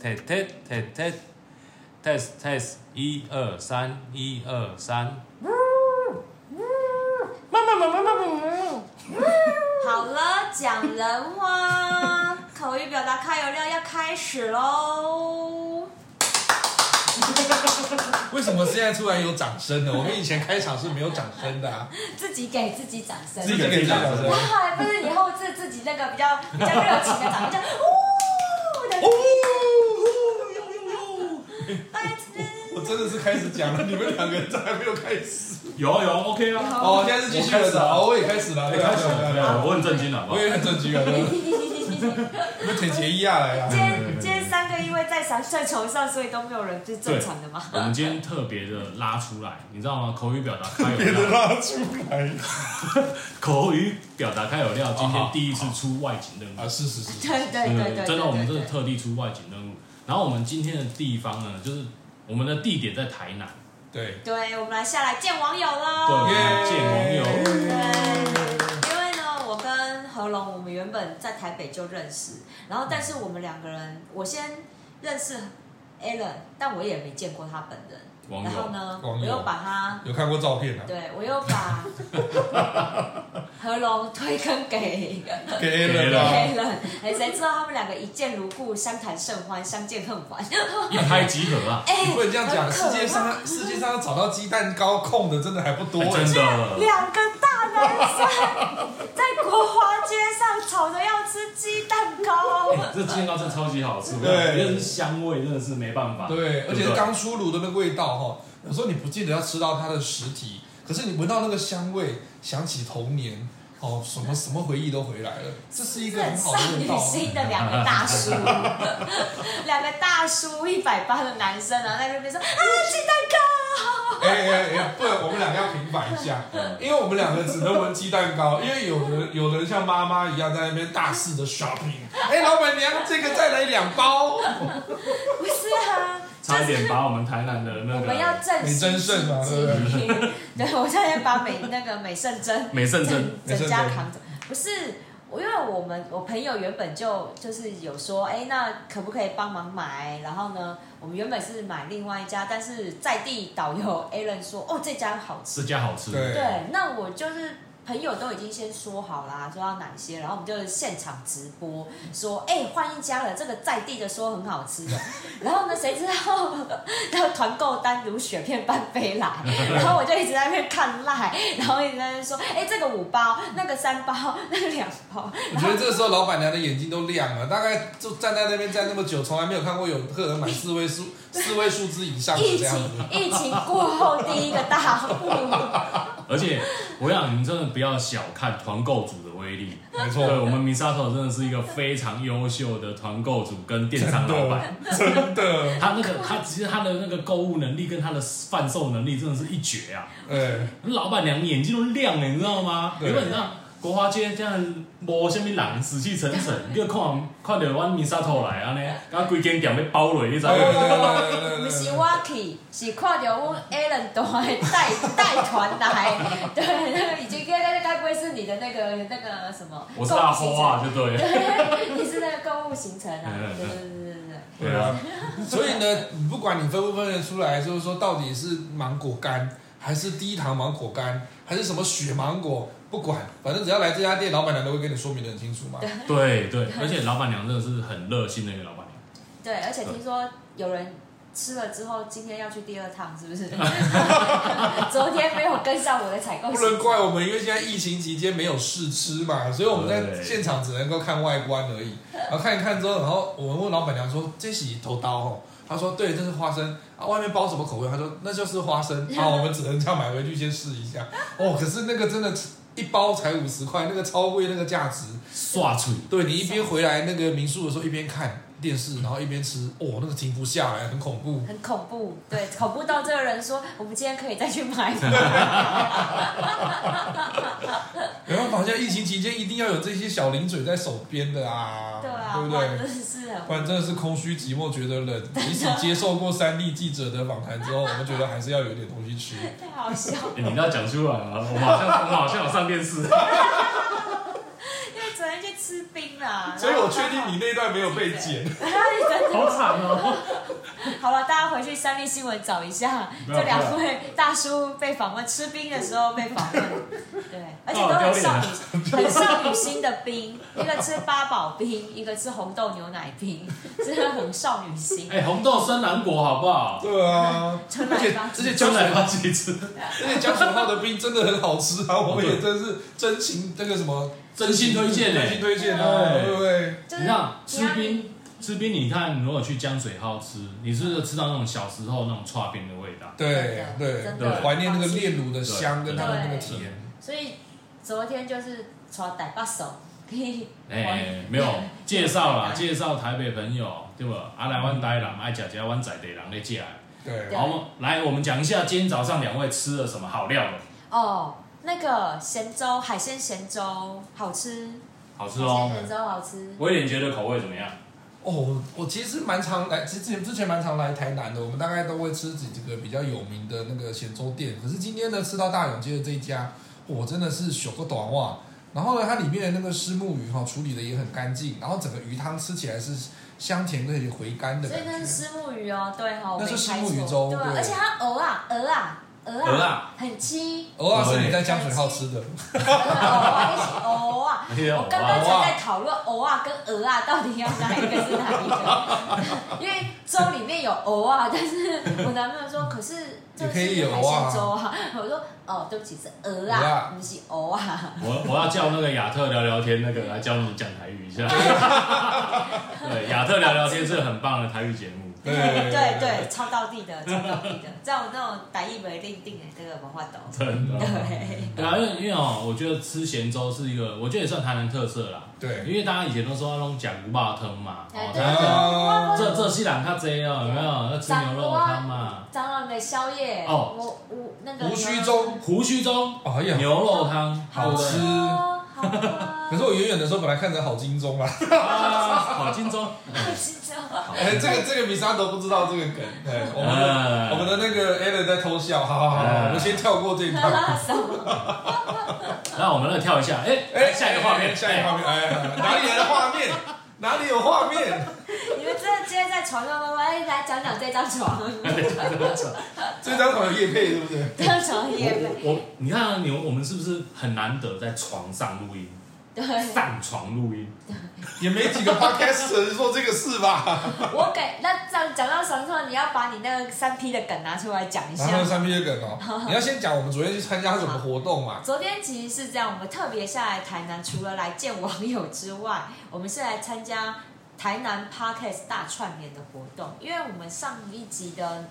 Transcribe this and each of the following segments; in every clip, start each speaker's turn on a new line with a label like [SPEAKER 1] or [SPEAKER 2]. [SPEAKER 1] test test test test test test 一二三一二三，慢慢慢慢慢慢慢，
[SPEAKER 2] 好了，讲人话，口语表达开油料要开始喽。
[SPEAKER 3] 为什么现在突然有掌声呢？我们以前开场是没有掌声的啊，
[SPEAKER 4] 自己给自己掌声，
[SPEAKER 3] 自己给自己掌声
[SPEAKER 4] 哇，还不是以后自自己那个比较比较热情的掌声，呜的。
[SPEAKER 2] 哎
[SPEAKER 3] 我真的是开始讲了，你们两个人还没有开始。
[SPEAKER 5] 有啊有啊，OK 啊，
[SPEAKER 3] 哦，现在是继续了是吧？哦，我也开始了，
[SPEAKER 5] 哎
[SPEAKER 3] 对啊
[SPEAKER 5] 开始了，对
[SPEAKER 3] 对啊对啊
[SPEAKER 5] 啊我很震惊了，好不
[SPEAKER 3] 我
[SPEAKER 5] 好
[SPEAKER 3] 也很震惊啊，对啊你们腿结一下来
[SPEAKER 2] 今
[SPEAKER 3] 啊。
[SPEAKER 2] 天今天三个因为在上在球上，所以都没有人，这是正常的嘛。
[SPEAKER 5] 我们今天特别的拉出来，你知道吗？口语表达 开有
[SPEAKER 3] 别的
[SPEAKER 5] 料，
[SPEAKER 3] 拉出来
[SPEAKER 5] 口语表达开有料，今天
[SPEAKER 3] 哦好
[SPEAKER 5] 第一次出外景任务
[SPEAKER 3] 啊！，是是是，
[SPEAKER 4] 对对对对对，
[SPEAKER 5] 嗯真的，我们这是
[SPEAKER 4] 对
[SPEAKER 5] 特地出外景任务。然后我们今天的地方呢，就是我们的地点在台南，
[SPEAKER 3] 对，
[SPEAKER 2] 对，我们来下来见网友
[SPEAKER 5] 对，我
[SPEAKER 2] 喽。
[SPEAKER 5] 们见网友。
[SPEAKER 2] 对，因为呢，我跟何龙，我们原本在台北就认识，然后但是我们两个人，我先认识 Alan，但我也没见过他本人。
[SPEAKER 5] 网
[SPEAKER 2] 然后
[SPEAKER 5] 友，
[SPEAKER 2] 呢，
[SPEAKER 3] 网
[SPEAKER 2] 我
[SPEAKER 3] 友
[SPEAKER 2] 又把他，
[SPEAKER 3] 有看过照片啊，
[SPEAKER 2] 对我又把何龙推坑给
[SPEAKER 3] 给
[SPEAKER 5] 给
[SPEAKER 3] Alan
[SPEAKER 5] 了
[SPEAKER 3] 啊，
[SPEAKER 2] Alan，哎，谁知道他们两个一见如故，相谈甚欢，相见恨晚。
[SPEAKER 5] 一拍即合啊！
[SPEAKER 2] 哎
[SPEAKER 3] 你不能这样
[SPEAKER 2] 很
[SPEAKER 3] 讲，
[SPEAKER 2] 可
[SPEAKER 3] 世
[SPEAKER 2] 怕
[SPEAKER 3] 界上世界上找到鸡蛋糕控的真的还不多
[SPEAKER 5] 哎真的，
[SPEAKER 2] 两个大男生在国华街上吵着要吃鸡蛋糕，
[SPEAKER 5] 哎这鸡蛋糕真的超级好吃，
[SPEAKER 3] 对
[SPEAKER 5] 真的是香味真的是没办法。
[SPEAKER 3] 啊对，而且
[SPEAKER 5] 不
[SPEAKER 3] 是
[SPEAKER 5] 对
[SPEAKER 3] 刚出炉的那个味道哈，有时候你不见得要吃到它的实体，可是你闻到那个香味，想起童年，哦，什么什么回忆都回来了，这是一个
[SPEAKER 2] 很
[SPEAKER 3] 很好
[SPEAKER 2] 少
[SPEAKER 3] 的味
[SPEAKER 2] 女
[SPEAKER 3] 道。啊
[SPEAKER 2] 心的两个大 叔，两个大叔一百八的男生，然后在那边说啊鸡蛋糕，
[SPEAKER 3] 哎哎哎，不，我们两个要平反一下，因为我们两个只能闻鸡蛋糕，因为有人有人像妈妈一样在那边大肆的 shopping，哎，老板娘，这个再来两包，
[SPEAKER 2] 不是啊，就
[SPEAKER 5] 差一点
[SPEAKER 2] 是
[SPEAKER 5] 把我们台南的那
[SPEAKER 2] 我们要
[SPEAKER 5] 个
[SPEAKER 2] 正
[SPEAKER 3] 你
[SPEAKER 2] 视
[SPEAKER 3] 真
[SPEAKER 2] 自
[SPEAKER 3] 胜 嘛，对不对？
[SPEAKER 2] 己，对我差点把美那个美胜珍
[SPEAKER 5] 美胜珍
[SPEAKER 2] 郑郑家扛着，不是。我因为我们我朋友原本就就是有说，哎，那可不可以帮忙买？然后呢，我们原本是买另外一家，但是在地导游 Alan 说，哦，这家好吃。
[SPEAKER 5] 这家好吃，
[SPEAKER 3] 对
[SPEAKER 2] 对，那我就是朋友都已经先说好啦，说要哪些，然后我们就现场直播
[SPEAKER 3] 嗯
[SPEAKER 2] 说，哎、换一家了，这个在地的说很好吃的， 然后呢，谁知道 那个团购单如雪片般飞 来，然后我就一直在那边看赖，然后一直在那边说，哎、这个五包，那个三包，那个两包，
[SPEAKER 3] 我觉得这时候老板娘的眼睛都亮了，大概就站在那边站那么久，从来没有看过有客人买四位数四位数字以上的
[SPEAKER 2] 疫
[SPEAKER 3] 这样子
[SPEAKER 2] 情。疫情过后第一个大户，
[SPEAKER 5] 而且我想你们真的不要小看团购组的威力。
[SPEAKER 3] 没
[SPEAKER 5] 对，我们 Misato 真的是一个非常优秀的团购组跟电商老板，
[SPEAKER 3] 真的，
[SPEAKER 5] 他那个他其实他的那个购物能力跟他的贩售能力真的是一绝啊！
[SPEAKER 3] 哎，
[SPEAKER 5] 老板娘眼睛都亮了，你知道吗？
[SPEAKER 3] 对
[SPEAKER 5] 原本你知道国华街这样无什么人，死气沉 沉，你就看看到阮 Misato 来啊安尼，刚规间店要包落，你知道
[SPEAKER 3] 对对
[SPEAKER 5] 吗？
[SPEAKER 3] 对对对
[SPEAKER 2] 不是
[SPEAKER 3] 对
[SPEAKER 2] 我去，是看到我 Alan 团带带团来，对，那个已经该该该不会是你的那个那个什么？
[SPEAKER 5] 我是大花啊，就对了。
[SPEAKER 2] 你是那个购物行程啊？对对对对对
[SPEAKER 3] 对啊！所以呢，不管你分不分得出来，就是说到底是芒果干，还是低糖芒果干，还是什么雪芒果，不管，反正只要来这家店，老板娘都会跟你说明的很清楚嘛。
[SPEAKER 5] 对对，而且老板娘真的是很热心的一个老板娘。
[SPEAKER 2] 对，而且听说有人吃了之后，今天要去第二趟，是不是？昨天没有跟上我的采购
[SPEAKER 3] 不
[SPEAKER 2] 行
[SPEAKER 3] 能
[SPEAKER 2] 程。
[SPEAKER 3] 怪我们，因为现在疫情期间没有试吃嘛，所以我们在
[SPEAKER 5] 对
[SPEAKER 3] 现场只能够看外观而已。然后看一看之后，然后我们问老板娘说：“这是头刀哦。”她说：“对，这是花生啊，外面包什么口味？”她说：“那就是花生啊，我们只能这样买回去先试一下。”哦，可是那个真的，一包才五十块，那个超贵，那个价值。
[SPEAKER 5] 刷嘴，
[SPEAKER 3] 对你一边回来那个民宿的时候，一边看电视，然后一边吃，哦，那个停不下来，很恐怖。
[SPEAKER 2] 很恐怖，对，恐怖到这个人说，我们今天可以再去买。
[SPEAKER 3] 没办法，现在疫情期间一定要有这些小零嘴在手边的啊，
[SPEAKER 2] 对啊，
[SPEAKER 3] 对不
[SPEAKER 2] 哇，
[SPEAKER 3] 对
[SPEAKER 2] 真？的是很
[SPEAKER 3] 不然真的是空虚寂寞，觉得冷。即使接受过三立记者的访谈之后，我们觉得还是要有点东西 吃。
[SPEAKER 2] 太好笑了。
[SPEAKER 5] 欸你要讲出来啊！我马上，我马上有上电视。
[SPEAKER 2] 因为昨天去吃冰啦，
[SPEAKER 3] 所以我确定你那段没有被剪，
[SPEAKER 2] 然后真
[SPEAKER 5] 好惨哦！
[SPEAKER 2] 好了，大家回去三立新闻找一下，
[SPEAKER 5] 不要
[SPEAKER 2] 这两位大叔被访问，吃冰的时候被访问， 对，而且
[SPEAKER 5] 哦
[SPEAKER 2] 都
[SPEAKER 5] 丢
[SPEAKER 2] 很
[SPEAKER 5] 脸
[SPEAKER 2] 少
[SPEAKER 5] 啊
[SPEAKER 2] 女，很少女心的冰，一个吃八宝冰，一个吃红豆牛奶冰，真的很少女心。
[SPEAKER 5] 哎，红豆生南国好不好？
[SPEAKER 3] 对啊，
[SPEAKER 2] 春
[SPEAKER 3] 而
[SPEAKER 2] 来
[SPEAKER 3] 且
[SPEAKER 2] 发
[SPEAKER 3] 而且啊江
[SPEAKER 5] 将
[SPEAKER 3] 水
[SPEAKER 5] 来发几次，
[SPEAKER 3] 而且江水号的冰真的很好吃啊，我们也真是真情那个什么
[SPEAKER 5] 真心推荐
[SPEAKER 3] 真
[SPEAKER 5] 哎
[SPEAKER 3] 心！推荐啊，
[SPEAKER 5] 对
[SPEAKER 3] 对不对？
[SPEAKER 2] 就
[SPEAKER 5] 你
[SPEAKER 2] 是
[SPEAKER 5] 看
[SPEAKER 2] 你
[SPEAKER 5] 吃
[SPEAKER 2] 要
[SPEAKER 5] 冰，吃冰，你看如果去江水号吃，你是不是吃到那种小时候那种串冰的味道？
[SPEAKER 3] 对对
[SPEAKER 2] 真
[SPEAKER 5] 的
[SPEAKER 3] 怀念那个
[SPEAKER 2] 放心
[SPEAKER 3] 炼乳的香跟它的那个
[SPEAKER 5] 对
[SPEAKER 3] 甜，
[SPEAKER 2] 所以昨天就是从台北手可以
[SPEAKER 5] 哎，没有介绍啦，介绍台北朋友对不？啊，来湾台人爱食食湾在地人咧食。
[SPEAKER 3] 对
[SPEAKER 2] 对
[SPEAKER 5] 好，我们来我们讲一下今天早上两位吃了什么好料的，
[SPEAKER 2] 哦，那个咸粥海鲜咸粥好吃，
[SPEAKER 5] 好吃
[SPEAKER 2] 海
[SPEAKER 5] 哦
[SPEAKER 2] 鲜。咸粥好吃，
[SPEAKER 5] 威廉觉得口味怎么样？
[SPEAKER 3] 哦，我我其实蛮常来，之前之前蛮常来台南的，我们大概都会吃几几个比较有名的那个咸粥店。可是今天呢，吃到大勇街的这一家，我、真的是小个短袜。然后呢，它里面的那个虱目鱼哈、处理的也很干净，然后整个鱼汤吃起来是香甜而且回甘的
[SPEAKER 2] 所以
[SPEAKER 3] 感
[SPEAKER 2] 那是
[SPEAKER 3] 觉。
[SPEAKER 2] 虱目鱼哦，对哈、哦，
[SPEAKER 3] 那是
[SPEAKER 2] 我没
[SPEAKER 3] 虱
[SPEAKER 2] 猜
[SPEAKER 3] 目鱼
[SPEAKER 2] 错
[SPEAKER 3] 粥
[SPEAKER 2] 对啊，
[SPEAKER 3] 对
[SPEAKER 2] 而且它鹅啊鹅啊鹅啊
[SPEAKER 5] 鹅啊
[SPEAKER 2] 很清，
[SPEAKER 3] 偶尔是你在江水号吃的，
[SPEAKER 2] 鹅啊 鹅啊， 我刚刚才在讨论鹅啊跟鹅啊到底要哪一个是哪一个， 因为粥里面有鹅啊， 但是我男朋友说可是这
[SPEAKER 3] 也
[SPEAKER 2] 是
[SPEAKER 3] 可以有
[SPEAKER 2] 海
[SPEAKER 3] 蚵啊
[SPEAKER 2] 鲜粥啊，我说哦对不起是鹅
[SPEAKER 3] 鹅
[SPEAKER 2] 啊
[SPEAKER 3] 啊，
[SPEAKER 2] 不是鹅啊，
[SPEAKER 5] 我我要叫那个亚特聊聊天，那个来教你讲台语一 下。对，亚特聊聊天是个很棒的台语节目。
[SPEAKER 3] 对
[SPEAKER 2] 对对，超到地的超到地的，在我那种打一为另定的这个文化懂，
[SPEAKER 5] 真的，
[SPEAKER 2] 对，
[SPEAKER 5] 对啊，因为因为哦，我觉得吃咸粥是一个，我觉得也算台南特色啦。
[SPEAKER 3] 对
[SPEAKER 5] 因为大家以前都说那种讲牛肉汤嘛，
[SPEAKER 2] 哎
[SPEAKER 5] 哦，
[SPEAKER 2] 对
[SPEAKER 5] 台
[SPEAKER 3] 啊
[SPEAKER 5] 南
[SPEAKER 2] 哇
[SPEAKER 5] 这这西人较济哦，有没有？要吃牛肉汤嘛，
[SPEAKER 2] 蟑螂的宵夜，
[SPEAKER 5] 哦
[SPEAKER 2] 我我那个
[SPEAKER 3] 无须粥，
[SPEAKER 5] 胡须粥、
[SPEAKER 3] 哎呀，
[SPEAKER 5] 牛肉汤，
[SPEAKER 2] 好
[SPEAKER 5] 对不对
[SPEAKER 2] 吃哦，好
[SPEAKER 3] 可
[SPEAKER 2] 啊，
[SPEAKER 3] 是我远远的时候本来看着好金钟啊，
[SPEAKER 5] 啊，好金粥，
[SPEAKER 2] 是这样
[SPEAKER 3] 哎，这个这个米莎都不知道这个梗，哎，我们的
[SPEAKER 5] 呃
[SPEAKER 3] 我们的那个 Alan 在偷笑，好好好，
[SPEAKER 5] 嗯
[SPEAKER 3] 我们先跳过这一 段。
[SPEAKER 2] 什么？
[SPEAKER 5] 那我们来跳一下，哎、哎，下一个画面，
[SPEAKER 3] 下一个画面，哎，哪里来的画面？哪里有画面？
[SPEAKER 2] 你们真的今天在床上吗？哎，来讲讲这张床，
[SPEAKER 5] 哎
[SPEAKER 3] 这张床有叶配，对不对？
[SPEAKER 2] 这张床也
[SPEAKER 5] 哎。
[SPEAKER 2] 美，
[SPEAKER 5] 我我你看、啊、你我们是不是很难得在床上录音，
[SPEAKER 2] 对，
[SPEAKER 5] 上床录 音？
[SPEAKER 3] 也没几个 podcaster 做这个事 吧。
[SPEAKER 2] 我给那这样讲到床上，你要把你那个三 P 的梗拿出来讲一
[SPEAKER 3] 然
[SPEAKER 2] 下。
[SPEAKER 3] 后上面的梗哦，你要先讲我们昨天去参加什么活动嘛？
[SPEAKER 2] 昨天其实是这样，我们特别下来台南，除了来见网友之外，我们是来参加台南 Parkes 大串联的活动，因为我们上一集的。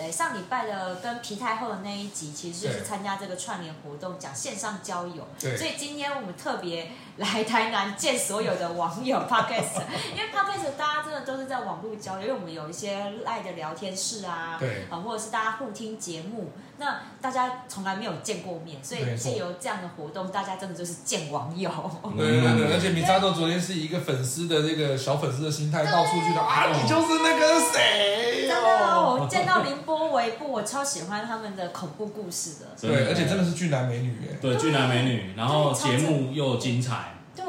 [SPEAKER 2] 呃，上礼拜的跟皮太后的那一集，其实就是
[SPEAKER 3] 对
[SPEAKER 2] 参加这个串联活动，讲线上交友。所
[SPEAKER 3] 对，
[SPEAKER 2] 以今天我们特别来台南见所有的网友 podcast，因为 podcast 大家真的都是在网络交流，因为我们有一些赖的聊天室啊，
[SPEAKER 3] 对
[SPEAKER 2] 啊，或者是大家互听节目，那大家从来没有见过面，所以
[SPEAKER 3] 没错
[SPEAKER 2] 借由这样的活动，大家真的就是见网友。
[SPEAKER 3] 对对对，而且米扎豆昨天是以一个粉丝的这个小粉丝的心态到处去的啊，你就是那个谁
[SPEAKER 2] 真的啊，
[SPEAKER 3] 哦。
[SPEAKER 2] 我见到凌波微步，我超喜欢他们的恐怖故事的。
[SPEAKER 5] 真
[SPEAKER 3] 对，而且真的是俊男美女哎。
[SPEAKER 5] 对俊男美女，然后节目又精彩，
[SPEAKER 2] 对，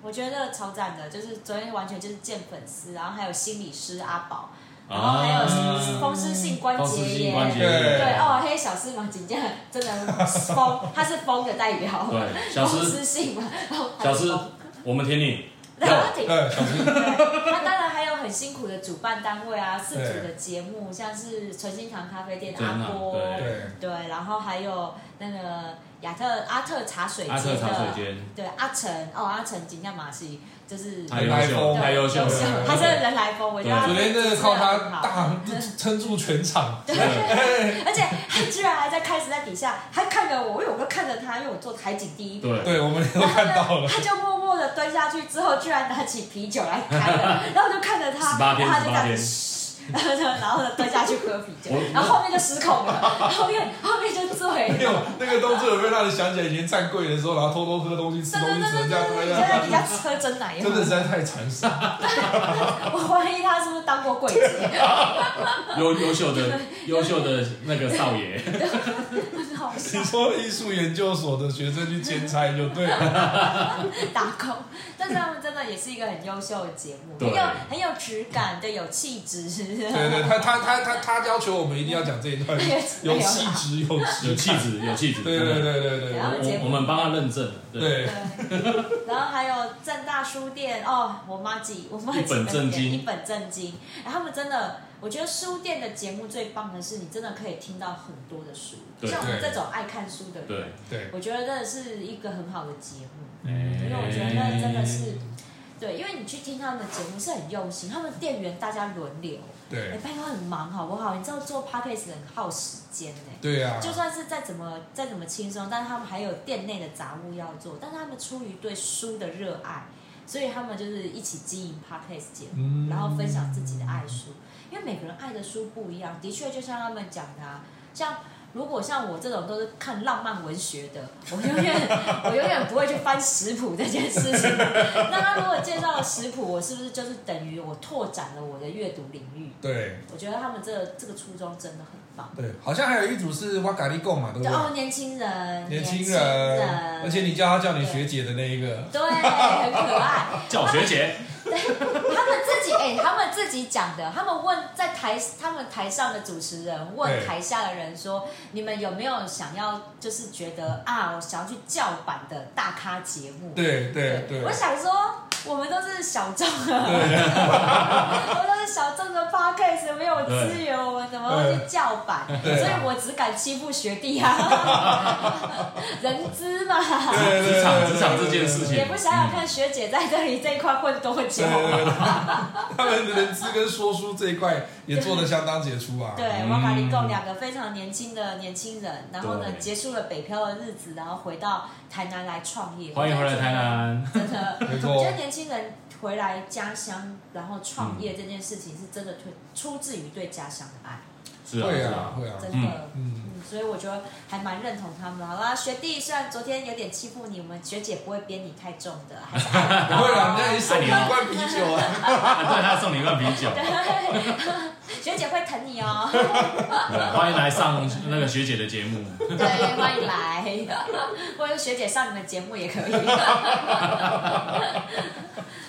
[SPEAKER 2] 我觉得超赞的，就是昨天完全就是见粉丝，然后还有心理师阿宝，然后还有
[SPEAKER 5] 啊
[SPEAKER 2] 风湿性关
[SPEAKER 5] 风
[SPEAKER 2] 节
[SPEAKER 5] 湿性
[SPEAKER 2] 炎，
[SPEAKER 5] 关节
[SPEAKER 3] 对
[SPEAKER 2] 对
[SPEAKER 5] 炎，
[SPEAKER 2] 哦，黑小狮嘛，真正真的疯，他是疯的代表，
[SPEAKER 5] 对，小
[SPEAKER 2] 风
[SPEAKER 5] 诗，
[SPEAKER 2] 湿性嘛，哦然后
[SPEAKER 5] 小诗，我们听你，
[SPEAKER 2] 然后挺
[SPEAKER 3] 对，小
[SPEAKER 2] 对，那当然还有很辛苦的主办单位啊，四组
[SPEAKER 3] 对
[SPEAKER 2] 的节目，像是纯心堂咖啡店的
[SPEAKER 5] 真
[SPEAKER 2] 阿
[SPEAKER 5] 的
[SPEAKER 2] 波，
[SPEAKER 3] 对。
[SPEAKER 2] 对，然后还有那个亚特阿特茶水
[SPEAKER 5] 阿特
[SPEAKER 2] 街
[SPEAKER 5] 茶水
[SPEAKER 2] 的，
[SPEAKER 5] 间，
[SPEAKER 2] 对阿成哦，阿成金匠马戏就是
[SPEAKER 5] 太优秀，
[SPEAKER 2] 对
[SPEAKER 5] 太优秀
[SPEAKER 2] 有
[SPEAKER 5] 了，
[SPEAKER 2] 他真的人来疯，我觉得他
[SPEAKER 5] 对
[SPEAKER 3] 昨天真的靠他
[SPEAKER 2] 很好
[SPEAKER 3] 大 撑住全场，
[SPEAKER 2] 而且他居然还在开始在底下，还看着我，因为我就看着他，因为我坐台景第一排。
[SPEAKER 5] 对，
[SPEAKER 3] 对我们都
[SPEAKER 2] 然后
[SPEAKER 3] 看到
[SPEAKER 2] 呢，
[SPEAKER 3] 了。
[SPEAKER 2] 他就默默的蹲下去，之后居然拿起啤酒来开了，然后我就看着他，
[SPEAKER 5] 18
[SPEAKER 2] 然后
[SPEAKER 5] 天
[SPEAKER 2] 他就这样
[SPEAKER 5] 18
[SPEAKER 2] 嘘，然后就然后呢蹲下去喝啤酒
[SPEAKER 5] 我，
[SPEAKER 2] 然后后面就失控了，后面后面就醉
[SPEAKER 3] 没
[SPEAKER 2] 了。
[SPEAKER 3] 有那个动作有没有让你想起来以前站柜的时候，然后偷偷喝东西、吃
[SPEAKER 2] 对
[SPEAKER 3] 东
[SPEAKER 2] 对
[SPEAKER 3] 西，
[SPEAKER 2] 对
[SPEAKER 3] 只
[SPEAKER 2] 对
[SPEAKER 3] 能这样
[SPEAKER 2] 对
[SPEAKER 3] 对
[SPEAKER 2] 对，
[SPEAKER 3] 对
[SPEAKER 2] 在底下喝真奶油，
[SPEAKER 3] 真的实在太惨死了。
[SPEAKER 2] 我怀疑他是不是当过柜姐？
[SPEAKER 5] 优优秀的优秀的那个少爷，
[SPEAKER 4] 很好笑
[SPEAKER 3] 你。说艺术研究所的学生去兼差就对了。
[SPEAKER 2] 打工，但是他们真的也是一个很优秀的节目，很
[SPEAKER 5] 对
[SPEAKER 2] 有很有质感，对，有气质，
[SPEAKER 3] 对对，他他他他他要求我们一定要讲这一段，
[SPEAKER 2] 没
[SPEAKER 3] 有
[SPEAKER 2] 啦
[SPEAKER 3] 气质，有
[SPEAKER 5] 有
[SPEAKER 3] 质
[SPEAKER 5] 气
[SPEAKER 3] 感。
[SPEAKER 5] 质有气质，
[SPEAKER 3] 对
[SPEAKER 5] 真的
[SPEAKER 3] 对对对对
[SPEAKER 2] 然后节
[SPEAKER 5] 我
[SPEAKER 2] 目
[SPEAKER 5] 我们帮他认证了，对，
[SPEAKER 3] 对，
[SPEAKER 2] 对，然后还有正大书店哦，我妈几我妈几
[SPEAKER 5] 一本正经
[SPEAKER 2] 一本正经。然后他们真的，我觉得书店的节目最棒的是，你真的可以听到很多的书，
[SPEAKER 5] 对
[SPEAKER 2] 像我们
[SPEAKER 3] 对
[SPEAKER 2] 这种爱看书的
[SPEAKER 5] 对
[SPEAKER 2] 人，
[SPEAKER 3] 对
[SPEAKER 2] 我觉得真的是一个很好的节目，
[SPEAKER 5] 哎
[SPEAKER 2] 因为我觉得那真的是。对，因为你去听他们的节目是很用心，他们店员大家轮流，哎、
[SPEAKER 3] 对
[SPEAKER 2] 拜托很忙好不好？你知道做 podcast 很耗时间呢、
[SPEAKER 3] 对啊，
[SPEAKER 2] 就算是再怎么再怎么轻松，但是他们还有店内的杂物要做，但是他们出于对书的热爱，所以他们就是一起经营 podcast 节目，
[SPEAKER 3] 嗯
[SPEAKER 2] 然后分享自己的爱书，因为每个人爱的书不一样，的确就像他们讲的、啊，像。如果像我这种都是看浪漫文学的，我永远我永远不会去翻食谱这件事情。那他如果介绍了食谱，我是不是就是等于我拓展了我的阅读领域？
[SPEAKER 3] 对
[SPEAKER 2] 我觉得他们这这个初衷真的很棒。
[SPEAKER 3] 对，好像还有一组是哇咖喱贡嘛，对不
[SPEAKER 2] 哦
[SPEAKER 3] 对？，
[SPEAKER 2] 年轻人，
[SPEAKER 3] 年轻
[SPEAKER 2] 轻
[SPEAKER 3] 人，而且你叫他叫你
[SPEAKER 2] 对
[SPEAKER 3] 学姐的那一个，
[SPEAKER 2] 对，很可爱。
[SPEAKER 5] 叫哎我学姐，
[SPEAKER 2] 他们自己哎、他们自己讲的，他们问在台，他们台上的主持人问
[SPEAKER 3] 对
[SPEAKER 2] 台下的人说，你们有没有想要，就是觉得啊，我想要去叫板的大咖节目？
[SPEAKER 3] 对对对
[SPEAKER 2] 我，想说，我们都是小众啊， 我们都是小众的 podcast，没有资源，我们怎么会去叫板？所
[SPEAKER 3] 对
[SPEAKER 2] 以我只敢欺负学弟啊， 人资嘛，
[SPEAKER 3] 对对
[SPEAKER 5] 职场
[SPEAKER 3] 对对
[SPEAKER 5] 职场
[SPEAKER 3] 对
[SPEAKER 5] 这件事情
[SPEAKER 2] 也不想想看学姐在这里这一块混多久
[SPEAKER 3] 对。对 对对，他们人资跟说书这一块也做的相当杰出啊。
[SPEAKER 2] 对，我卡里贡两个非常年轻的年轻人，然后呢，
[SPEAKER 5] 对
[SPEAKER 2] 结束了北漂的日子，然后回到台南来创业。
[SPEAKER 5] 欢迎回来台南，
[SPEAKER 2] 真的，
[SPEAKER 3] 没
[SPEAKER 2] 我
[SPEAKER 3] 错
[SPEAKER 2] 觉得，年轻人回来家乡，然后创业这件事情是真的推出自于对家乡的爱，
[SPEAKER 5] 是啊
[SPEAKER 3] 会
[SPEAKER 5] 是
[SPEAKER 3] 啊
[SPEAKER 5] 啊，
[SPEAKER 3] 会啊，
[SPEAKER 2] 真
[SPEAKER 5] 嗯
[SPEAKER 2] 的。
[SPEAKER 3] 嗯，
[SPEAKER 2] 嗯，所以我觉得还蛮认同他们的。好啦，学弟虽然昨天有点欺负你，我们学姐不会鞭你太重的，还是爱
[SPEAKER 3] 不会啦，人家也送你一罐啤酒啊。
[SPEAKER 5] 啊对他送你一罐啤酒，
[SPEAKER 2] 你学姐会疼你哦。
[SPEAKER 5] 对欢迎来上那个学姐的节目，
[SPEAKER 2] 对，欢迎来， 或者学姐上你们节目也可以。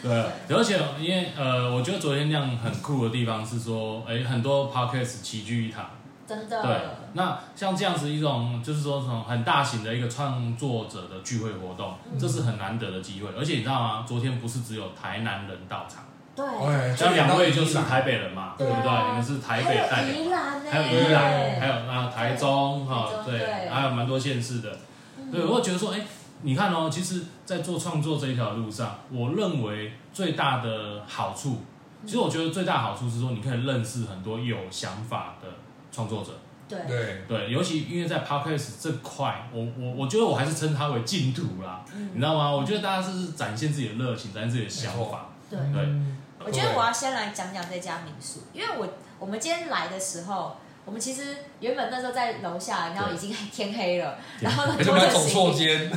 [SPEAKER 5] 对，而且因为呃，我觉得昨天那样很酷的地方是说，哎，很多 podcast 齐聚一堂。
[SPEAKER 2] 真的，
[SPEAKER 5] 对，那像这样子一种，就是说这种很大型的一个创作者的聚会活动，这是很难得的机会。而且你知道吗？昨天不是只有台南人到场，
[SPEAKER 2] 对，啊
[SPEAKER 3] 哎，
[SPEAKER 5] 像两位就是
[SPEAKER 3] 这个
[SPEAKER 5] 台北人嘛，对
[SPEAKER 2] 对
[SPEAKER 5] 不
[SPEAKER 2] 啊
[SPEAKER 5] 对？你们是台北代
[SPEAKER 2] 还有
[SPEAKER 5] 表
[SPEAKER 2] 宜，兰欸呢，
[SPEAKER 5] 还有宜兰，还有啊台中
[SPEAKER 2] 台
[SPEAKER 5] 哈，
[SPEAKER 2] 中
[SPEAKER 5] 对，
[SPEAKER 2] 对
[SPEAKER 5] 还有蛮多县市的。对，我觉得说，哎，你看哦，其实，在做创作这一条路上，我认为最大的好处，其实我觉得最大好处是说，你可以认识很多有想法的创作者。
[SPEAKER 2] 对
[SPEAKER 3] 对，
[SPEAKER 5] 对，尤其因为在 podcast 这块，我我我觉得我还是称它为净土啦，你知道吗？我觉得大家是展现自己的热情，展现自己的想法。
[SPEAKER 2] 对。
[SPEAKER 5] 对
[SPEAKER 3] 嗯
[SPEAKER 2] 我觉得我要先来讲讲这家民宿，因为我我们今天来的时候，我们其实原本那时候在楼下，然后已经天黑了， 然后呢
[SPEAKER 3] 而且
[SPEAKER 2] 拖
[SPEAKER 3] 我们
[SPEAKER 2] 着
[SPEAKER 3] 还走
[SPEAKER 2] 行
[SPEAKER 3] 错
[SPEAKER 2] 李，
[SPEAKER 3] 间，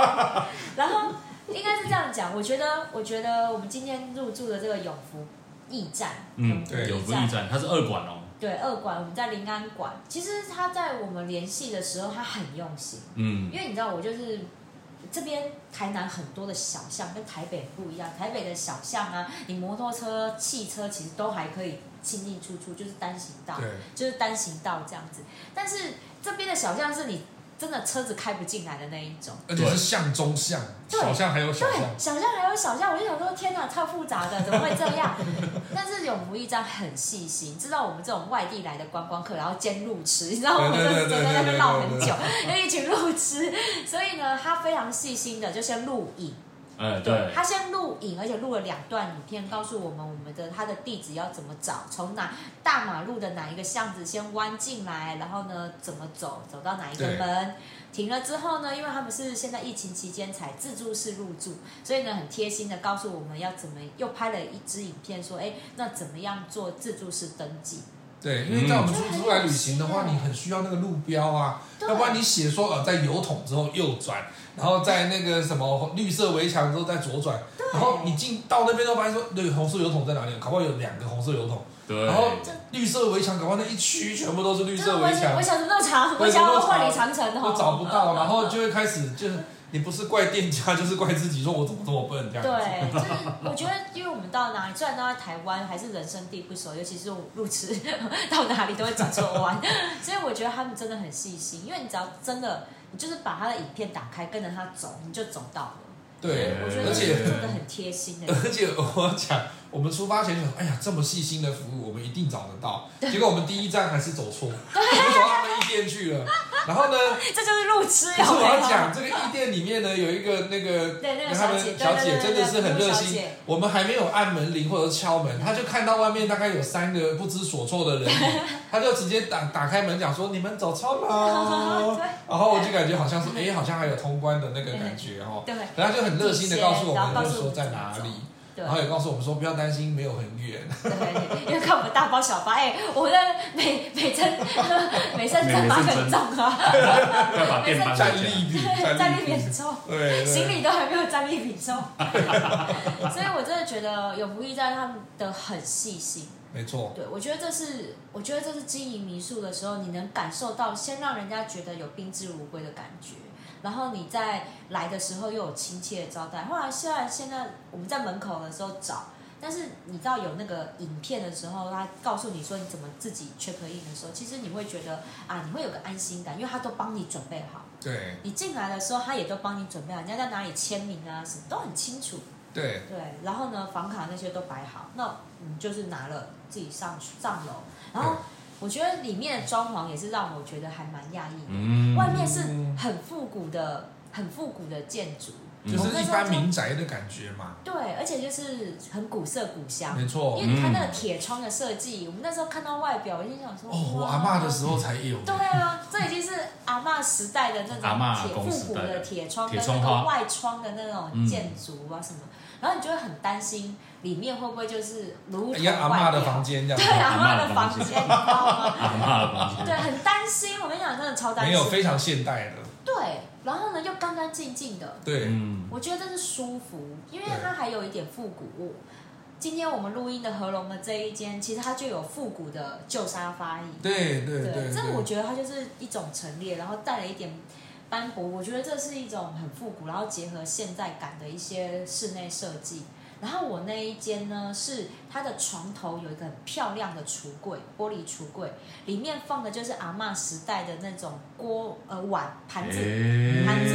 [SPEAKER 2] 然后应该是这样讲，我觉得我觉得我们今天入住的这个永福驿站，
[SPEAKER 5] 嗯，
[SPEAKER 3] 对
[SPEAKER 5] 有福驿站，它是二馆哦，
[SPEAKER 2] 对二馆，我们在临安馆，其实他在我们联系的时候，他很用心，
[SPEAKER 5] 嗯，
[SPEAKER 2] 因为你知道我就是。这边台南很多的小巷跟台北不一样，台北的小巷啊，你摩托车、汽车其实都还可以进进出出，就是单行道。
[SPEAKER 3] 对，
[SPEAKER 2] 就是单行道这样子。但是这边的小巷是你真的车子开不进来的那一种。
[SPEAKER 3] 而且是巷中巷，
[SPEAKER 2] 对
[SPEAKER 3] 小巷还有小
[SPEAKER 2] 对
[SPEAKER 3] 巷，，
[SPEAKER 2] 小巷还有小巷，我就想说，天哪，太复杂的，怎么会这样？ 但是永福驿站很细心，知道我们这种外地来的观光客，然后兼路痴，你知道我们
[SPEAKER 3] 对
[SPEAKER 2] 这
[SPEAKER 3] 对对
[SPEAKER 2] 在那边
[SPEAKER 3] 对对对
[SPEAKER 2] 绕很
[SPEAKER 3] 对
[SPEAKER 2] 久， 那一群路痴，所以呢，他非常细心的就先录影，
[SPEAKER 5] 哎对，
[SPEAKER 2] 他先录影，而且录了两段影片，告诉我们我们的他的地址要怎么找，从哪大马路的哪一个巷子先弯进来，然后呢怎么走，走到哪一个
[SPEAKER 3] 对
[SPEAKER 2] 门。停了之后呢，因为他们是现在疫情期间才自助式入住，所以呢很贴心的告诉我们要怎么，又拍了一支影片说，哎，那怎么样做自助式登记？
[SPEAKER 3] 对，因为在我们出出来旅行的
[SPEAKER 2] 啊
[SPEAKER 3] 话，你很需要那个路标啊，
[SPEAKER 2] 对
[SPEAKER 3] 要不然你写说呃在油桶之后右转，然后在那个什么绿色围墙之后再左转，然后你进到那边都发现说对红色油桶在哪里，搞不好有两个红色油桶，
[SPEAKER 5] 对，
[SPEAKER 3] 然后绿色围墙搞不好那一区全部都是绿
[SPEAKER 2] 就是
[SPEAKER 3] 色
[SPEAKER 2] 我
[SPEAKER 3] 围
[SPEAKER 2] 想
[SPEAKER 3] 墙
[SPEAKER 2] 我，想怎么那么长，
[SPEAKER 3] 对
[SPEAKER 2] 我想
[SPEAKER 3] 怎么那
[SPEAKER 2] 要
[SPEAKER 3] 么
[SPEAKER 2] 万里
[SPEAKER 3] 长
[SPEAKER 2] 长城
[SPEAKER 3] 都找
[SPEAKER 2] 哦。
[SPEAKER 3] 不到，然后就会开始就是你不是怪店家，就是怪自己，说我怎么这么笨这样子。
[SPEAKER 2] 对，就是我觉得，因为我们到哪里，虽然都在台湾，还是人生地不熟，尤其是路痴， 到哪里都会转错弯， 所以我觉得他们真的很细心，因为你只要真的，你就是把他的影片打开，跟着他走，你就走到了。
[SPEAKER 3] 对，
[SPEAKER 2] 我觉得
[SPEAKER 3] 而且
[SPEAKER 2] 做的很贴心的。
[SPEAKER 3] 而且我讲，我们出发前想，哎呀，这么细心的服务，我们一定找得到。结果我们第一站还是走错，我们走到他们一店去了。然后呢，
[SPEAKER 2] 这就是路痴 哦
[SPEAKER 3] 可
[SPEAKER 2] 有
[SPEAKER 3] 是我
[SPEAKER 2] 没
[SPEAKER 3] 要
[SPEAKER 2] 有？
[SPEAKER 3] 讲这个一店里面呢，有一个那个
[SPEAKER 2] 对那个
[SPEAKER 3] 他
[SPEAKER 2] 小
[SPEAKER 3] 们
[SPEAKER 2] 姐，
[SPEAKER 3] 小姐
[SPEAKER 2] 对对对
[SPEAKER 3] 真的是很热
[SPEAKER 2] 对对对小
[SPEAKER 3] 心
[SPEAKER 2] 姐。
[SPEAKER 3] 我们还没有按门铃或者敲门，她就看到外面大概有三个不知所措的人影，她就直接打打开门讲说：“你们走错 了。”然后我就感觉好像是哎，好像还有通关的那个感觉哦。
[SPEAKER 2] 对
[SPEAKER 3] 然后就很热心的告诉我
[SPEAKER 2] 嗯然后
[SPEAKER 3] 们，
[SPEAKER 2] 告
[SPEAKER 3] 就
[SPEAKER 2] 诉
[SPEAKER 3] 说
[SPEAKER 2] 我们
[SPEAKER 3] 在
[SPEAKER 2] 怎么
[SPEAKER 3] 哪
[SPEAKER 2] 走
[SPEAKER 3] 里，
[SPEAKER 2] 对
[SPEAKER 3] 然后也告诉我们说不要担心，没有很远。
[SPEAKER 2] 对，因为看我们大包小包，哎、我的美美珍 美珍
[SPEAKER 5] 美
[SPEAKER 2] 真麻很
[SPEAKER 5] 珍
[SPEAKER 2] 重啊，
[SPEAKER 5] 要把电 搬
[SPEAKER 3] 战
[SPEAKER 5] 回家。
[SPEAKER 3] 力比，
[SPEAKER 2] 战力
[SPEAKER 3] 比，
[SPEAKER 2] 很重。
[SPEAKER 3] 对，对
[SPEAKER 2] 行李都还没有战利品重，所以我真的觉得有福利站他们的很细心。
[SPEAKER 3] 没错。
[SPEAKER 2] 对，我觉得这是，我觉得这是经营民宿的时候，你能感受到，先让人家觉得有宾至如归的感觉，然后你在来的时候又有亲切的招待。后来虽然现在我们在门口的时候找，但是你到有那个影片的时候，他告诉你说你怎么自己 check in 的时候，其实你会觉得啊，你会有个安心感，因为他都帮你准备好。
[SPEAKER 3] 对
[SPEAKER 2] 你进来的时候，他也都帮你准备好，啊人家在哪里签名啊，什么都很清楚。
[SPEAKER 3] 对
[SPEAKER 2] 对，然后呢，房卡那些都摆好，那你就是拿了自己上去上楼。然后我觉得里面的装潢也是让我觉得还蛮讶异的，
[SPEAKER 5] 嗯，
[SPEAKER 2] 外面是很复古的、很复古的建筑，
[SPEAKER 3] 就是一般民宅的感觉嘛。
[SPEAKER 2] 对，而且就是很古色古香。
[SPEAKER 3] 没错。
[SPEAKER 2] 因为它那个铁窗的设计，我们那时候看到外表，我就想说，
[SPEAKER 3] 哦，我
[SPEAKER 2] 哇
[SPEAKER 3] 阿嬷的时候才有。欸
[SPEAKER 2] 对啊，这已经是阿嬷时代的那
[SPEAKER 5] 阿嬷
[SPEAKER 2] 种铁
[SPEAKER 5] 公
[SPEAKER 2] 复
[SPEAKER 5] 时
[SPEAKER 2] 古
[SPEAKER 5] 代
[SPEAKER 2] 的
[SPEAKER 5] 的
[SPEAKER 2] 铁窗跟
[SPEAKER 5] 铁
[SPEAKER 2] 那
[SPEAKER 5] 窗
[SPEAKER 2] 个
[SPEAKER 5] 花
[SPEAKER 2] 外窗的那种建筑啊什么，然后你就会很担心里面会不会就是如同外
[SPEAKER 3] 一哎样阿嬷的房
[SPEAKER 2] 间，
[SPEAKER 3] 间这样
[SPEAKER 2] 对啊
[SPEAKER 3] 子。
[SPEAKER 2] 阿嬷的
[SPEAKER 5] 阿嬷的
[SPEAKER 2] 房
[SPEAKER 5] 房
[SPEAKER 2] 间，你知道吗？
[SPEAKER 5] 阿妈的房间，
[SPEAKER 2] 对，很担心，我跟你讲，真的超担
[SPEAKER 3] 没有
[SPEAKER 2] 心。
[SPEAKER 3] 非常现代的，
[SPEAKER 2] 对，然后呢又干干净净的，
[SPEAKER 3] 对
[SPEAKER 5] 嗯，
[SPEAKER 2] 我觉得这是舒服，因为
[SPEAKER 3] 对
[SPEAKER 2] 它还有一点复古物。今天我们录音的合龙的这一间，其实它就有复古的旧沙发椅。
[SPEAKER 3] 对对对，
[SPEAKER 2] 这我
[SPEAKER 3] 对
[SPEAKER 2] 觉得它就是一种陈列，然后带了一点斑驳，我觉得这是一种很复古，然后结合现代感的一些室内设计。然后我那一间呢，是它的床头有一个很漂亮的橱柜，玻璃橱柜，里面放的就是阿嬷时代的那种锅、呃碗、盘子、盘子，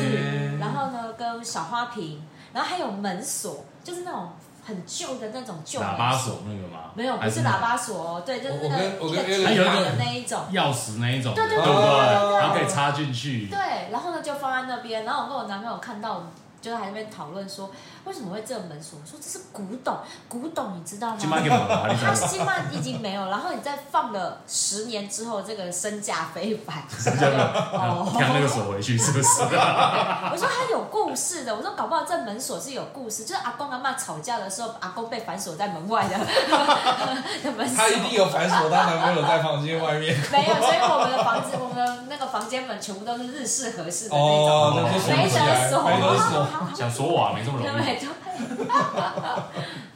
[SPEAKER 2] 然后呢跟小花瓶，然后还有门锁，就是那种很旧的那种旧
[SPEAKER 5] 喇
[SPEAKER 2] 门
[SPEAKER 5] 叭
[SPEAKER 2] 锁，
[SPEAKER 5] 锁那个吗？
[SPEAKER 2] 没有不
[SPEAKER 5] 还
[SPEAKER 2] 是
[SPEAKER 5] 那个
[SPEAKER 2] 喇叭锁哦，对，就是那个
[SPEAKER 3] 我
[SPEAKER 2] 一
[SPEAKER 3] 我
[SPEAKER 2] 个
[SPEAKER 3] 跟我跟
[SPEAKER 2] 铁打
[SPEAKER 5] Ariel
[SPEAKER 2] 的那一种。
[SPEAKER 5] 钥匙那一种，
[SPEAKER 2] 对对
[SPEAKER 5] 不
[SPEAKER 3] 对对对
[SPEAKER 5] 对？
[SPEAKER 3] 对
[SPEAKER 5] 然后可以插进去，
[SPEAKER 2] 对，然后呢就放在那边，然后我跟我男朋友看到，我们就还在那边讨论说，为什么会这个门锁？我说这是古董，古董你知道
[SPEAKER 5] 今晚
[SPEAKER 2] 吗？
[SPEAKER 5] 给我哪里
[SPEAKER 2] 它
[SPEAKER 5] 找？
[SPEAKER 2] 新曼已经没有，然后你再放了十年之后，这个身价非 凡。
[SPEAKER 5] 这样
[SPEAKER 2] 哦
[SPEAKER 5] 的，看那个手回去是 不是？
[SPEAKER 2] 我说它有故事的，我说搞不好这门锁是有故事，就是阿公阿嬷吵架的时候，阿公被反锁在门外 的的门锁
[SPEAKER 3] 她。一定有反锁，她男朋友在房间外面。
[SPEAKER 2] 没有，所以我们的房子，我们的那个房间门全部都 是日式合适的那种，
[SPEAKER 3] 哦，那都锁
[SPEAKER 2] 没
[SPEAKER 3] 不
[SPEAKER 2] 得
[SPEAKER 3] 起来，
[SPEAKER 2] 锁，
[SPEAKER 3] 没得锁。
[SPEAKER 5] 想锁瓦没这么容易，
[SPEAKER 2] 对对，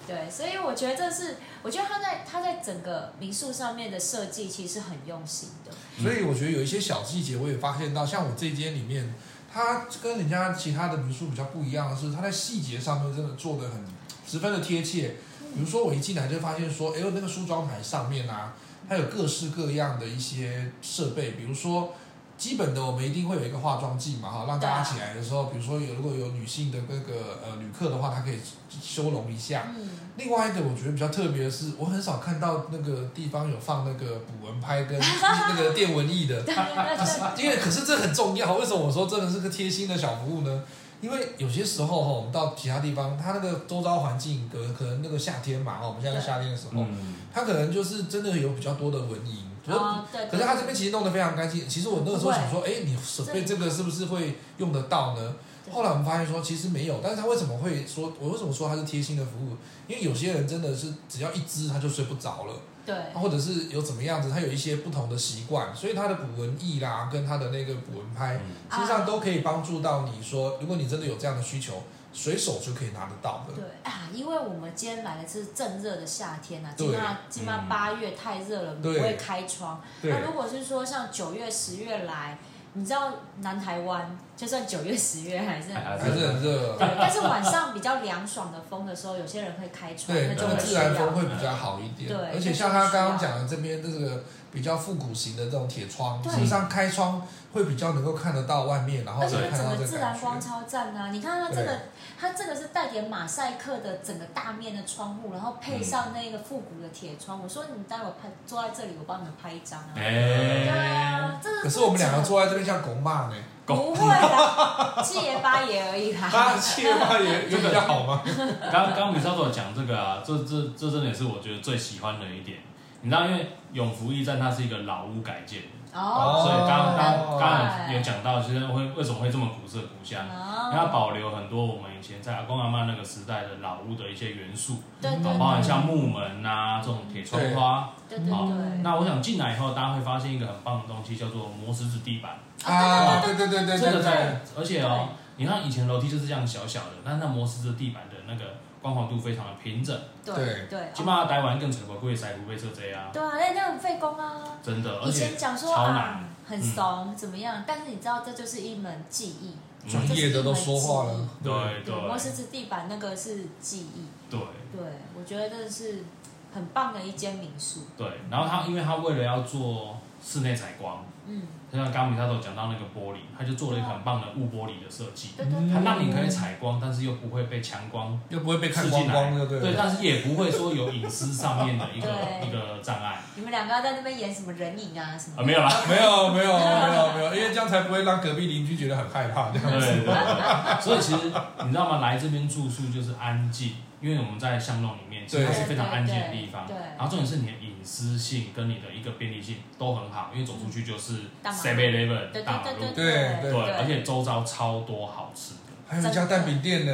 [SPEAKER 2] 对，所以我觉得这是，我觉得他在他在整个民宿上面的设计其实很用心的，
[SPEAKER 3] 所以我觉得有一些小细节，我也发现到，像我这间里面，它跟人家其他的民宿比较不一样的是，它在细节上面真的做的很十分的贴切。比如说我一进来就发现说，哎呦，那个梳妆台上面啊，它有各式各样的一些设备，比如说。基本的，我们一定会有一个化妆镜嘛，哈，让大家
[SPEAKER 2] 对啊
[SPEAKER 3] 起来的时候，比如说有如果有女性的那个呃旅客的话，她可以修容一下。
[SPEAKER 2] 嗯，
[SPEAKER 3] 另外一个我觉得比较特别的是，我很少看到那个地方有放那个捕蚊拍跟那个电蚊液的，啊
[SPEAKER 2] 对对 对对，
[SPEAKER 3] 因为可是这很重要，为什么我说真的是个贴心的小服务呢？因为有些时候哈，我们到其他地方，它那个周遭环境可可能那个夏天嘛，哦，我们现在是夏天的时候，
[SPEAKER 5] 嗯，
[SPEAKER 3] 它可能就是真的有比较多的蚊蝇，可是
[SPEAKER 2] 啊对，
[SPEAKER 3] 可是它这边其实弄得非常干净。其实我那个时候想说，哎，你准备这个是不是会用得到呢？
[SPEAKER 2] 对
[SPEAKER 3] 后来我们发现说，其实没有，但是他为什么会说，我为什么说他是贴心的服务？因为有些人真的是只要一支他就睡不着了，
[SPEAKER 2] 对，
[SPEAKER 3] 或者是有怎么样子，他有一些不同的习惯，所以他的捕蚊液啦，跟他的那个捕蚊拍，
[SPEAKER 5] 嗯
[SPEAKER 2] 啊
[SPEAKER 3] 实际上都可以帮助到你说，如果你真的有这样的需求，随手就可以拿得到的。
[SPEAKER 2] 对啊，因为我们今天来的是正热的夏天啊，
[SPEAKER 3] 对
[SPEAKER 2] 今晚今晚
[SPEAKER 5] 嗯
[SPEAKER 2] 八月太热了，我们
[SPEAKER 3] 对
[SPEAKER 2] 不会开窗。
[SPEAKER 3] 对
[SPEAKER 2] 那如果是说像九月、十月来，你知道南台湾就算九月、十月还是
[SPEAKER 5] 还
[SPEAKER 3] 还是很热，
[SPEAKER 2] 对，但是晚上比较凉爽的风的时候，有些人会开窗，
[SPEAKER 3] 对，
[SPEAKER 2] 那就
[SPEAKER 3] 那
[SPEAKER 2] 会
[SPEAKER 3] 个
[SPEAKER 2] 需
[SPEAKER 3] 自
[SPEAKER 2] 要
[SPEAKER 3] 然风会比较好一点。
[SPEAKER 2] 对
[SPEAKER 3] 而且像他刚刚讲的这边这个比较复古型的这种铁窗，
[SPEAKER 2] 对
[SPEAKER 3] 实际上开窗会比较能够看得到外面，然后
[SPEAKER 2] 而
[SPEAKER 3] 能
[SPEAKER 2] 且
[SPEAKER 3] 看
[SPEAKER 2] 整
[SPEAKER 3] 到
[SPEAKER 2] 个
[SPEAKER 3] 这
[SPEAKER 2] 自
[SPEAKER 3] 个
[SPEAKER 2] 然
[SPEAKER 3] 感
[SPEAKER 2] 光
[SPEAKER 3] 觉。
[SPEAKER 2] 超赞啊！你看它这
[SPEAKER 3] 对
[SPEAKER 2] 个，它这个是带点马赛克的整个大面的窗户，然后配上那个复古的铁窗。我说你待会拍坐在这里，我帮你们拍一张啊。对
[SPEAKER 5] 哎，
[SPEAKER 2] 啊，这个
[SPEAKER 3] 可是我们两个
[SPEAKER 2] 真的
[SPEAKER 3] 坐在这边像狗骂 呢，
[SPEAKER 2] 不会啦，七爷八爷而已啦。
[SPEAKER 3] 他气话 也有比较好吗？
[SPEAKER 2] 啊
[SPEAKER 5] 刚刚米少佐讲这个啊，这这这真的也是我觉得最喜欢的一点。你知道，因为永福驿站它是一个老屋改建，
[SPEAKER 2] 哦，
[SPEAKER 5] 所以刚刚
[SPEAKER 3] 哦
[SPEAKER 5] 刚有讲到，其实会为什么会这么古色古香，因为它
[SPEAKER 2] 哦，
[SPEAKER 5] 保留很多我们以前在阿公阿妈那个时代的老屋的一些元素，
[SPEAKER 2] 对对
[SPEAKER 5] 啊
[SPEAKER 2] 对，
[SPEAKER 5] 包含像木门啊这种铁窗花。
[SPEAKER 2] 对对对
[SPEAKER 5] 好
[SPEAKER 2] 对，
[SPEAKER 5] 那我想进来以后，大家会发现一个很棒的东西，叫做磨石子地板。
[SPEAKER 3] 啊，对对对对
[SPEAKER 5] 这个
[SPEAKER 3] 对对
[SPEAKER 5] 在，，而且哦，你看以前楼梯就是这样小小的，但那磨石子地板的那个光滑度非常的平整，
[SPEAKER 2] 对
[SPEAKER 3] 对
[SPEAKER 2] 对
[SPEAKER 5] 起码台湾更成功，贵塞湖被设这样，
[SPEAKER 2] 对啊，那那种费工啊。
[SPEAKER 5] 真的，而
[SPEAKER 2] 以
[SPEAKER 5] 且
[SPEAKER 2] 前讲说
[SPEAKER 5] 超
[SPEAKER 2] 啊
[SPEAKER 3] 嗯
[SPEAKER 5] 难，
[SPEAKER 2] 很怂怎么样？但是你知道，这就是一门技艺，
[SPEAKER 5] 嗯
[SPEAKER 3] 专业的都说话了，
[SPEAKER 5] 对
[SPEAKER 2] 对，
[SPEAKER 5] 对
[SPEAKER 2] 摩石子地板那个是技艺，
[SPEAKER 5] 对
[SPEAKER 2] 对我觉得真的是很棒的一间民宿。
[SPEAKER 5] 对，然后他因为他为了要做室内采光，
[SPEAKER 2] 嗯，
[SPEAKER 5] 就像刚刚米他都讲到那个玻璃，他就做了一个很棒的雾玻璃的设计，
[SPEAKER 2] 对对对
[SPEAKER 5] 它让你可以采光，但是又不会被强光
[SPEAKER 3] 又不会被看
[SPEAKER 5] 刺进
[SPEAKER 3] 光光，
[SPEAKER 5] 来，
[SPEAKER 3] 对不
[SPEAKER 5] 对，但是也不会说有隐私上面的一个
[SPEAKER 2] 对
[SPEAKER 5] 一个障碍
[SPEAKER 2] 你们两个要在那边演什么人影啊什么？
[SPEAKER 5] 啊，没有 啦，
[SPEAKER 3] 没有没有没有没有，因为这样才不会让隔壁邻居觉得很害怕这 样。
[SPEAKER 5] 对对对，所以其实你知道吗？来这边住宿就是安静，因为我们在巷弄里面，其实它
[SPEAKER 2] 对
[SPEAKER 5] 是非常安静的
[SPEAKER 2] 对
[SPEAKER 5] 地方。
[SPEAKER 2] 对
[SPEAKER 5] 然后重点是你的隐私性跟你的一个便利性都很好，因为走出去就是
[SPEAKER 2] 大马路
[SPEAKER 5] Seven Eleven
[SPEAKER 2] 对
[SPEAKER 5] 大马
[SPEAKER 2] 对
[SPEAKER 5] 路，
[SPEAKER 2] 对对
[SPEAKER 3] 对
[SPEAKER 5] 对，而
[SPEAKER 2] 对
[SPEAKER 5] 且周遭超多好吃的。
[SPEAKER 3] 还有一家蛋饼店呢，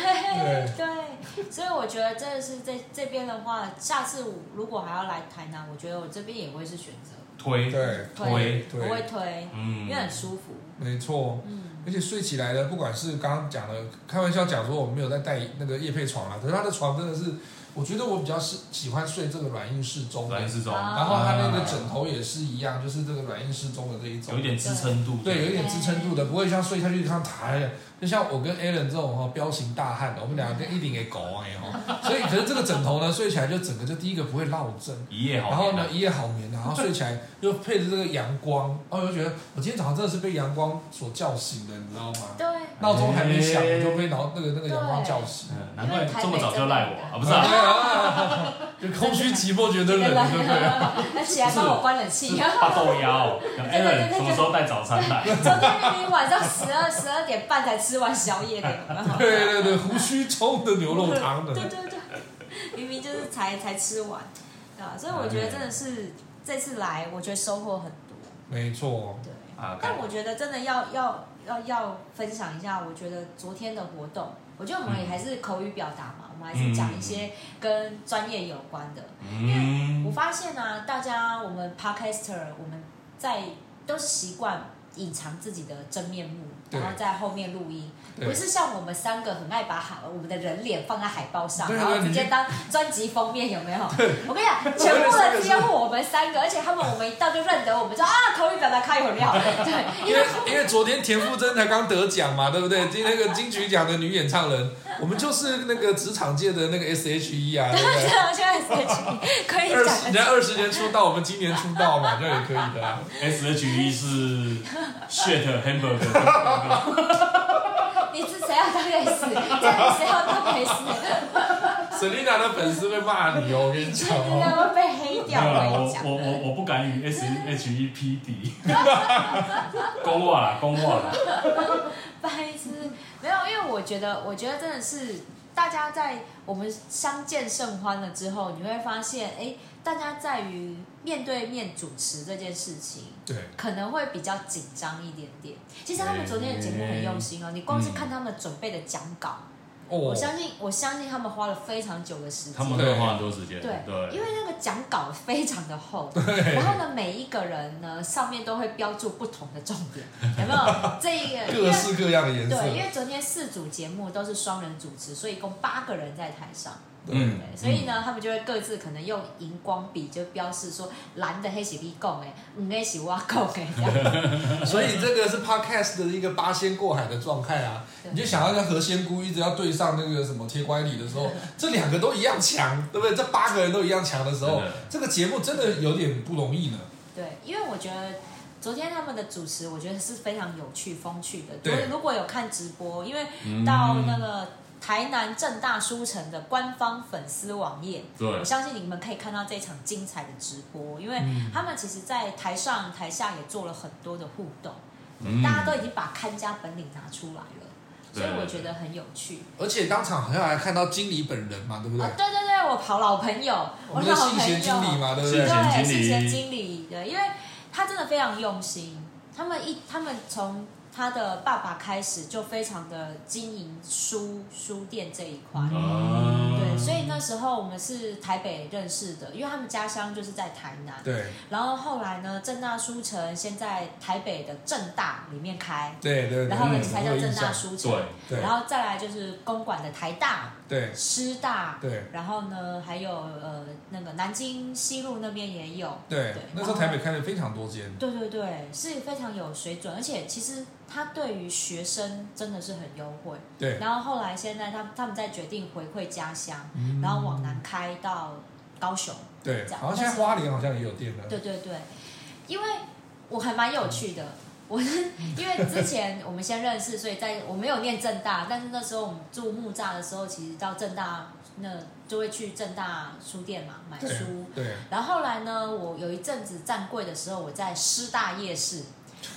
[SPEAKER 2] 对对，所以我觉得真的是这这边的话，下次我如果还要来台南，我觉得我这边也会是选择
[SPEAKER 5] 推，
[SPEAKER 3] 对
[SPEAKER 5] 推
[SPEAKER 2] 我会
[SPEAKER 3] 对，
[SPEAKER 2] 推，
[SPEAKER 5] 嗯
[SPEAKER 2] 因为，很舒服。
[SPEAKER 3] 没错。
[SPEAKER 2] 嗯，
[SPEAKER 3] 而且睡起来的，不管是刚刚讲的，开玩笑讲说我们没有在带那个叶配床啊啦，可是他的床真的是，我觉得我比较是喜欢睡这个软硬适中的，
[SPEAKER 5] 软适中，
[SPEAKER 2] 啊
[SPEAKER 3] 哦然后它那个枕头也是一样，就是这个软硬适中的这一种
[SPEAKER 5] 有一，点支撑度，
[SPEAKER 3] 对，有一点支撑度的，不会像睡下去像台，就像我跟 Alan 这种哦，彪形大汉的，我们两个跟一顶给狗哎哦，所以可是这个枕头呢，睡起来就整个就第一个不会落枕。
[SPEAKER 5] 一夜好
[SPEAKER 3] 然
[SPEAKER 5] 眠啊。
[SPEAKER 3] 后呢，一夜好眠，然后睡起来又配着这个阳光，哦，就觉得我今天早上真的是被阳光所叫醒的，你知道吗？
[SPEAKER 2] 对，
[SPEAKER 3] 闹钟还没响，
[SPEAKER 5] 哎
[SPEAKER 3] 我就被脑那个那个阳光叫醒。
[SPEAKER 5] 嗯，难怪这么早就赖我啊，不是啊，
[SPEAKER 3] 啊，就空虚寂寞，觉得冷，对不对？
[SPEAKER 2] 那起来帮我关冷
[SPEAKER 5] 是
[SPEAKER 2] 气。
[SPEAKER 5] 大豆腰。Aaron
[SPEAKER 2] 啊 对
[SPEAKER 5] 什么时候带早餐来？
[SPEAKER 2] 昨天明明晚上十二十二点半才吃完宵夜的，有没有
[SPEAKER 3] 对对对，胡须冲的牛肉汤 的，
[SPEAKER 2] 对对对，明明就是才才吃完，对啊吧、所以我觉得真的是这次来，我觉得收获很多。
[SPEAKER 3] 没错。
[SPEAKER 2] 对，
[SPEAKER 5] 啊，
[SPEAKER 2] 但我觉得真的要要要要分享一下，我觉得昨天的活动，我觉得我们也还是口语表达嘛，我们还是讲一些跟专业有关的。
[SPEAKER 5] 嗯
[SPEAKER 2] 我，发现啊，大家我们 podcaster 我们在都是习惯隐藏自己的真面目，
[SPEAKER 3] 对
[SPEAKER 2] 然后在后面录音，
[SPEAKER 3] 对
[SPEAKER 2] 不是像我们三个很爱把海我们的人脸放在海报上，
[SPEAKER 3] 对
[SPEAKER 2] 然后
[SPEAKER 3] 对
[SPEAKER 2] 直接
[SPEAKER 3] 你
[SPEAKER 2] 当专辑封面，有没有？我跟你讲，全部人只有我们三个，而且他们我们一到就认得我们，说啊，口语表达开有 料， 对，因
[SPEAKER 3] 因
[SPEAKER 2] 为
[SPEAKER 3] 为因为昨天田馥甄才刚得奖嘛，对不对？今那个金曲奖的女演唱人，我们就是那个职场界的那个 S.H.E 啊，对不 对？
[SPEAKER 2] 现在是可以
[SPEAKER 3] 二
[SPEAKER 2] 讲
[SPEAKER 3] 十人
[SPEAKER 2] 的
[SPEAKER 3] 家二十年出道，我们今年出道嘛，这样也可以的啊。
[SPEAKER 5] S H E 是 shit hamburger，
[SPEAKER 2] 你是谁啊要当 S，这里谁要当 S，
[SPEAKER 3] Selina 的粉丝会骂你哦，我跟你讲
[SPEAKER 2] 这
[SPEAKER 3] 哦。
[SPEAKER 2] 个会被黑
[SPEAKER 5] 没
[SPEAKER 2] 掉，
[SPEAKER 5] 有啦，
[SPEAKER 2] 我跟
[SPEAKER 5] 我
[SPEAKER 2] 你讲。
[SPEAKER 5] 我我我不敢与 S H E 匹 敌，公话啦，公话啦，
[SPEAKER 2] 白痴，没有，因为我觉得，我觉得真的是大家在我们相见甚欢了之后，你会发现，哎，大家在于面对面主持这件事情，
[SPEAKER 3] 对，
[SPEAKER 2] 可能会比较紧张一点点。其实他们昨天的节目很用心哦，你光是看他们准备的讲稿，
[SPEAKER 3] 哦，
[SPEAKER 2] 我相信，我相信他们花了非常久的时
[SPEAKER 5] 他
[SPEAKER 2] 间
[SPEAKER 5] 们。会花很多时间，
[SPEAKER 2] 对，
[SPEAKER 5] 对，
[SPEAKER 2] 因为那个讲稿非常的厚，
[SPEAKER 3] 对
[SPEAKER 2] 然后呢，每一个人呢上面都会标注不同的重点，有没有？这一个因
[SPEAKER 3] 各
[SPEAKER 2] 为
[SPEAKER 3] 式各样的颜色，
[SPEAKER 2] 对，因为昨天四组节目都是双人主持，所以一共八个人在台上。
[SPEAKER 5] 嗯
[SPEAKER 2] 对，所以呢，他们就会各自可能用荧光笔就标示说，蓝的黑是你讲的，黄的是我讲的，这样
[SPEAKER 3] 所以这个是 podcast 的一个八仙过海的状态啊！
[SPEAKER 2] 对
[SPEAKER 3] 你就想要像何仙姑一直要对上那个什么铁拐李的时 候，这两个都一样强，对不对？这八个人都一样强的时候
[SPEAKER 5] 真的，
[SPEAKER 3] 这个节目真的有点不容易呢。
[SPEAKER 2] 对，因为我觉得昨天他们的主持，我觉得是非常有趣、风趣的。
[SPEAKER 3] 对
[SPEAKER 2] 如果如果有看直播，因为
[SPEAKER 5] 嗯
[SPEAKER 2] 到那个台南正大书城的官方粉丝网页，
[SPEAKER 5] 对
[SPEAKER 2] 我相信你们可以看到这场精彩的直播，因为他们其实，在台上台下也做了很多的互动，
[SPEAKER 5] 嗯
[SPEAKER 2] 大家都已经把看家本领拿出来了，所以
[SPEAKER 5] 对
[SPEAKER 2] 我觉得很有趣。
[SPEAKER 3] 而且当场好像还看到经理本人嘛，对不对
[SPEAKER 2] 啊，？对对对，我跑老朋友，
[SPEAKER 3] 我们的
[SPEAKER 2] 老朋
[SPEAKER 3] 信
[SPEAKER 2] 友，
[SPEAKER 3] 贤经理嘛，对不
[SPEAKER 5] 信
[SPEAKER 3] 对
[SPEAKER 5] 贤？
[SPEAKER 2] 对，
[SPEAKER 5] 经理
[SPEAKER 2] 信贤经理对，因为他真的非常用心，他们一他们从他的爸爸开始就非常的经营书书店这一块。
[SPEAKER 5] 嗯
[SPEAKER 2] 对，所以那时候我们是台北认识的，因为他们家乡就是在台南。
[SPEAKER 3] 对
[SPEAKER 2] 然后后来呢，正大书城先在台北的正大里面开，
[SPEAKER 3] 对对，
[SPEAKER 2] 然后呢
[SPEAKER 5] 嗯
[SPEAKER 2] 才叫
[SPEAKER 3] 我有印
[SPEAKER 2] 正大
[SPEAKER 3] 象
[SPEAKER 2] 书城
[SPEAKER 5] 对，，
[SPEAKER 3] 对
[SPEAKER 2] 然后再来就是公馆的台大、
[SPEAKER 3] 对
[SPEAKER 2] 师大，
[SPEAKER 3] 对
[SPEAKER 2] 然后呢还有呃那个南京西路那边也有，
[SPEAKER 3] 对
[SPEAKER 2] 对，
[SPEAKER 3] 那时候台北开了非常多间，
[SPEAKER 2] 对对对，是非常有水准，而且其实他对于学生真的是很优惠。
[SPEAKER 3] 对
[SPEAKER 2] 然后后来现在他他们在决定回馈家乡，
[SPEAKER 3] 嗯
[SPEAKER 2] 然后往南开到高雄。
[SPEAKER 3] 对，
[SPEAKER 2] 这样
[SPEAKER 3] 好像现在花莲好像也有店了，
[SPEAKER 2] 对对对，因为我还蛮有趣的。我是因为之前我们先认识，所以在我没有念正大，但是那时候我们住木栅的时候，其实到正大那就会去正大书店嘛买
[SPEAKER 3] 对
[SPEAKER 2] 书。
[SPEAKER 3] 对，
[SPEAKER 2] 然后后来呢，我有一阵子站柜的时候，我在师大夜 市，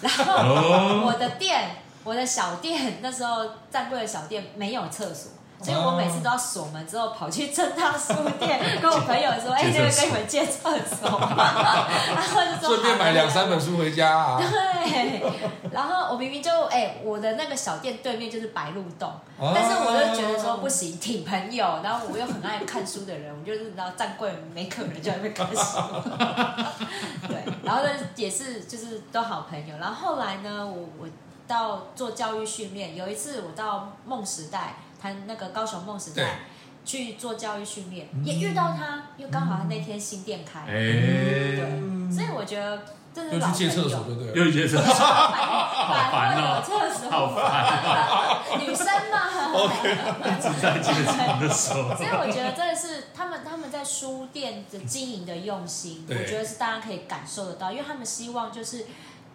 [SPEAKER 2] 然后
[SPEAKER 5] 哦
[SPEAKER 2] 我的店，我的小店那时候站柜的小店没有厕所。所以我每次都要锁门之后跑去正大书店，跟我朋友说：“ 哎、
[SPEAKER 5] 借
[SPEAKER 2] 这个
[SPEAKER 5] 厕所
[SPEAKER 2] 跟你们借厕所。”然后就说：“
[SPEAKER 3] 顺便买两三本书回家啊。
[SPEAKER 2] 对，然后我明明就哎、我的那个小店对面就是白鹿洞，
[SPEAKER 3] 哦
[SPEAKER 2] 但是我就觉得说不行，挺朋友，然后我又很爱看书的人，我就是你知道站柜没客人就在那边看书，对，然后呢也是就是都好朋友，然后后来呢，我我到做教育训练，有一次我到梦时代，他那个高雄梦时
[SPEAKER 3] 对
[SPEAKER 2] 代。去做教育训练，也遇到他，因为刚好他那天新店开，
[SPEAKER 5] 哎，
[SPEAKER 2] 对，所以我觉得真的
[SPEAKER 3] 又
[SPEAKER 2] 是老
[SPEAKER 3] 去
[SPEAKER 2] 朋
[SPEAKER 3] 借
[SPEAKER 2] 友。哦
[SPEAKER 3] 厕所，对不对了？
[SPEAKER 5] 又一件事，好
[SPEAKER 2] 反
[SPEAKER 5] 烦
[SPEAKER 2] 正有
[SPEAKER 5] 哦，
[SPEAKER 2] 厕所，
[SPEAKER 5] 好烦，
[SPEAKER 2] 哦 女生嘛。
[SPEAKER 5] 只在借钱的时候，
[SPEAKER 2] 所以我觉得真的是他们他们在书店的经营的用心，我
[SPEAKER 3] 对
[SPEAKER 2] 觉得是大家可以感受得到，因为他们希望就是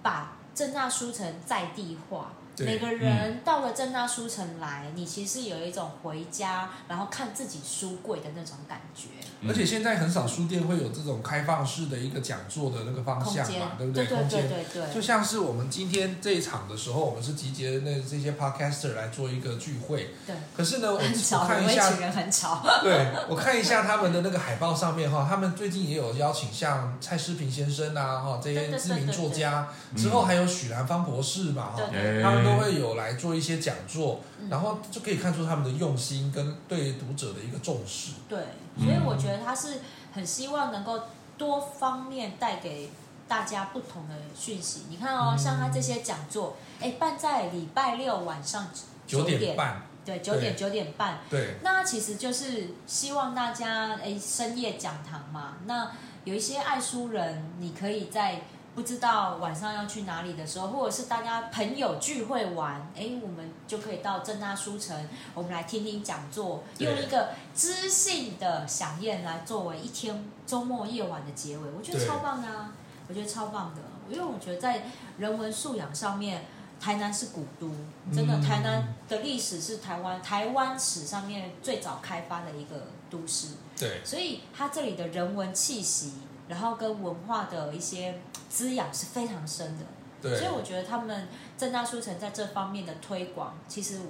[SPEAKER 2] 把正大书城在地化。
[SPEAKER 3] 对嗯
[SPEAKER 2] 每个人到了正大书城来，你其实有一种回家，然后看自己书柜的那种感觉，
[SPEAKER 3] 而且现在很少书店会有这种开放式的一个讲座的那个方
[SPEAKER 2] 空
[SPEAKER 3] 向
[SPEAKER 2] 间
[SPEAKER 3] 嘛，，对不
[SPEAKER 2] 对对
[SPEAKER 3] 空间。
[SPEAKER 2] 对对
[SPEAKER 3] 就像是我们今天这一场的时候，我们是集结那这些 podcaster 来做一个聚会。
[SPEAKER 2] 对，
[SPEAKER 3] 可是呢，我
[SPEAKER 2] 很
[SPEAKER 3] 我
[SPEAKER 2] 吵，
[SPEAKER 3] 看一
[SPEAKER 2] 围
[SPEAKER 3] 下
[SPEAKER 2] 群，人很 吵，
[SPEAKER 3] 对我看一下他们的那个海报上面哈，他们最近也有邀请像蔡诗平先生啊，哈这
[SPEAKER 2] 对
[SPEAKER 3] 些
[SPEAKER 2] 对对
[SPEAKER 3] 知名
[SPEAKER 2] 对
[SPEAKER 3] 作
[SPEAKER 2] 对
[SPEAKER 3] 家，
[SPEAKER 5] 对
[SPEAKER 3] 之后还有许兰芳博士嘛，哈
[SPEAKER 2] 对，
[SPEAKER 5] 哎
[SPEAKER 3] 他们都会有来做一些讲座，
[SPEAKER 2] 嗯
[SPEAKER 3] 然后就可以看出他们的用心跟对读者的一个重视。
[SPEAKER 2] 对，所
[SPEAKER 3] 嗯
[SPEAKER 2] 以我觉得他是很希望能够多方面带给大家不同的讯息。你看
[SPEAKER 3] 嗯
[SPEAKER 2] 哦，像他这些讲座，哎，办在礼拜六晚上
[SPEAKER 3] 九点
[SPEAKER 2] 点，
[SPEAKER 3] 半，
[SPEAKER 2] 对，九点九点半。
[SPEAKER 3] 对
[SPEAKER 2] 那其实就是希望大家哎深夜讲堂嘛，那有一些爱书人，你可以在。不知道晚上要去哪里的时候，或者是大家朋友聚会玩，哎，我们就可以到正大书城，我们来听听讲座，
[SPEAKER 3] 对
[SPEAKER 2] 用一个知性的飨宴来作为一天周末夜晚的结尾，我觉得
[SPEAKER 3] 对
[SPEAKER 2] 超棒的啊！我觉得超棒的，因为我觉得在人文素养上面，台南是古都，真的，
[SPEAKER 3] 嗯
[SPEAKER 2] 台南的历史是台湾台湾史上面最早开发的一个都市，
[SPEAKER 3] 对
[SPEAKER 2] 所以它这里的人文气息，然后跟文化的一些滋养是非常深的。所以
[SPEAKER 3] 对，
[SPEAKER 2] 我觉得他们正大书城在这方面的推广，其实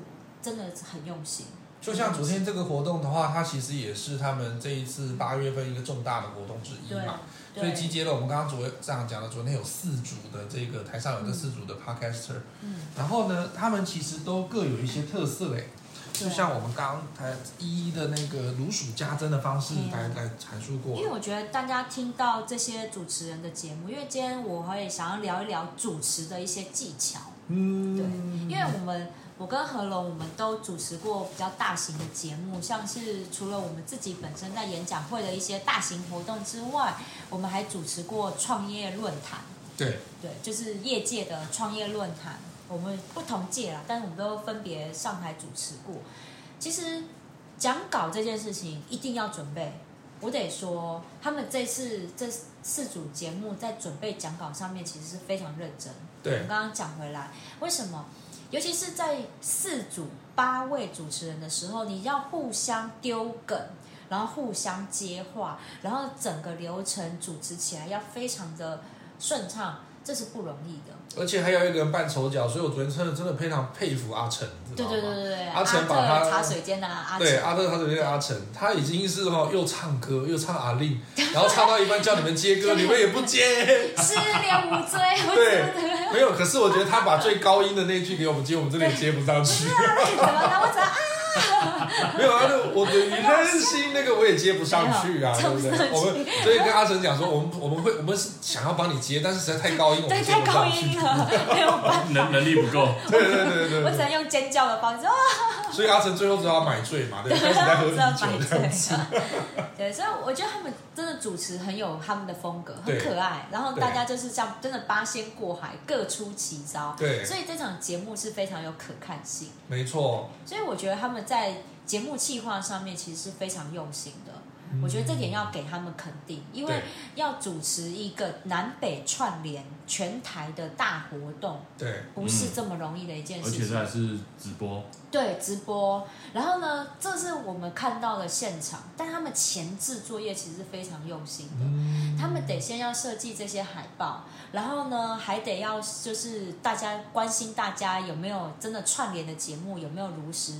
[SPEAKER 2] 真的是很用心。
[SPEAKER 3] 就像昨天这个活动的话，它其实也是他们这一次八月份一个重大的活动之一
[SPEAKER 2] 对
[SPEAKER 3] 嘛。所以
[SPEAKER 2] 对，
[SPEAKER 3] 集结了我们刚刚昨这样讲的，昨天有四组的这个台上有这四组的 podcaster，、
[SPEAKER 2] 嗯，
[SPEAKER 3] 然后呢，他们其实都各有一些特色诶，就
[SPEAKER 2] 对
[SPEAKER 3] 像我们刚刚才一一的那个如数家珍的方式
[SPEAKER 2] 嗯
[SPEAKER 3] 来、来阐述过
[SPEAKER 2] 因为，我觉得大家听到这些主持人的节目，因为今天我也想要聊一聊主持的一些技巧，
[SPEAKER 3] 嗯，
[SPEAKER 2] 因为我们我跟何龙，我们都主持过比较大型的节目，像是除了我们自己本身在演讲会的一些大型活动之外，我们还主持过创业论坛，
[SPEAKER 3] 对，
[SPEAKER 2] 对，就是业界的创业论坛，我们不同届啦，但是我们都分别上台主持过。其实讲稿这件事情一定要准备，我得说，他们这次这四组节目在准备讲稿上面其实是非常认真。我
[SPEAKER 3] 对
[SPEAKER 2] 们，刚刚讲回来，为什么？尤其是在四组八位主持人的时候，你要互相丢梗，然后互相接话，然后整个流程组织起来要非常的顺畅，这是不容易的。
[SPEAKER 3] 而且还有一个人扮丑角，所以我昨天真的真的非常佩服阿成，你知
[SPEAKER 2] 对
[SPEAKER 3] 道吗
[SPEAKER 2] 对对对对，
[SPEAKER 3] 啊阿成
[SPEAKER 2] 成
[SPEAKER 3] 把他
[SPEAKER 2] 茶水间啊，阿
[SPEAKER 3] 对，
[SPEAKER 2] 成
[SPEAKER 3] 阿特他昨天阿成，他已经是哈又唱歌又唱阿令，然后唱到一半叫你们接歌，你们也不接。
[SPEAKER 2] 失恋无罪， 我
[SPEAKER 3] 对
[SPEAKER 2] 真的。
[SPEAKER 3] 没有，可是我觉得他把最高音的那一句给我们接，我们真的也接不 上去。
[SPEAKER 2] 怎么了？我怎么
[SPEAKER 3] 没有，啊，那我的雨任性那个我也接不上去啊，
[SPEAKER 2] 没
[SPEAKER 3] 对
[SPEAKER 2] 有
[SPEAKER 3] 不对
[SPEAKER 2] 唱不上？去
[SPEAKER 3] 我们所以跟阿成讲说，我们我们会我们是想要帮你接，但是实在太高音， 我
[SPEAKER 2] 对
[SPEAKER 3] 们接
[SPEAKER 2] 太
[SPEAKER 3] 不
[SPEAKER 2] 高
[SPEAKER 3] 上去
[SPEAKER 2] 音。了，没有 办法，
[SPEAKER 5] 哎能能力不 够，
[SPEAKER 3] 对对对对
[SPEAKER 2] 我只
[SPEAKER 3] 对，
[SPEAKER 2] 能用尖叫的方式。
[SPEAKER 3] 所以阿成最后只好买醉嘛，对，开 始在喝
[SPEAKER 2] 知道白
[SPEAKER 3] 啤酒这样子。
[SPEAKER 2] 醉。 对，所以我觉得他们真的主持很有他们的风格，很
[SPEAKER 3] 对
[SPEAKER 2] 可爱。然后
[SPEAKER 3] 对
[SPEAKER 2] 大家就是这样，真的八仙过海，各出奇招。
[SPEAKER 3] 对，
[SPEAKER 2] 所以这场节目是非常有可看性。
[SPEAKER 3] 没错。
[SPEAKER 2] 所以我觉得他们在节目企划上面其实是非常用心的。
[SPEAKER 3] 嗯
[SPEAKER 2] 我觉得这点要给他们肯定，因为要主持一个南北串联全台的大活动，
[SPEAKER 3] 对
[SPEAKER 2] 不是这么容易的一件
[SPEAKER 5] 而
[SPEAKER 2] 事
[SPEAKER 5] 且
[SPEAKER 2] 情。
[SPEAKER 5] 这还是直播，
[SPEAKER 2] 对，直播。然后呢，这是我们看到的现场，但他们前置作业其实是非常用心的。
[SPEAKER 3] 嗯
[SPEAKER 2] 他们得先要设计这些海报，然后呢，还得要就是大家关心大家有没有真的串联的节目有没有如实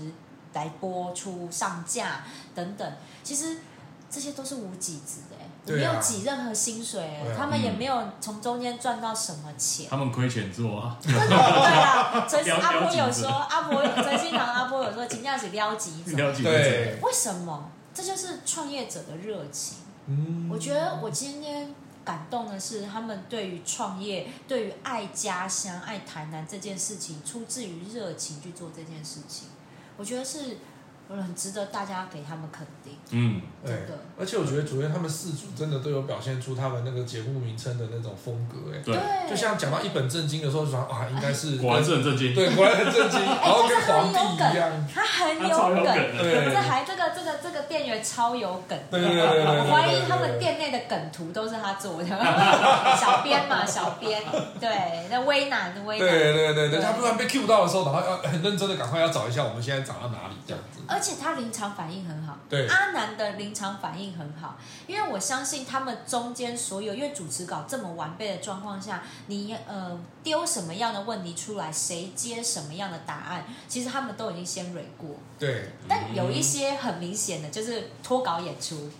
[SPEAKER 2] 来播出、上架等等。其实这些都是无给子的、欸，
[SPEAKER 3] 对
[SPEAKER 2] 没
[SPEAKER 3] 啊
[SPEAKER 2] 有给任何薪水、欸
[SPEAKER 3] 对啊
[SPEAKER 2] 他们也
[SPEAKER 5] 嗯
[SPEAKER 2] 没有从中间赚到什么钱。
[SPEAKER 5] 他们亏钱做 啊，
[SPEAKER 2] 真的对啦，所以
[SPEAKER 5] 撩
[SPEAKER 2] 阿波
[SPEAKER 5] 撩
[SPEAKER 2] 有
[SPEAKER 5] 几
[SPEAKER 2] 说，
[SPEAKER 5] 折
[SPEAKER 2] 阿波陈新堂阿波有说，请假是撩几种，
[SPEAKER 5] 了解
[SPEAKER 3] 对，
[SPEAKER 2] 为什么？这就是创业者的热情。
[SPEAKER 3] 嗯
[SPEAKER 2] 我觉得我今天感动的是，他们对于创业、对于爱家乡、爱台南这件事情，出自于热情去做这件事情，我觉得是很值得大家给他们肯定。
[SPEAKER 5] 嗯，
[SPEAKER 3] 对
[SPEAKER 2] 真的，
[SPEAKER 3] 而且我觉得昨天他们四组真的都有表现出他们那个节目名称的那种风格，哎，
[SPEAKER 5] 对，
[SPEAKER 3] 就像讲到一本正经的时候，就想啊，应该是
[SPEAKER 5] 果然是很震惊，
[SPEAKER 3] 对，果然很正经，然后跟皇帝一样，
[SPEAKER 2] 他很
[SPEAKER 5] 他
[SPEAKER 2] 有
[SPEAKER 5] 超有
[SPEAKER 2] 梗，
[SPEAKER 5] 梗的，
[SPEAKER 3] 对
[SPEAKER 2] 这还这个这个这个店员超有梗，
[SPEAKER 3] 对对对对对对
[SPEAKER 2] 我怀疑他们店内的梗图都是他做的，小编嘛，小编，对，那威南的威南，
[SPEAKER 3] 对对对对，他突然被 Q 到的时候，然后要很认真的赶快要找一下我们现在长到哪里这样子，
[SPEAKER 2] 而且他临场反应很好，
[SPEAKER 3] 对
[SPEAKER 2] 阿南的临场反应很好，因为我相信他们中间所有，因为主持稿这么完备的状况下，你呃丢什么样的问题出来，谁接什么样的答案，其实他们都已经先蕊过，
[SPEAKER 3] 对，
[SPEAKER 2] 但有一些很明显的就是脱稿演出，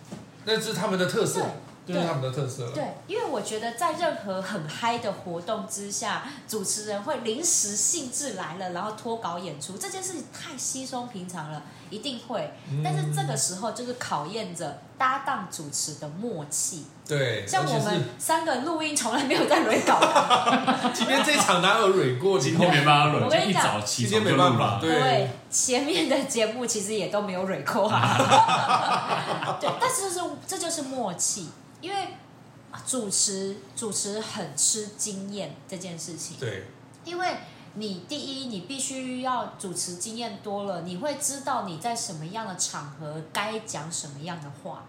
[SPEAKER 3] 那是他们的特色，这
[SPEAKER 2] 对
[SPEAKER 3] 是他们的特色，
[SPEAKER 2] 对，因为我觉得在任何很嗨的活动之下，主持人会临时兴致来了，然后脱稿演出，这件事太稀松平常了，一定会。
[SPEAKER 3] 嗯
[SPEAKER 2] 但是这个时候就是考验着搭档主持的默契，
[SPEAKER 3] 对，
[SPEAKER 2] 像我
[SPEAKER 3] 而且
[SPEAKER 2] 们
[SPEAKER 3] 哎是
[SPEAKER 2] 三个录音从来没有在轮稿的，
[SPEAKER 3] 今天这场哪有蕊过？
[SPEAKER 5] 今
[SPEAKER 3] 今
[SPEAKER 5] 天
[SPEAKER 3] 天
[SPEAKER 5] 没办法
[SPEAKER 2] 我
[SPEAKER 5] 轮，
[SPEAKER 2] 跟
[SPEAKER 5] 就
[SPEAKER 2] 你
[SPEAKER 5] 一
[SPEAKER 2] 讲
[SPEAKER 5] 早起
[SPEAKER 3] 今
[SPEAKER 5] 床
[SPEAKER 3] 天
[SPEAKER 5] 就
[SPEAKER 3] 没
[SPEAKER 5] 录
[SPEAKER 3] 办法，
[SPEAKER 5] 了，
[SPEAKER 2] 因为
[SPEAKER 3] 对，
[SPEAKER 2] 前面的节目其实也都没有蕊过啊。 对，但是就是这就是默契，因为主持主持很吃经验这件事情。
[SPEAKER 3] 对，
[SPEAKER 2] 因为你第一，你必须要主持经验多了，你会知道你在什么样的场合该讲什么样的话。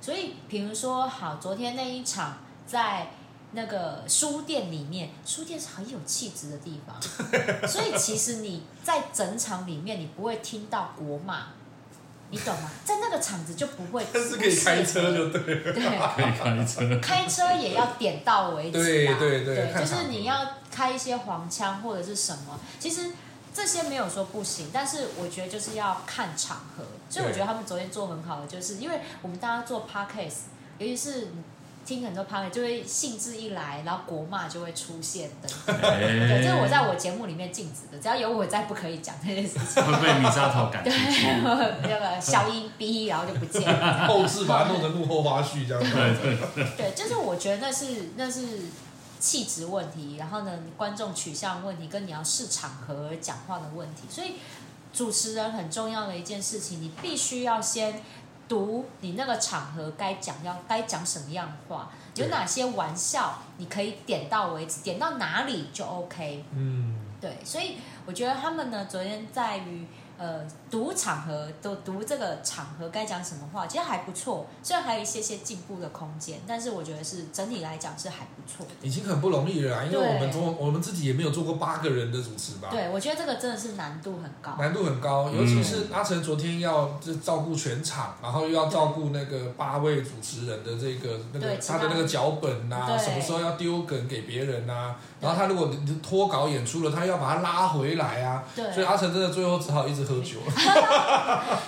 [SPEAKER 2] 所以，比如说，好，昨天那一场在那个书店里面，书店是很有气质的地 方，所以其实你在整场里面，你不会听到国骂。你懂吗？在那个场子就不会，
[SPEAKER 3] 但是可以开车就对
[SPEAKER 2] 对，
[SPEAKER 3] 了，
[SPEAKER 5] 可以开车，
[SPEAKER 2] 开车也要点到为止啦。
[SPEAKER 3] 对对对看
[SPEAKER 2] 就
[SPEAKER 3] 场合
[SPEAKER 2] 是你要开一些黄腔或者是什么，其实这些没有说不行，但是我觉得就是要看场合。所以我觉得他们昨天做很好的，就是因为我们大家做 podcast，尤其是听很多 podcast，就会兴致一来，然后国骂就会出现等等。
[SPEAKER 5] 哎
[SPEAKER 2] 对，这是我在我节目里面禁止的，只要有我在，不可以讲这件事 情。
[SPEAKER 5] 会被米沙头赶出 去。
[SPEAKER 2] 那个消音逼，然后就不见了。
[SPEAKER 3] 后置把它弄成幕后花絮这样子。
[SPEAKER 5] 对对，
[SPEAKER 2] 对，就是我觉得那是那是气质问题，然后呢，观众取向问题，跟你要视场合而讲话的问题。所以主持人很重要的一件事情，你必须要先读你那个场合该讲要该讲什么样的话，有
[SPEAKER 3] 对
[SPEAKER 2] 哪些玩笑你可以点到为止，点到哪里就 OK。
[SPEAKER 3] 嗯，
[SPEAKER 2] 对，所以我觉得他们呢，昨天在于呃读场合，都读这个场合该讲什么话，其实还不错。虽然还有一些些进步的空间，但是我觉得是整体来讲是还不错。
[SPEAKER 3] 已经很不容易了啦，因为
[SPEAKER 2] 对
[SPEAKER 3] 我们做我们自己也没有做过八个人的主持吧。。
[SPEAKER 2] 对，我觉得这个真的是难度很高。
[SPEAKER 3] 难度很高，尤其是阿成昨天要就照顾全场，然后又要照顾那个八位主持人的这个那个
[SPEAKER 2] 对
[SPEAKER 3] 他的那个脚本呐、
[SPEAKER 2] 对
[SPEAKER 3] 什么时候要丢梗给别人呐、
[SPEAKER 2] 对
[SPEAKER 3] 然后他如果脱稿演出了，他要把他拉回来啊，
[SPEAKER 2] 对，
[SPEAKER 3] 所以阿成真的最后只好一直喝 酒了。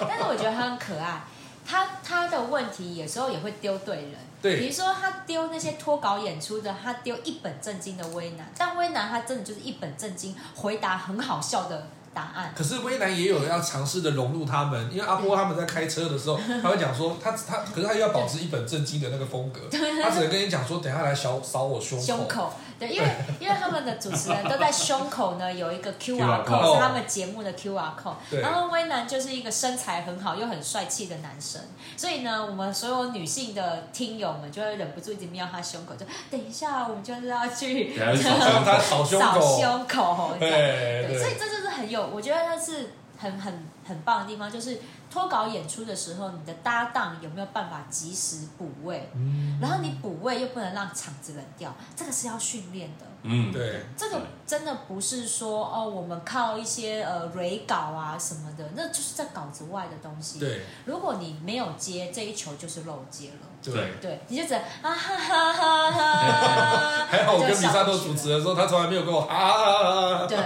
[SPEAKER 2] 但是我觉得他很可爱。他他的问题有时候也会丢对人，比
[SPEAKER 3] 对，
[SPEAKER 2] 如说他丢那些脱稿演出的，他丢一本正经的威南，但威南他真的就是一本正经回答很好笑的答案。
[SPEAKER 3] 可是威南也有要尝试的融入他们，因为阿波他们在开车的时候，他会讲说他他，可是他又要保持一本正经的那个风格，他只能跟你讲说等一下来扫扫我胸口，
[SPEAKER 2] 胸口，对，因为因为他们的主持人都在胸口呢有一个
[SPEAKER 5] QR
[SPEAKER 2] QR
[SPEAKER 5] code
[SPEAKER 2] code，是他们节目的 QR code。
[SPEAKER 3] 对
[SPEAKER 2] 然后威南就是一个身材很好又很帅气的男生，所以呢，我们所有女性的听友们就会忍不住一直瞄他胸口，就等一下我们就是要去
[SPEAKER 5] 等一下去
[SPEAKER 3] 让他扫 胸
[SPEAKER 2] 扫
[SPEAKER 3] 口，
[SPEAKER 2] 胸口，这样
[SPEAKER 3] 对
[SPEAKER 2] 对，所以这就是很有，我觉得那是很很很棒的地方，就是脱稿演出的时候，你的搭档有没有办法及时补位，
[SPEAKER 3] 嗯
[SPEAKER 2] 然后你补位又不能让场子冷掉，这个是要训练的。
[SPEAKER 5] 嗯，
[SPEAKER 3] 对。
[SPEAKER 2] 这个
[SPEAKER 5] 对
[SPEAKER 2] 真的不是说哦，我们靠一些呃蕊稿啊什么的，那就是在稿子外的东西。，
[SPEAKER 3] 对
[SPEAKER 2] 如果你没有接这一球，就是漏接了。
[SPEAKER 3] 对
[SPEAKER 5] 对，
[SPEAKER 2] 对，你就只能啊哈哈哈哈。
[SPEAKER 3] 还好我跟
[SPEAKER 2] 就
[SPEAKER 3] 米
[SPEAKER 2] 上
[SPEAKER 3] 萨豆
[SPEAKER 2] 去
[SPEAKER 3] 主
[SPEAKER 2] 了
[SPEAKER 3] 持的时候，他从来没有跟我啊啊啊啊啊啊，
[SPEAKER 2] 对，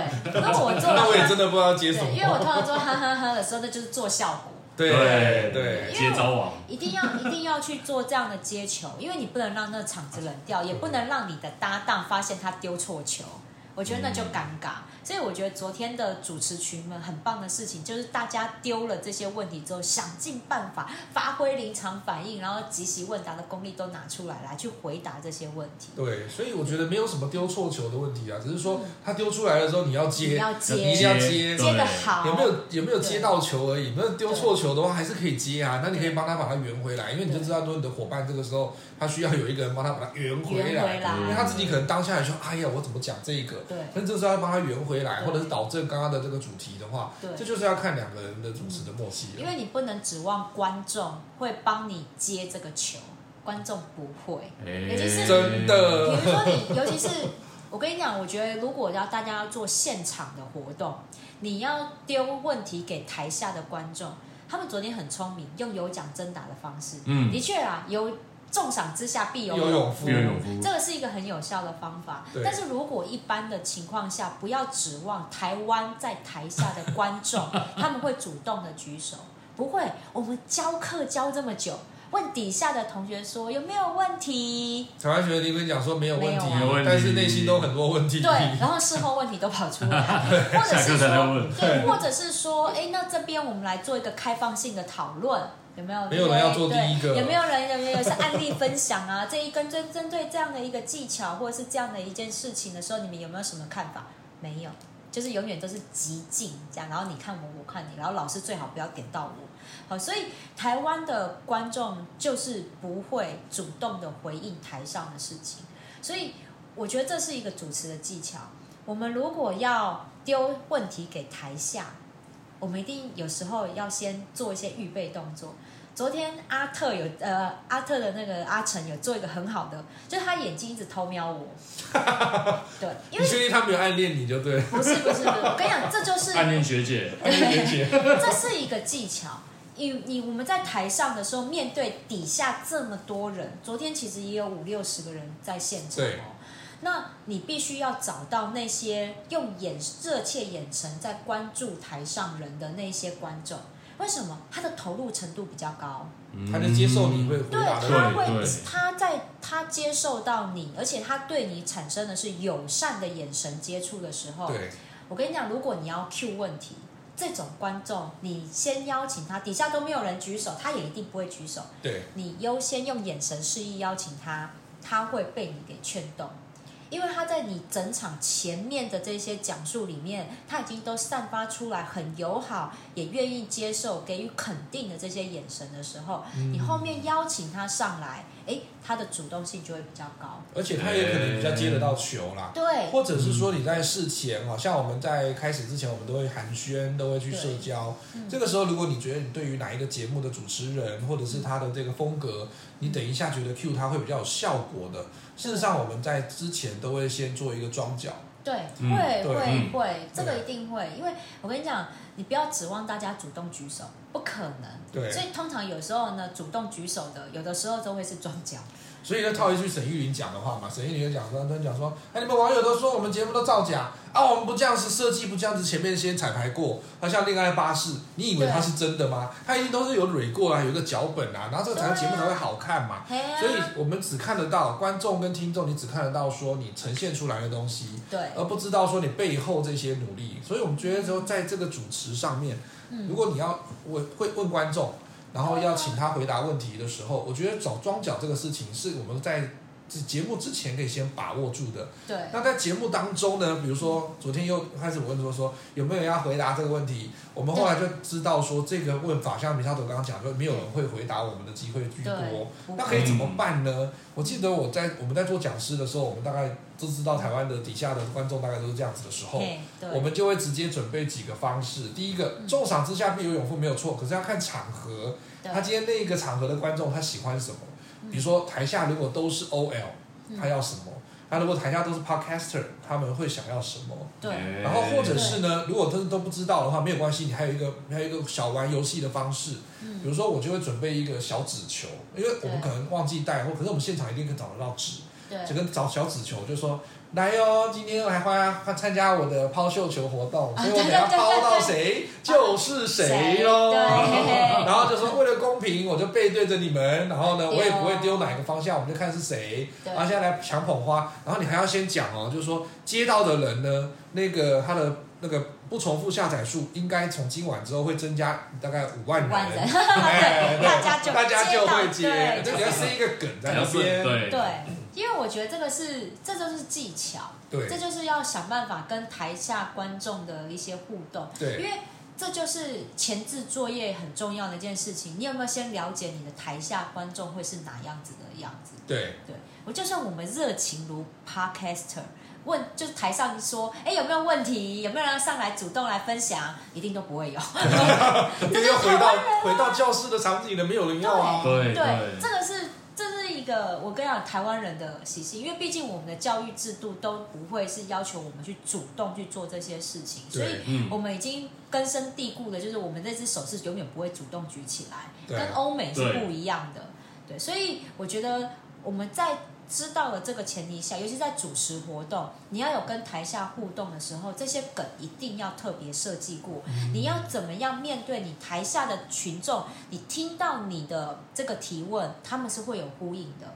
[SPEAKER 2] 那我做
[SPEAKER 3] 那我也
[SPEAKER 2] 了，
[SPEAKER 3] 真的不知道接什
[SPEAKER 2] 对，因为我
[SPEAKER 3] 么。
[SPEAKER 2] 通常做哈哈哈的时候，那就是做效果。
[SPEAKER 3] 对
[SPEAKER 2] 因
[SPEAKER 3] 对
[SPEAKER 2] 为
[SPEAKER 5] 接招网，
[SPEAKER 2] 一定要一定要去做这样的接球，因为你不能让那个场子冷掉，也不能让你的搭档发现他丢错球。我觉得那就尴尬，
[SPEAKER 3] 嗯
[SPEAKER 2] 所以我觉得昨天的主持群们很棒的事情，就是大家丢了这些问题之后，想尽办法发挥临场反应，然后即席问答的功力都拿出来，来去回答这些问题。
[SPEAKER 3] 对，所以我觉得没有什么丢错球的问题啊，只是说他丢出来的时候你要
[SPEAKER 2] 你
[SPEAKER 3] 接，
[SPEAKER 2] 要
[SPEAKER 3] 你一定
[SPEAKER 2] 接
[SPEAKER 3] 要接
[SPEAKER 5] 对
[SPEAKER 2] 接的好，
[SPEAKER 3] 有没有有没有接到球而已。那丢错球的话还是可以接啊，那你可以帮他把它圆回来，因为你就知道说你的伙伴这个时候他需要有一个人帮他把它圆
[SPEAKER 2] 圆回
[SPEAKER 3] 回来，因为
[SPEAKER 2] 来？
[SPEAKER 3] 他自己可能当下也说，哎呀，我怎么讲这个？
[SPEAKER 2] 对
[SPEAKER 3] 那这时候要帮他圆回来，
[SPEAKER 2] 对
[SPEAKER 3] 或者是导正刚刚的这个主题的话，
[SPEAKER 2] 对
[SPEAKER 3] 这。就是要看两个人的主持的默契
[SPEAKER 2] 因
[SPEAKER 3] 了。
[SPEAKER 2] 为你不能指望观众会帮你接这个球，观众不会。
[SPEAKER 5] 哎
[SPEAKER 2] 其是
[SPEAKER 3] 真
[SPEAKER 2] 比
[SPEAKER 3] 的
[SPEAKER 2] 如说你，尤其是我跟你讲，我觉得如果要大家要做现场的活动，你要丢问题给台下的观众，他们昨天很聪明，用有奖征答的方式，
[SPEAKER 5] 嗯，
[SPEAKER 2] 的确啊，有重赏之下必有
[SPEAKER 3] 游泳
[SPEAKER 5] 不
[SPEAKER 3] 夫，
[SPEAKER 5] 用泳夫，
[SPEAKER 2] 这个是一个很有效的方法
[SPEAKER 3] 对，
[SPEAKER 2] 但是如果一般的情况下，不要指望台湾在台下的观众他们会主动的举手，不会，我们教课教这么久，问底下的同学说有没有问题，
[SPEAKER 3] 台湾学生跟你讲说没有问题，
[SPEAKER 2] 没
[SPEAKER 5] 有啊
[SPEAKER 3] 但是内心都很多问题。
[SPEAKER 2] 对，然后事后问题都跑出 来，或
[SPEAKER 5] 下
[SPEAKER 2] 者
[SPEAKER 5] 课
[SPEAKER 2] 是
[SPEAKER 5] 才来
[SPEAKER 2] 说，
[SPEAKER 5] 问，
[SPEAKER 2] 对，或者是说，哎，那这边我们来做一个开放性的讨论。有没有？
[SPEAKER 3] 没有人要做第一个
[SPEAKER 2] 对有没有人有没有是案例分享啊？ 这一根针针对这样的一个技巧或者是这样的一件事情的时候，你们有没有什么看法？没有，就是永远都是极尽这样，然后你看我，我看你，然后老师最好不要点到我。好，所以台湾的观众就是不会主动的回应台上的事情，所以我觉得这是一个主持的技巧。我们如果要丢问题给台下，我们一定有时候要先做一些预备动作。昨天阿特有呃阿特的那个阿成有做一个很好的，就是他眼睛一直偷瞄我，对，因
[SPEAKER 3] 你
[SPEAKER 2] 为
[SPEAKER 3] 确定他没有暗恋你就对了。
[SPEAKER 2] 不是不是不是，我跟你讲，这就是
[SPEAKER 5] 暗恋学姐，
[SPEAKER 3] 暗恋学姐，
[SPEAKER 2] 这是一个技巧。你你我们在台上的时候，面对底下这么多人，昨天其实也有五六十个人在现场
[SPEAKER 3] 对
[SPEAKER 2] 哦。那你必须要找到那些用眼热切眼神在关注台上人的那些观众，为什么他的投入程度比较高？
[SPEAKER 5] 嗯
[SPEAKER 3] 他就接受你会回
[SPEAKER 2] 对，
[SPEAKER 3] 答的
[SPEAKER 2] 他
[SPEAKER 5] 对
[SPEAKER 2] 会
[SPEAKER 5] 对，
[SPEAKER 2] 他在他接受到你，而且他对你产生的是友善的眼神接触的时候，
[SPEAKER 3] 对，
[SPEAKER 2] 我跟你讲，如果你要 Q 问题，这种观众，你先邀请他，底下都没有人举手，他也一定不会举手。
[SPEAKER 3] 对，
[SPEAKER 2] 你优先用眼神示意邀请他，他会被你给劝动，因为他在你整场前面的这些讲述里面，他已经都散发出来很友好，也愿意接受给予肯定的这些眼神的时候，你后面邀请他上来，诶，他的主动性就会比较高。
[SPEAKER 3] 而且他也可能比较接得到球啦。
[SPEAKER 2] 对，
[SPEAKER 3] 或者是说你在事前，好像我们在开始之前，我们都会寒暄，都会去社交。这个时候，如果你觉得你对于哪一个节目的主持人，或者是他的这个风格，你等一下觉得 Q 他会比较有效果的，事实上我们在之前都会先做一个装脚。
[SPEAKER 2] 对，
[SPEAKER 5] 嗯
[SPEAKER 2] 会
[SPEAKER 3] 对
[SPEAKER 2] 会
[SPEAKER 5] 嗯
[SPEAKER 2] 会，这个一定会，因为我跟你讲，你不要指望大家主动举手，不可能。
[SPEAKER 3] 对
[SPEAKER 2] 所以通常有时候呢，主动举手的，有的时候都会是装脚。
[SPEAKER 3] 所以呢，套一句沈玉琳讲的话嘛，沈玉琳讲说，他讲说，哎，你们网友都说我们节目都造假啊，我们不这样子设计，不这样子，前面先彩排过，好像《恋爱巴士》，你以为它是真的吗？它一定都是有蕊过啊，有一个脚本啊，然后这个才节目才会好看嘛。
[SPEAKER 2] 嘿啊
[SPEAKER 3] 所以我们只看得到观众跟听众，你只看得到说你呈现出来的东西，
[SPEAKER 2] 对
[SPEAKER 3] 而不知道说你背后这些努力。所以我们觉得说，在这个主持上面，
[SPEAKER 2] 嗯
[SPEAKER 3] 如果你要问会问观众，然后要请他回答问题的时候，我觉得找装脚这个事情是我们在节目之前可以先把握住的。
[SPEAKER 2] 对，
[SPEAKER 3] 那在节目当中呢，比如说昨天又开始我问说说有没有人要回答这个问题，我们后来就知道说这个问法，像米少德刚刚讲，说没有人会回答我们的机会居
[SPEAKER 2] 对
[SPEAKER 3] 多，
[SPEAKER 2] 不
[SPEAKER 3] 那可以怎么办呢？我记得我在我们在做讲师的时候，我们大概都知道台湾的底下的观众大概都是这样子的时候，
[SPEAKER 2] 嘿，对，
[SPEAKER 3] 我们就会直接准备几个方式。第一
[SPEAKER 2] 嗯
[SPEAKER 3] 个，重赏之下必有勇夫没有错，可是要看场合，
[SPEAKER 2] 对嗯
[SPEAKER 3] 他今天那个场合的观众他喜欢什么？比如说台下如果都是 OL，他要什么？他如果台下都是 Podcaster，他们会想要什么？
[SPEAKER 2] 对，
[SPEAKER 3] 然后或者是呢，如果真的都不知道的话，没有关系，你还有一个还有一个小玩游戏的方式，
[SPEAKER 2] 嗯
[SPEAKER 3] 比如说我就会准备一个小纸球，因为我们可能忘记带，或可是我们现场一定可以找得到纸，
[SPEAKER 2] 对，
[SPEAKER 3] 就跟找小纸球，就说来哟、今天来欢参加我的抛绣球活动，所以我等下抛到谁就是谁喽。
[SPEAKER 2] 对
[SPEAKER 3] 然后就说为了公平，我就背对着你们，然后呢，
[SPEAKER 2] 对哦
[SPEAKER 3] 我也不会丢哪个方向，我们就看是谁。
[SPEAKER 2] 对
[SPEAKER 3] 然后现在来抢捧花，然后你还要先讲哦，就是说接到的人呢，那个他的那个不重复下载数，应该从今晚之后会增加大概五万人。
[SPEAKER 2] 万人，
[SPEAKER 3] 哎
[SPEAKER 2] 对，大家就
[SPEAKER 3] 大家就会
[SPEAKER 2] 接到对
[SPEAKER 3] 接，这只要是一个梗在那边，
[SPEAKER 5] 对
[SPEAKER 2] 对，因为我觉得这个是，这就是技巧，
[SPEAKER 3] 对
[SPEAKER 2] 这就是要想办法跟台下观众的一些互动，
[SPEAKER 3] 对
[SPEAKER 2] 因为这就是前置作业很重要的一件事情。你有没有先了解你的台下观众会是哪样子的样子？
[SPEAKER 3] 对
[SPEAKER 2] 对我就算我们热情如 podcaster，问就是台上说，哎，有没有问题？有没有人要上来主动来分享？一定都不 会有。
[SPEAKER 3] 因为又回到回到教室的场景了，没有人要啊。
[SPEAKER 5] 对
[SPEAKER 2] 对，这个是这是一个我跟你讲台湾人的习性，因为毕竟我们的教育制度都不会是要求我们去主动去做这些事情，所以
[SPEAKER 3] 对
[SPEAKER 5] 嗯
[SPEAKER 2] 我们已经根深蒂固的，就是我们这只手是永远不会主动举起来，
[SPEAKER 3] 对
[SPEAKER 2] 跟欧美是不一样的。对，所以我觉得我们在知道了这个前提下，尤其在主持活动，你要有跟台下互动的时候，这些梗一定要特别设计过。你要怎么样面对你台下的群众？你听到你的这个提问，他们是会有呼应的。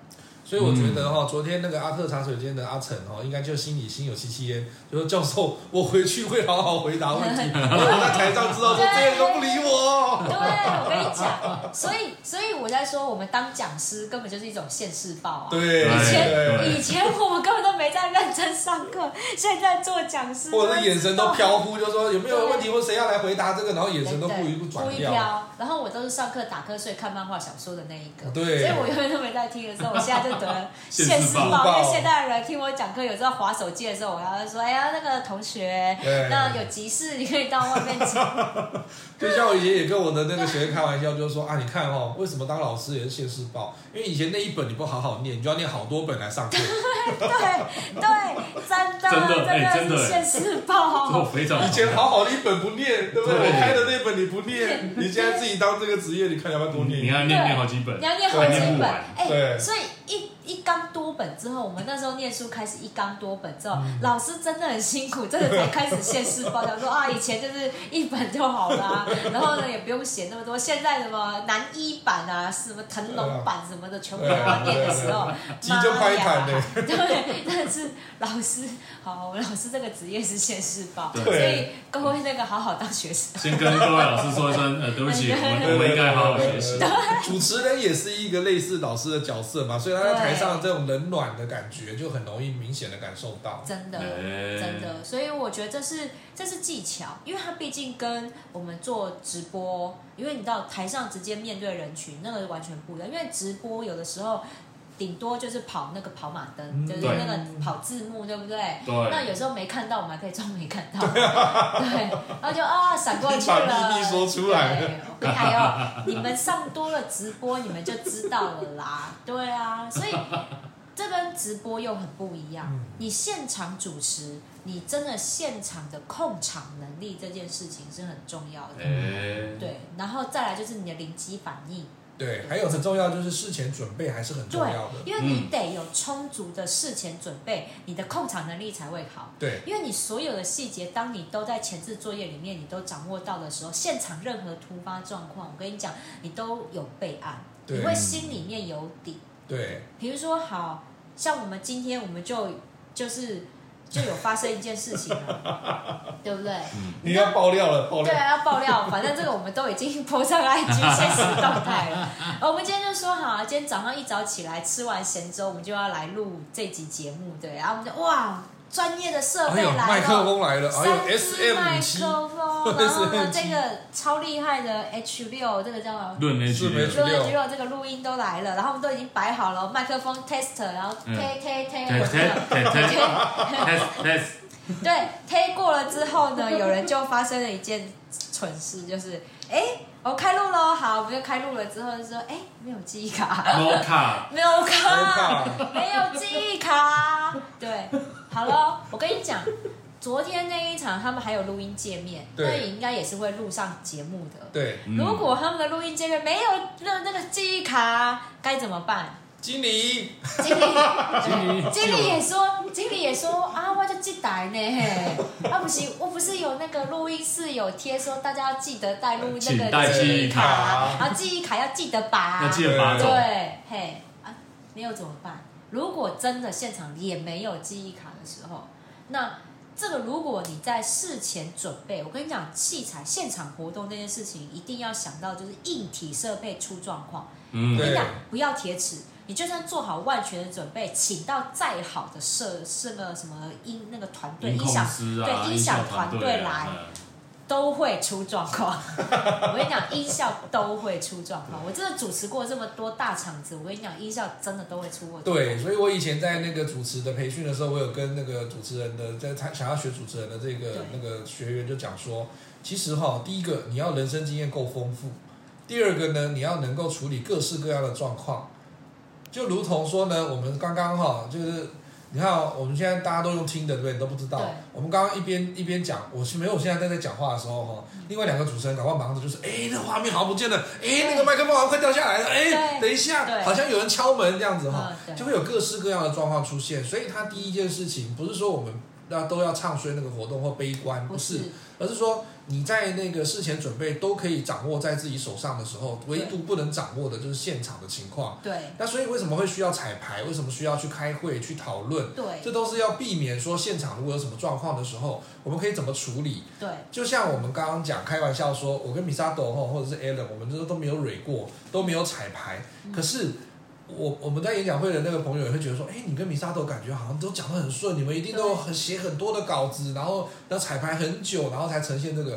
[SPEAKER 3] 所以我觉得哈、昨天那个阿特茶水间的阿成哈、应该就心里心有戚戚焉，就说教授，我回去会好好回答问题，我让他台上知道说这些人都不理我。
[SPEAKER 2] 对，我跟你讲，所以所以我在说，我们当讲师根本就是一种现世报啊。
[SPEAKER 3] 对，
[SPEAKER 2] 以前
[SPEAKER 5] 对
[SPEAKER 2] 以前我们根本都没在认真上课，现在做讲师，
[SPEAKER 3] 或者是眼神都飘忽，就说有没有
[SPEAKER 2] 对
[SPEAKER 3] 问题，或谁要来回答这个，然后眼神都
[SPEAKER 2] 对
[SPEAKER 3] 不
[SPEAKER 2] 对
[SPEAKER 3] 一不转
[SPEAKER 2] 故意
[SPEAKER 3] 掉。
[SPEAKER 2] 飘。然后我都是上课打瞌睡、看漫画、小说的那一个，
[SPEAKER 3] 对
[SPEAKER 2] 所以我永远都没在听的时候，我现在就得 了
[SPEAKER 5] 现
[SPEAKER 2] 现
[SPEAKER 5] 世
[SPEAKER 2] 世
[SPEAKER 5] 报
[SPEAKER 2] 报，因为现在的人听我讲课，有时候划手机的时候，我还会说：“哎呀，那个同学，
[SPEAKER 3] 对
[SPEAKER 2] 那有急事，你可以到外面 讲。
[SPEAKER 3] 就像我以前也跟我的那个学生开玩笑，就是说啊，你看哦，为什么当老师也是现世报？因为以前那一本你不好好念，你就要念好多本来上课。
[SPEAKER 2] 对”对真
[SPEAKER 5] 真
[SPEAKER 2] 的
[SPEAKER 5] 的哎真
[SPEAKER 2] 真
[SPEAKER 5] 的
[SPEAKER 2] 是
[SPEAKER 5] 哎
[SPEAKER 2] 现世报。
[SPEAKER 5] 这我非常
[SPEAKER 3] 以前好好的一本不念，对不对？
[SPEAKER 5] 对
[SPEAKER 3] 我开的那本你不 念，你现在自己当这个职业，你看要不要多
[SPEAKER 5] 你
[SPEAKER 3] 念？
[SPEAKER 5] 要念念好几本
[SPEAKER 2] 你，要念好
[SPEAKER 5] 对
[SPEAKER 2] 几
[SPEAKER 5] 念
[SPEAKER 2] 本
[SPEAKER 5] 不完，
[SPEAKER 2] 哎、
[SPEAKER 3] 对
[SPEAKER 2] 所以一一纲多本之后，我们那时候念书开始一纲多本之后，
[SPEAKER 5] 嗯
[SPEAKER 2] 老师真的很辛苦， 真的才开始现世报道说啊，以前就是一本就好 了、啊，然后呢也不用写那么多。现在什么南一版啊，什么腾龙版什么的，全部都要念的时候，
[SPEAKER 3] 急
[SPEAKER 2] 妈
[SPEAKER 3] 就拍
[SPEAKER 2] 呀
[SPEAKER 3] 砍！嘞，
[SPEAKER 2] 对，但是老师好，我们老师这个职业是现世报，
[SPEAKER 5] 对
[SPEAKER 2] 所以各位那个好好当学生。
[SPEAKER 5] 先跟各位老师说一声，呃，对不 起，我们我们应该好好学习。
[SPEAKER 3] 主持人也是一个类似老师的角色嘛，所以他在台上这种冷暖的感觉就很容易明显的感受到。
[SPEAKER 2] 真的，
[SPEAKER 5] 哎
[SPEAKER 2] 真的，所以我觉得这是这是技巧，因为它毕竟跟我们做直播，因为你到台上直接面对人群，那个完全不一样。因为直播有的时候顶多就是跑那个跑马灯，
[SPEAKER 3] 嗯
[SPEAKER 2] 就是
[SPEAKER 5] 对
[SPEAKER 2] 那个跑字幕，对不对？那
[SPEAKER 5] 对，
[SPEAKER 2] 有时候没看到，我们还可以装没看到，对，然后就啊闪过去
[SPEAKER 3] 把
[SPEAKER 2] 了。
[SPEAKER 3] 秘密说出来
[SPEAKER 2] 对，我跟你哎呦，你们上多了直播，你们就知道了啦。对啊，所以这跟直播又很不一样
[SPEAKER 3] 嗯。
[SPEAKER 2] 你现场主持，你真的现场的控场能力这件事情是很重要的。
[SPEAKER 5] 哎，
[SPEAKER 2] 对，然后再来就是你的灵机反应，
[SPEAKER 3] 对，还有很重要就是事前准备还是很重
[SPEAKER 2] 对
[SPEAKER 3] 要的，。
[SPEAKER 2] 因为你得有充足的事前准备，你的控场能力才会好。
[SPEAKER 3] 对，
[SPEAKER 2] 因为你所有的细节，当你都在前置作业里面，你都掌握到的时候，现场任何突发状况，我跟你讲，你都有备案，
[SPEAKER 3] 对
[SPEAKER 2] 你会心里面有底。
[SPEAKER 3] 对，
[SPEAKER 2] 比如说，好像我们今天我们就就是就有发生一件事情了， 对不对？
[SPEAKER 3] 你要爆料了，爆
[SPEAKER 2] 对
[SPEAKER 3] 料。
[SPEAKER 2] 啊，要爆料，反正这个我们都已经 po 上 IG 现实动态了。呃我们今天就说好啊，今天早上一早起来吃完咸粥，我们就要来录这集节目，对，然后我们就哇，专业的设
[SPEAKER 3] 哎
[SPEAKER 2] 备
[SPEAKER 3] 呦，
[SPEAKER 2] 来
[SPEAKER 3] 麦克
[SPEAKER 2] 了。
[SPEAKER 3] 风来了，哎呦
[SPEAKER 2] 三支麦
[SPEAKER 3] ，SM 五七
[SPEAKER 2] 克风，然后呢，这个超厉害的 H 六，这个叫什么？
[SPEAKER 5] 论 H
[SPEAKER 3] 是没
[SPEAKER 5] 六
[SPEAKER 3] 错
[SPEAKER 2] 说 H 六这个录音都来了，然后我们都已经摆好了，麦克风 tester，然后
[SPEAKER 5] 嗯
[SPEAKER 2] 推推推，
[SPEAKER 5] ，test test test test
[SPEAKER 2] 对，推过了之后呢，有人就发生了一件蠢事，就是哎，我、开录喽，好，我们就开录了之后就说，哎，没有记忆卡，
[SPEAKER 5] no car，
[SPEAKER 2] 没有卡，
[SPEAKER 3] ，Oka，
[SPEAKER 2] 没有记忆卡，对，好喽，我跟你讲，昨天那一场他们还有录音界面，
[SPEAKER 3] 对
[SPEAKER 2] 那也应该也是会录上节目的。
[SPEAKER 3] 对，
[SPEAKER 5] 嗯
[SPEAKER 2] 如果他们的录音界面没有那那个记忆卡，该怎么办？
[SPEAKER 3] 经理，
[SPEAKER 2] 经理
[SPEAKER 5] 经理
[SPEAKER 2] 经理也说，经理也说啊，我就记台呢嘿，啊不行，我不是有那个录音室有贴说大家要记得带入那
[SPEAKER 5] 请
[SPEAKER 2] 个
[SPEAKER 5] 带
[SPEAKER 2] 记
[SPEAKER 5] 记
[SPEAKER 2] 忆
[SPEAKER 5] 忆
[SPEAKER 2] 卡
[SPEAKER 3] 卡，
[SPEAKER 2] 然后记忆卡要记得拔，
[SPEAKER 5] 要记得拔走，
[SPEAKER 2] 对，嘿啊，没有怎么办？如果真的现场也没有记忆卡的时候，那这个如果你在事前准备，我跟你讲，器材现场活动这件事情一定要想到，就是硬体设备出状况。
[SPEAKER 5] 嗯
[SPEAKER 2] 我跟你
[SPEAKER 3] 对
[SPEAKER 2] 讲，不要铁齿，你就算做好万全的准备，请到再好的设设个什么音那个团队
[SPEAKER 5] 音
[SPEAKER 2] 音
[SPEAKER 5] 控
[SPEAKER 2] 响
[SPEAKER 5] 师啊，
[SPEAKER 2] 对
[SPEAKER 5] 音
[SPEAKER 2] 音响
[SPEAKER 5] 团
[SPEAKER 2] 团
[SPEAKER 5] 队
[SPEAKER 2] 队来
[SPEAKER 5] 啊
[SPEAKER 2] 都会出状况。 我跟你讲，音效都会出状况。我真的主持过这么多大场子，我跟你讲，音效真的都会出过。
[SPEAKER 3] 对，所以我以前在那个主持的培训的时候，我有跟那个主持人的在他想要学主持人的这
[SPEAKER 2] 对
[SPEAKER 3] 个那个学员就讲说，其实哈，第一个你要人生经验够丰富，第二个呢，你要能够处理各式各样的状况，就如同说呢，我们刚刚哈就是。你看哦，我们现在大家都用听的，对不对？你都不知道
[SPEAKER 2] 对。
[SPEAKER 3] 我们刚刚一边一边讲，我是没有我现在在在讲话的时候哈，
[SPEAKER 2] 嗯
[SPEAKER 3] 另外两个主持人赶快忙着就是，哎，那画面好像不见了，哎，那个麦克风好像快掉下来了，哎，
[SPEAKER 2] 对
[SPEAKER 3] 等一下，
[SPEAKER 2] 对
[SPEAKER 3] 好像有人敲门这样子哈。
[SPEAKER 2] 嗯，对
[SPEAKER 3] 就会有各式各样的状况出现。所以他第一件事情不是说我们那都要唱衰那个活动或悲观，不
[SPEAKER 2] 不
[SPEAKER 3] 是
[SPEAKER 2] 是，
[SPEAKER 3] 而是说你在那个事前准备都可以掌握在自己手上的时候，唯独不能掌握的就是现场的情况。
[SPEAKER 2] 对
[SPEAKER 3] 那所以为什么会需要彩排？为什么需要去开会去讨论？
[SPEAKER 2] 对
[SPEAKER 3] 这都是要避免说现场如果有什么状况的时候，我们可以怎么处理？
[SPEAKER 2] 对，
[SPEAKER 3] 就像我们刚刚讲开玩笑说，我跟米沙朵吼或者是 Alan，我们这都没有蕊过，都没有彩排。
[SPEAKER 2] 嗯
[SPEAKER 3] 可是我我们在演讲会的那个朋友也会觉得说，哎，你跟米沙朵感觉好像都讲得很顺，你们一定都有很写很多的稿子，然后要彩排很久，然后才呈现这个。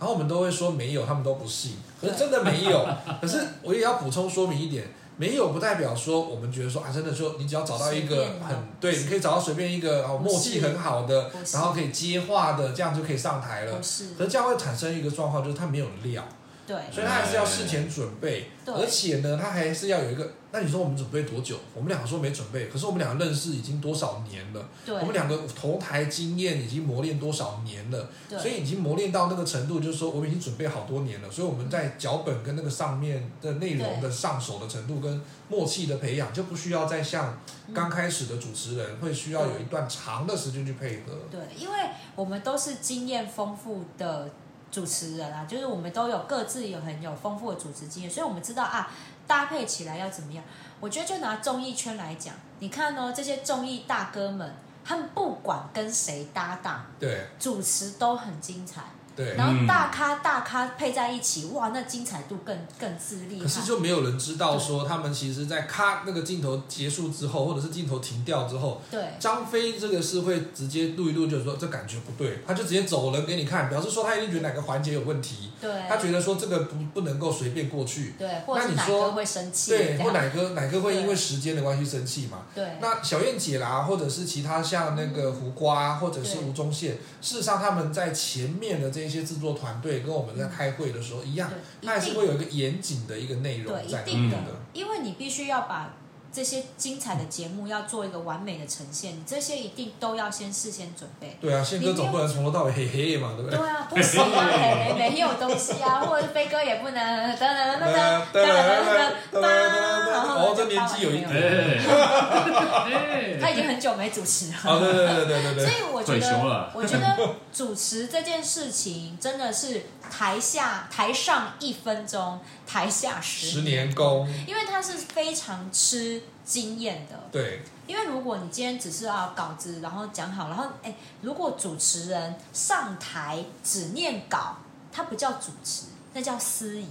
[SPEAKER 3] 然后我们都会说没有，他们都不信。可是真的没 有。可是我也要补充说明一点，没有不代表说我们觉得说啊，真的就你只要找到一
[SPEAKER 2] 随便
[SPEAKER 3] 个
[SPEAKER 2] 的
[SPEAKER 3] 很对，你可以找到随便一个哦
[SPEAKER 2] 不是
[SPEAKER 3] 默契很好的
[SPEAKER 2] 不，是
[SPEAKER 3] 然后可以接话的，这样就可以上台了。
[SPEAKER 2] 不是
[SPEAKER 3] 可是这样会产生一个状况，就是他没有料，
[SPEAKER 2] 对
[SPEAKER 3] 所以他还是要事前准备，
[SPEAKER 2] 哎对
[SPEAKER 3] 而且呢，他还是要有一个，那你说我们准备多久？我们两个说没准备，可是我们两个认识已经多少年了？
[SPEAKER 2] 对
[SPEAKER 3] 我们两个同台经验已经磨练多少年了？
[SPEAKER 2] 对
[SPEAKER 3] 所以已经磨练到那个程度，就是说我们已经准备好多年了。所以我们在脚本跟那个上面的内容的上手的程度跟默契的培养，就不需要再像
[SPEAKER 2] 嗯
[SPEAKER 3] 刚开始的主持人会需要有一段长的时间去配合。
[SPEAKER 2] 对，因为我们都是经验丰富的主持人啊，就是我们都有各自有很有丰富的主持经验，所以我们知道啊，搭配起来要怎么样。我觉得就拿综艺圈来讲，你看哦，这些综艺大哥们，他们不管跟谁搭档，
[SPEAKER 3] 对
[SPEAKER 2] 主持都很精彩。
[SPEAKER 3] 对。
[SPEAKER 2] 然后大咖大咖配在一起，哇，那精彩度更更自厉害。
[SPEAKER 3] 可是就没有人知道说他们其实，在咔那个镜头结束之后，或者是镜头停掉之后，
[SPEAKER 2] 对
[SPEAKER 3] 张飞这个是会直接录一录，就是说这感觉不对，他就直接走人给你看，表示说他一定觉得哪个环节有问题，
[SPEAKER 2] 对
[SPEAKER 3] 他觉得说这个不不能够随便过去，
[SPEAKER 2] 对，或者
[SPEAKER 3] 那
[SPEAKER 2] 是
[SPEAKER 3] 你
[SPEAKER 2] 哪
[SPEAKER 3] 说
[SPEAKER 2] 哥会生气？
[SPEAKER 3] 对，
[SPEAKER 2] 这样
[SPEAKER 3] 或哪个哪个会因为时间的关系生气嘛？
[SPEAKER 2] 对
[SPEAKER 3] 那小燕姐啦，或者是其他像那个胡瓜，或者是
[SPEAKER 2] 对
[SPEAKER 3] 吴宗
[SPEAKER 2] 嗯
[SPEAKER 3] 宪，事实上他们在前面的这一些制作团队跟我们在开会的时候一样，
[SPEAKER 2] 对
[SPEAKER 3] 他还
[SPEAKER 2] 一
[SPEAKER 3] 是
[SPEAKER 2] 定
[SPEAKER 3] 会有一个严谨的一个内容
[SPEAKER 2] 对，
[SPEAKER 3] 在
[SPEAKER 2] 一
[SPEAKER 3] 里
[SPEAKER 2] 定
[SPEAKER 3] 面
[SPEAKER 2] 的
[SPEAKER 5] 嗯，
[SPEAKER 2] 因为你必须要把这些精彩的节目要做一个完美的呈现，你这些一定都要先事先准备。
[SPEAKER 3] 对啊，宪哥总不能从头到尾嘿嘿嘛，对不
[SPEAKER 2] 对
[SPEAKER 3] 对？
[SPEAKER 2] 啊，不行啊，没没没有东西啊，或者是飞哥也不能噔噔噔噔噔噔噔噔噔，然后
[SPEAKER 3] 哦，这年纪有一
[SPEAKER 5] 哎
[SPEAKER 3] 点。
[SPEAKER 5] 哎，
[SPEAKER 2] 他已经很久没主持了。
[SPEAKER 3] 哦，对对对对对
[SPEAKER 2] 啊所
[SPEAKER 3] 对，
[SPEAKER 2] 以我觉
[SPEAKER 5] 退休
[SPEAKER 2] 得
[SPEAKER 5] 了，
[SPEAKER 2] 我觉得主持这件事情真的是台下台上一分钟，台下十
[SPEAKER 3] 十，年功，
[SPEAKER 2] 因为它是非常吃经验的。
[SPEAKER 3] 对
[SPEAKER 2] 因为如果你今天只是啊稿子，然后讲好，然后哎，如果主持人上台只念稿，它不叫主持，那叫司仪。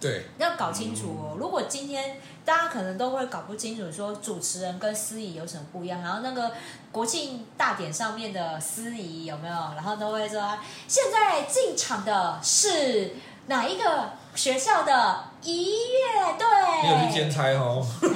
[SPEAKER 3] 对
[SPEAKER 2] 要搞清楚哦。如果今天大家可能都会搞不清楚，说主持人跟司仪有什么不一样，然后那个国庆大典上面的司仪有没有？然后都会说，现在进场的是哪一个学校的一乐
[SPEAKER 3] 你有去兼
[SPEAKER 2] 队？
[SPEAKER 3] 差哦，
[SPEAKER 2] 我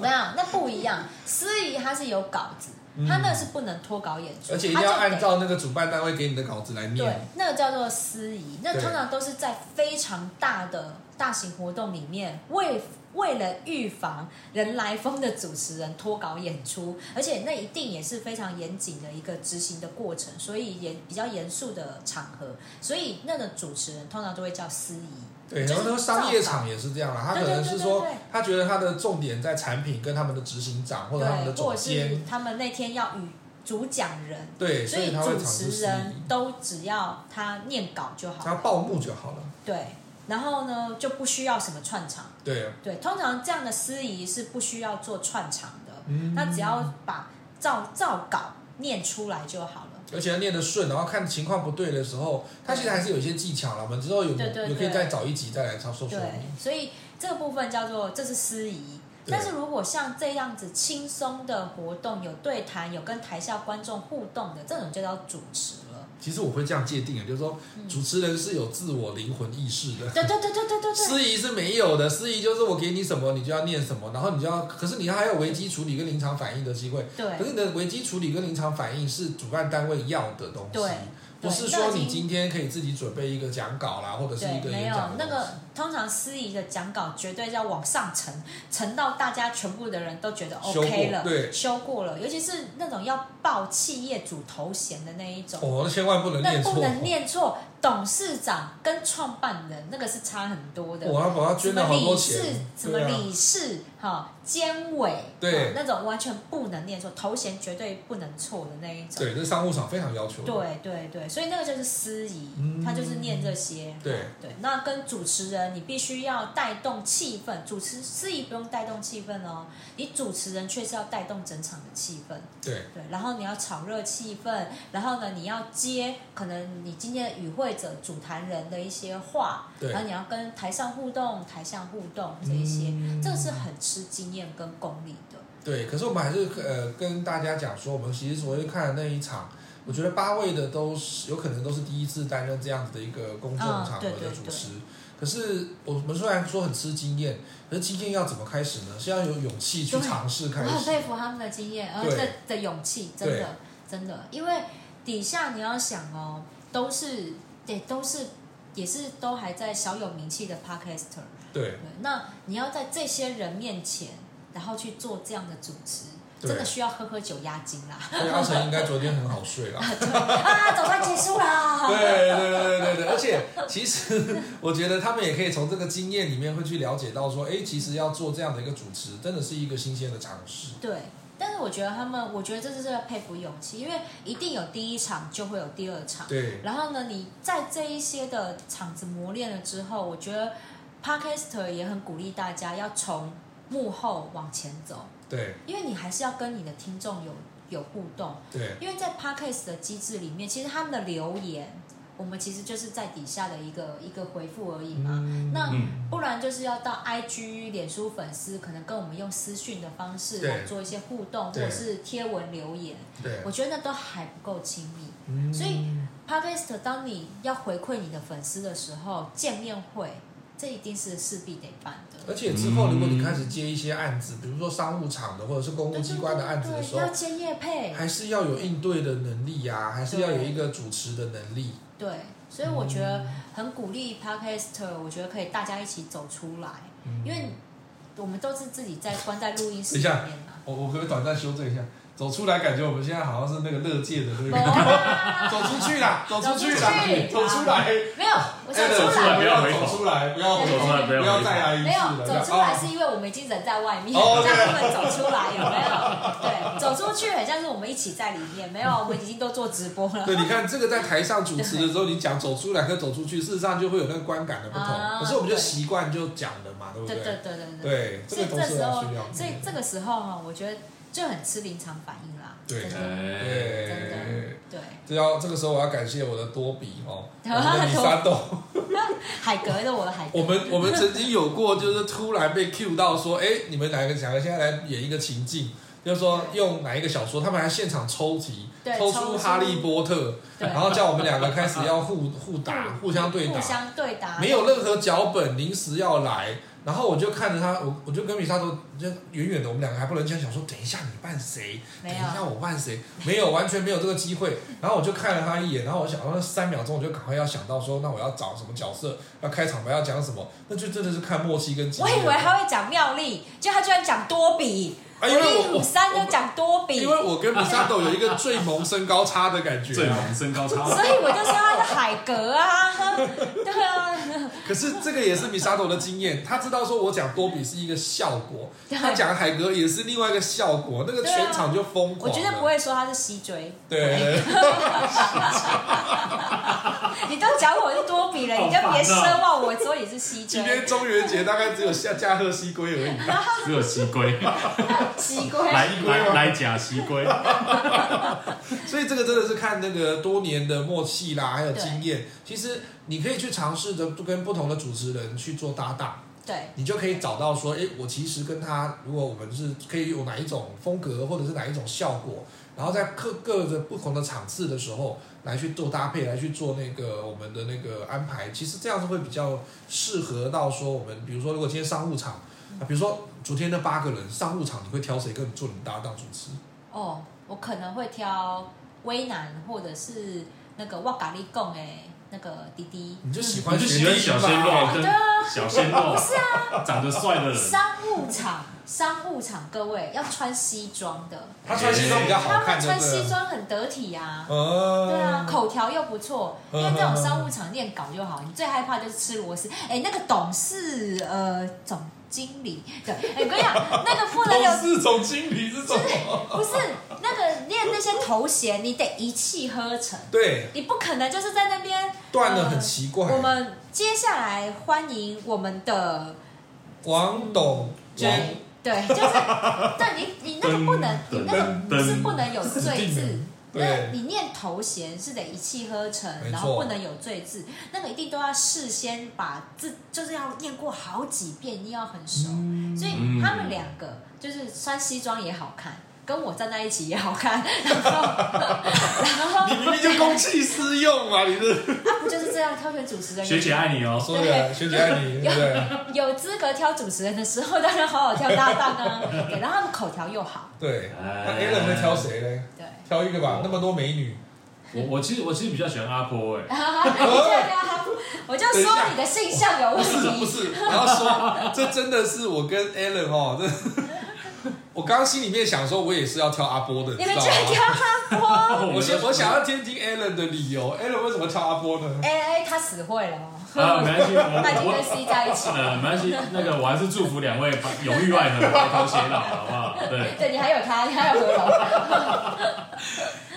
[SPEAKER 2] 跟你讲，那不一样。司仪他是有稿子，他那是不能脱稿演出，
[SPEAKER 3] 而且一
[SPEAKER 2] 他
[SPEAKER 3] 定要
[SPEAKER 2] 就得
[SPEAKER 3] 按照那个主办单位给你的稿子来
[SPEAKER 2] 对
[SPEAKER 3] 念，，
[SPEAKER 2] 那个叫做司仪，那
[SPEAKER 3] 对
[SPEAKER 2] 通常都是在非常大的大型活动里面，为为了预防人来疯的主持人脱稿演出，而且那一定也是非常严谨的一个执行的过程，所以也比较严肃的场合，所以那个主持人通常都会叫司仪。
[SPEAKER 3] 对，
[SPEAKER 2] 就是
[SPEAKER 3] 然后那个商业场也是这样啦，他可能是
[SPEAKER 2] 对
[SPEAKER 3] 说
[SPEAKER 2] 对对对对
[SPEAKER 3] 他觉得他的重点在产品跟他们的执行长或者他们
[SPEAKER 2] 对，
[SPEAKER 3] 的
[SPEAKER 2] 或
[SPEAKER 3] 总
[SPEAKER 2] 者是
[SPEAKER 3] 监，
[SPEAKER 2] 他们那天要与主讲人，
[SPEAKER 3] 对，
[SPEAKER 2] 所
[SPEAKER 3] 所以他会
[SPEAKER 2] 主
[SPEAKER 3] 产出
[SPEAKER 2] 持
[SPEAKER 3] 司
[SPEAKER 2] 人
[SPEAKER 3] 仪，
[SPEAKER 2] 都只要他念稿就好
[SPEAKER 3] 他
[SPEAKER 2] 了，
[SPEAKER 3] 报幕就好了，
[SPEAKER 2] 对，然后呢就不需要什么串场。
[SPEAKER 3] 对，
[SPEAKER 2] 对，通常这样的司仪是不需要做串场的，
[SPEAKER 3] 嗯，
[SPEAKER 2] 他只要把照照稿念出来就好了。
[SPEAKER 3] 而且要念得顺，然后看情况不对的时候，他其实还是有一些技巧啦，我们之后有
[SPEAKER 2] 对对
[SPEAKER 3] 有可以
[SPEAKER 2] 对
[SPEAKER 3] 再找一集再来操说说
[SPEAKER 2] 对
[SPEAKER 3] 明，，
[SPEAKER 2] 所以这个部分叫做这是司仪。
[SPEAKER 3] 对
[SPEAKER 2] 但是如果像这样子轻松的活动，有对谈，有跟台下观众互动的，这种就叫主持 了。
[SPEAKER 3] 其实我会这样界定的，就是说
[SPEAKER 2] 嗯
[SPEAKER 3] 主持人是有自我灵魂意识的。
[SPEAKER 2] 对对对对对对对，
[SPEAKER 3] 司仪是没有的，司仪就是我给你什么，你就要念什么，然后你就要，可是你还有危机处理跟临场反应的机会。可
[SPEAKER 2] 对
[SPEAKER 3] 是你的危机处理跟临场反应是主办单位要的东西
[SPEAKER 2] 对，
[SPEAKER 3] 不是
[SPEAKER 2] 对
[SPEAKER 3] 说
[SPEAKER 2] 那已
[SPEAKER 3] 你
[SPEAKER 2] 经
[SPEAKER 3] 今天可以自己准备一个讲稿啦，或者是一个
[SPEAKER 2] 对，没
[SPEAKER 3] 演
[SPEAKER 2] 有
[SPEAKER 3] 讲的
[SPEAKER 2] 那
[SPEAKER 3] 东
[SPEAKER 2] 个
[SPEAKER 3] 西
[SPEAKER 2] 通常司仪的讲稿绝对要往上沉，沉到大家全部的人都觉得
[SPEAKER 3] 修
[SPEAKER 2] OK 了
[SPEAKER 3] 过，对，
[SPEAKER 2] 修过了，尤其是那种要报企业主头衔的那一种，
[SPEAKER 3] 哦，那千万不能
[SPEAKER 2] 那
[SPEAKER 3] 念错，
[SPEAKER 2] 不能念错。董事长跟创办人那个是差很多的。
[SPEAKER 3] 我要把它捐
[SPEAKER 2] 什
[SPEAKER 3] 了
[SPEAKER 2] 么
[SPEAKER 3] 好多
[SPEAKER 2] 理
[SPEAKER 3] 钱
[SPEAKER 2] 事，什么
[SPEAKER 3] 对啊
[SPEAKER 2] 理事哈、监委
[SPEAKER 3] 对
[SPEAKER 2] 哈那种完全不能念错，头衔绝对不能错的那一种。
[SPEAKER 3] 对，这商务场非常要求，
[SPEAKER 2] 对对对，所以那个就是司仪，
[SPEAKER 3] 嗯
[SPEAKER 2] 他就是念这些。
[SPEAKER 3] 对
[SPEAKER 2] 对，那跟主持人，你必须要带动气氛。主持司仪不用带动气氛哦，你主持人却是要带动整场的气氛。
[SPEAKER 3] 对
[SPEAKER 2] 对，然后你要炒热气氛，然后呢，你要接可能你今天的与会者、主谈人的一些话，
[SPEAKER 3] 对
[SPEAKER 2] 然后你要跟台上互动、台下互动这一些，
[SPEAKER 3] 嗯
[SPEAKER 2] 这个是很吃经验跟功力的。
[SPEAKER 3] 对。可是我们还是呃跟大家讲说，我们其实昨天看的那一场。我觉得八位的都是有可能都是第一次担任这样子的一个公众
[SPEAKER 2] 嗯
[SPEAKER 3] 场合
[SPEAKER 2] 对
[SPEAKER 3] 的
[SPEAKER 2] 对
[SPEAKER 3] 主
[SPEAKER 2] 对
[SPEAKER 3] 持，可是我们虽然说很吃经验，可是经验要怎么开始呢？是要有勇气去
[SPEAKER 2] 对
[SPEAKER 3] 尝试
[SPEAKER 2] 我
[SPEAKER 3] 开
[SPEAKER 2] 很
[SPEAKER 3] 始。
[SPEAKER 2] 佩服他们的经验，而
[SPEAKER 3] 对
[SPEAKER 2] 且的勇气，真
[SPEAKER 3] 对
[SPEAKER 2] 的真的，因为底下你要想哦，都是也都是也是都还在小有名气的 podcaster，
[SPEAKER 3] 对
[SPEAKER 2] 对，那你要在这些人面前，然后去做这样的主持，
[SPEAKER 3] 对
[SPEAKER 2] 真的需要喝喝酒压惊啦！
[SPEAKER 3] 所以阿成应该昨天很好睡啦。
[SPEAKER 2] 啊，总算结束啦！
[SPEAKER 3] 对对对对对对，而且其实我觉得他们也可以从这个经验里面会去了解到说，哎，其实要做这样的一个主持，真的是一个新鲜的尝试。
[SPEAKER 2] 对，但是我觉得他们，我觉得这就是要佩服勇气，因为一定有第一场，就会有第二场。
[SPEAKER 3] 对，
[SPEAKER 2] 然后呢，你在这一些的场子磨练了之后，我觉得 Podcaster 也很鼓励大家要从幕后往前走，
[SPEAKER 3] 对，
[SPEAKER 2] 因为你还是要跟你的听众有有互动。
[SPEAKER 3] 对，
[SPEAKER 2] 因为在 Podcast 的机制里面，其实他们的留言，我们其实就是在底下的一个一个回复而已嘛。
[SPEAKER 3] 嗯
[SPEAKER 2] 那
[SPEAKER 5] 嗯，
[SPEAKER 2] 不然就是要到 IG、脸书粉丝，可能跟我们用私讯的方式
[SPEAKER 3] 对
[SPEAKER 2] 来做一些互动，或
[SPEAKER 3] 对
[SPEAKER 2] 者是贴文留言，
[SPEAKER 3] 对，
[SPEAKER 2] 我觉得那都还不够亲密。
[SPEAKER 3] 嗯
[SPEAKER 2] 所以 Podcast 当你要回馈你的粉丝的时候，见面会这一定是势必得办的
[SPEAKER 3] 而。且之后如果你开始接一些案子，比如说商务场的或者是公务机关的案子的时
[SPEAKER 2] 嗯对对对对
[SPEAKER 3] 候
[SPEAKER 2] 要，接业配，
[SPEAKER 3] 还是要有应对的能力呀、还是要有一个主持的能力。
[SPEAKER 2] 对，所以我觉得很鼓励 Podcaster，我觉得可以大家一起走出来，
[SPEAKER 3] 嗯
[SPEAKER 2] 因为我们都是自己在关在录音室
[SPEAKER 3] 等
[SPEAKER 2] 里
[SPEAKER 3] 一下
[SPEAKER 2] 面啊嘛。
[SPEAKER 3] 我我可不可以短暂修正一下？走出来，感觉我们现在好像是那个乐界的那
[SPEAKER 2] 没有
[SPEAKER 3] 个，
[SPEAKER 2] 啦
[SPEAKER 3] 走出去啦，走出去啦
[SPEAKER 2] 哦走出，去
[SPEAKER 3] 走出来，
[SPEAKER 2] 啊没有，我想
[SPEAKER 3] 哎
[SPEAKER 2] 出
[SPEAKER 5] 出来
[SPEAKER 2] 来，
[SPEAKER 5] 不
[SPEAKER 3] 不
[SPEAKER 5] 要
[SPEAKER 3] 要
[SPEAKER 5] 回头
[SPEAKER 3] 走出来，
[SPEAKER 2] 嗯
[SPEAKER 3] 不要
[SPEAKER 5] 走
[SPEAKER 3] 回头
[SPEAKER 5] 出来不
[SPEAKER 3] 不
[SPEAKER 5] 要
[SPEAKER 3] 要
[SPEAKER 5] 回哎
[SPEAKER 3] 再来一次
[SPEAKER 2] 没有
[SPEAKER 3] 了。
[SPEAKER 2] 走出来
[SPEAKER 3] 哦
[SPEAKER 2] 是因为我们已经人在外面，
[SPEAKER 3] 哦
[SPEAKER 2] 让他们走出来，有没有？对，走出去很像是我们一起在里面，没有，我们已经都做直播了。
[SPEAKER 3] 对，你看这个在台上主持的时候，你讲走出来和走出去，事实上就会有那个观感的不同。
[SPEAKER 2] 啊
[SPEAKER 3] 可是我们就习惯就讲了嘛，对不
[SPEAKER 2] 对对对对对。
[SPEAKER 3] 对，这
[SPEAKER 2] 所以
[SPEAKER 3] 个
[SPEAKER 2] 这
[SPEAKER 3] 都是
[SPEAKER 2] 时
[SPEAKER 3] 要
[SPEAKER 2] 候
[SPEAKER 3] 需要，。
[SPEAKER 2] 所以这个时候哈，我觉得就很吃临场反应啦。
[SPEAKER 3] 对
[SPEAKER 2] 真
[SPEAKER 3] 嗯
[SPEAKER 2] 的
[SPEAKER 5] 哎，
[SPEAKER 3] 对，
[SPEAKER 2] 对，
[SPEAKER 3] 这要这个时候我要感谢我的多比 哦，我
[SPEAKER 2] 啊
[SPEAKER 3] 们的米沙豆，
[SPEAKER 2] 海格的我的海格
[SPEAKER 3] 我，们我们曾经有过，就是突然被 Q 到说，哎，你们哪一个想要现在来演一个情境，就是说用哪一个小说，他们还现场抽题，
[SPEAKER 2] 对
[SPEAKER 3] 抽
[SPEAKER 2] 抽
[SPEAKER 3] 出
[SPEAKER 2] 出
[SPEAKER 3] 《哈利波特》，
[SPEAKER 2] 对
[SPEAKER 3] 然后叫我们两个开始要互互打，互相 对打
[SPEAKER 2] 互，相对答，
[SPEAKER 3] 没有任何脚本，临时要来。然后我就看着他，我我就跟米莎都就远远的，我们两个还不能讲，想说等一下你扮谁，等
[SPEAKER 2] 没
[SPEAKER 3] 一
[SPEAKER 2] 有
[SPEAKER 3] 下我扮谁，没有完全没有这个机会。 然后我就看了他一眼，然后我想，然后三秒钟我就赶快要想到说，那我要找什么角色，要开场白要讲什么，那就真的是看默契跟经
[SPEAKER 2] 我
[SPEAKER 3] 验。
[SPEAKER 2] 以为他会讲妙丽，就他居然讲多比，
[SPEAKER 3] 啊，因为
[SPEAKER 2] 一
[SPEAKER 3] 我
[SPEAKER 2] 五三就讲多比，
[SPEAKER 3] 因
[SPEAKER 2] 所以
[SPEAKER 3] 为我跟米 莎都有一个最萌身高差的感觉、
[SPEAKER 5] 最
[SPEAKER 3] 啊，
[SPEAKER 5] 萌身高差，
[SPEAKER 2] 我就说他是海格啊，对啊，
[SPEAKER 3] 可是这个也是米沙朵的经验，他知道说我讲多比是一个效果，他讲海格也是另外一个效果，那个全场就疯
[SPEAKER 2] 我
[SPEAKER 3] 狂了。
[SPEAKER 2] 绝对不会说他是西追，
[SPEAKER 3] 对，
[SPEAKER 2] 你都讲我是多比了，你就别奢望我说你是西
[SPEAKER 3] 啊今
[SPEAKER 2] 追，
[SPEAKER 3] 天中元节大概只有夏驾鹤西归而已吧。
[SPEAKER 5] 只有西龟，
[SPEAKER 2] 西
[SPEAKER 3] 哦
[SPEAKER 2] 龟，
[SPEAKER 5] 来来来假西龟，
[SPEAKER 3] 所以这个真的是看那个多年的默契啦，还有经验。其实你可以去尝试着跟不同的主持人去做搭档，
[SPEAKER 2] 对
[SPEAKER 3] 你就可以找到说，哎，我其实跟他，如果我们是可以有哪一种风格，或者是哪一种效果，然后在各各的不同的场次的时候来去做搭配，来去做那个我们的那个安排，其实这样子会比较适合到说我们，比如说如果今天商务场，啊，比如说昨天那八个人商务场，你会挑谁跟你做你搭档主持？
[SPEAKER 2] 哦，我可能会挑威南或者是那个哇咖喱贡哎，那个滴滴
[SPEAKER 3] 你就喜
[SPEAKER 5] 我
[SPEAKER 3] 欢
[SPEAKER 5] 就喜欢小鲜
[SPEAKER 3] 吧
[SPEAKER 5] 肉跟小鲜肉，不是啊，长得帅
[SPEAKER 3] 嗯
[SPEAKER 5] 的人，
[SPEAKER 2] 商务场，商务场各位要穿西装的。
[SPEAKER 3] 他穿西装比较好
[SPEAKER 2] 他
[SPEAKER 3] 看，
[SPEAKER 2] 们
[SPEAKER 3] 对
[SPEAKER 2] 穿
[SPEAKER 3] 不
[SPEAKER 2] 西
[SPEAKER 3] 对？
[SPEAKER 2] 装很得体啊，
[SPEAKER 3] 哦，
[SPEAKER 2] 对啊，口条又不错，因为
[SPEAKER 3] 嗯
[SPEAKER 2] 这种商务场念稿就好。你最害怕就是吃螺丝，哎，那个董事呃总经理，对，哎我 跟你讲，那个不能有
[SPEAKER 3] 董，事总经理是什么？
[SPEAKER 2] 不是那个念那些头衔，你得一气呵成，
[SPEAKER 3] 对，
[SPEAKER 2] 你不可能就是在那边
[SPEAKER 3] 断的
[SPEAKER 2] 呃
[SPEAKER 3] 很奇怪。
[SPEAKER 2] 我们接下来欢迎我们的
[SPEAKER 3] 王董
[SPEAKER 2] 对
[SPEAKER 3] 王
[SPEAKER 2] 对，就是，但你你那个不能，你那个是不能有罪字。那
[SPEAKER 3] 对
[SPEAKER 2] 你念头衔是得一气呵成
[SPEAKER 3] 没，错
[SPEAKER 2] 然后不能有罪字，那个一定都要事先把字就是要念过好几遍，你要很熟。
[SPEAKER 3] 嗯
[SPEAKER 2] 所以他们两个就是穿西装也好看，跟我站在一起也好看，然后 然后
[SPEAKER 3] 你明明就公器私用嘛，你是
[SPEAKER 2] 他不就是这样挑选主持人？
[SPEAKER 5] 学姐爱你哦，
[SPEAKER 3] 说的学姐爱你，对不对？
[SPEAKER 2] 有资格挑主持人的时候，当然好好挑搭 档啊。对，然后他们口条又好，
[SPEAKER 3] 对，那
[SPEAKER 5] 哎
[SPEAKER 3] Alan 会挑谁嘞？
[SPEAKER 2] 对。
[SPEAKER 3] 挑一个吧，那么多美女，
[SPEAKER 5] 我我其实我其实比较喜欢阿婆哎、
[SPEAKER 2] 我就说你的性向有
[SPEAKER 3] 不
[SPEAKER 2] 问
[SPEAKER 3] 是
[SPEAKER 2] 题，
[SPEAKER 3] 不是，我要说，这真的是我跟 Alan 哦，这 我刚刚心里面想说，我也是要挑阿波的，
[SPEAKER 2] 你
[SPEAKER 3] 知
[SPEAKER 2] 们
[SPEAKER 3] 道
[SPEAKER 2] 居
[SPEAKER 3] 吗
[SPEAKER 2] 然挑他播？
[SPEAKER 3] 我先我想要听听 Alan 的理由，Alan 为什么挑阿波呢？
[SPEAKER 2] 哎哎，他死会了 哦，
[SPEAKER 5] 啊，没关系，我
[SPEAKER 2] 他已经
[SPEAKER 5] 我
[SPEAKER 2] 跟 C 在一起。
[SPEAKER 5] 呃，没关系，那个我还是祝福两位把有意外的白头偕老，好不好？对，
[SPEAKER 2] 对你还有他，你还有何龙，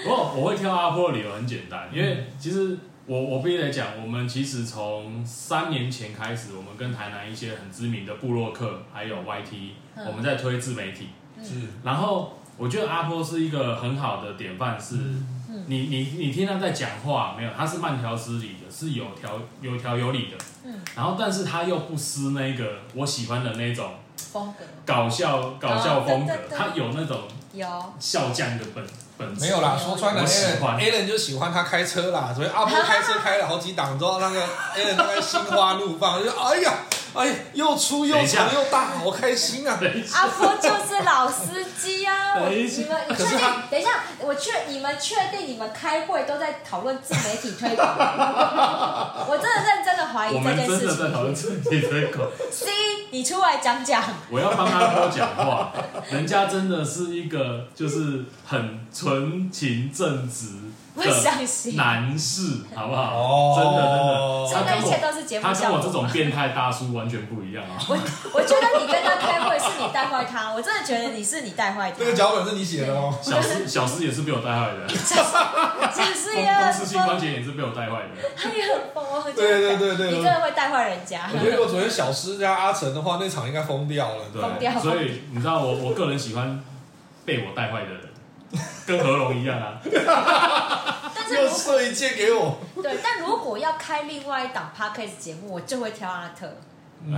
[SPEAKER 5] 不过我会挑阿波的理由很简单，因为其实我我必须得讲，我们其实从三年前开始，我们跟台南一些很知名的部落客还有 YT，、
[SPEAKER 2] 嗯
[SPEAKER 5] 我们在推自媒体，
[SPEAKER 3] 是
[SPEAKER 5] 然后我觉得阿波是一个很好的典范，是
[SPEAKER 2] 嗯
[SPEAKER 5] 你你你听他在讲话没有？他是慢条斯理的，是有条有条有理的，
[SPEAKER 2] 嗯
[SPEAKER 5] 然后但是他又不失那个我喜欢的那种
[SPEAKER 2] 风格
[SPEAKER 5] 搞笑搞笑风格
[SPEAKER 2] 哦对对，对
[SPEAKER 5] 他有那种
[SPEAKER 2] 有。
[SPEAKER 5] 笑匠的本本质
[SPEAKER 3] 没。有啦，说穿了
[SPEAKER 5] 我喜欢
[SPEAKER 3] Alan，Alan 就喜欢他开车啦，所以阿波开车开了好几档之后，那 个 Alan 大概心花怒放，就哎呀，哎呀，又粗又
[SPEAKER 5] 等一下
[SPEAKER 3] 长又大，好开心啊！
[SPEAKER 5] 等一下
[SPEAKER 2] 阿波就是老司机啊！我
[SPEAKER 5] 等一
[SPEAKER 2] 你
[SPEAKER 5] 下
[SPEAKER 2] 们你
[SPEAKER 3] 可
[SPEAKER 2] 确
[SPEAKER 3] 是
[SPEAKER 2] 定
[SPEAKER 3] 他？
[SPEAKER 2] 等一下，我确你们确定你们开会都在讨论自媒体推广吗？ 我真的认真的怀
[SPEAKER 5] 我
[SPEAKER 2] 疑这
[SPEAKER 5] 们
[SPEAKER 2] 件
[SPEAKER 5] 真
[SPEAKER 2] 事
[SPEAKER 5] 的在
[SPEAKER 2] 情。
[SPEAKER 5] 讨论自己推广，
[SPEAKER 2] C，你出来讲讲。
[SPEAKER 5] 我要帮阿波讲话， 人家真的是一个就是很纯情正直
[SPEAKER 2] 我相
[SPEAKER 5] 的
[SPEAKER 2] 信
[SPEAKER 5] 男 士，好不好？
[SPEAKER 3] 哦
[SPEAKER 5] 真的真的，他
[SPEAKER 2] 现
[SPEAKER 5] 跟
[SPEAKER 2] 在一切
[SPEAKER 5] 我
[SPEAKER 2] 都是节目
[SPEAKER 5] 他跟
[SPEAKER 2] 效
[SPEAKER 5] 我这
[SPEAKER 2] 果。
[SPEAKER 5] 种变态大叔完全不一样 啊！
[SPEAKER 2] 我我觉得你跟他开会是你带坏他，我真的觉得你是你带坏
[SPEAKER 3] 这个
[SPEAKER 2] 他。
[SPEAKER 3] 脚本是你写 的哦，
[SPEAKER 5] 小诗小诗也是被我带坏的，
[SPEAKER 2] 就是也
[SPEAKER 5] 风湿
[SPEAKER 2] 很
[SPEAKER 5] 性
[SPEAKER 2] 疯
[SPEAKER 5] 关，节炎也是被我带坏的。
[SPEAKER 2] 他也很疯，我很
[SPEAKER 3] 对对对对
[SPEAKER 2] 你真的会带坏人家
[SPEAKER 3] 我。觉得如果昨天小诗加阿成的话，那场应该疯掉了。
[SPEAKER 2] 疯掉
[SPEAKER 5] 对，所以你知道我我个人喜欢被我带坏的人，跟何龙一样啊。
[SPEAKER 2] 但是
[SPEAKER 3] 又
[SPEAKER 2] 如
[SPEAKER 3] 射一箭给我，
[SPEAKER 2] 对，但如果要开另外一档 podcast 节目，我就会挑阿特。
[SPEAKER 3] 阿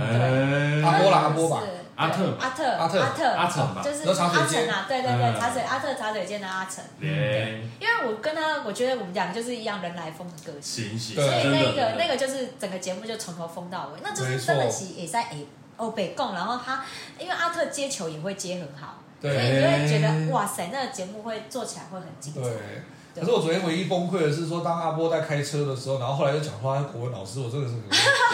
[SPEAKER 5] 哎，
[SPEAKER 2] 嗯
[SPEAKER 3] 波啦阿波吧
[SPEAKER 2] 是
[SPEAKER 5] 阿特
[SPEAKER 2] 阿特，
[SPEAKER 3] 阿特
[SPEAKER 2] 阿特，
[SPEAKER 5] 阿成吧
[SPEAKER 2] 就
[SPEAKER 3] 那
[SPEAKER 2] 是
[SPEAKER 3] 茶水
[SPEAKER 2] 阿
[SPEAKER 3] 间
[SPEAKER 2] 成啊，对对
[SPEAKER 5] 嗯
[SPEAKER 2] 对，茶水阿特茶水间的阿成，
[SPEAKER 5] 耶，
[SPEAKER 2] 因为我跟他，我觉得我们俩就是一样人来疯的个
[SPEAKER 5] 行
[SPEAKER 2] 性，
[SPEAKER 5] 行，
[SPEAKER 3] 对
[SPEAKER 2] 所以
[SPEAKER 5] 真
[SPEAKER 2] 那
[SPEAKER 5] 的
[SPEAKER 2] 个
[SPEAKER 5] 真
[SPEAKER 2] 那
[SPEAKER 5] 的
[SPEAKER 2] 个就是整个节目就从头疯到尾，那就
[SPEAKER 3] 没
[SPEAKER 2] 是
[SPEAKER 3] 错
[SPEAKER 2] 真的其实也在诶欧北贡，然后他因为阿特接球也会接很好，所以
[SPEAKER 3] 对
[SPEAKER 2] 你就会觉得哇塞，那个节目会做起来会很精彩
[SPEAKER 3] 对。。可是我昨天唯一崩溃的是说，当阿波在开车的时候，然后后来又讲话，他国文老师，我真的是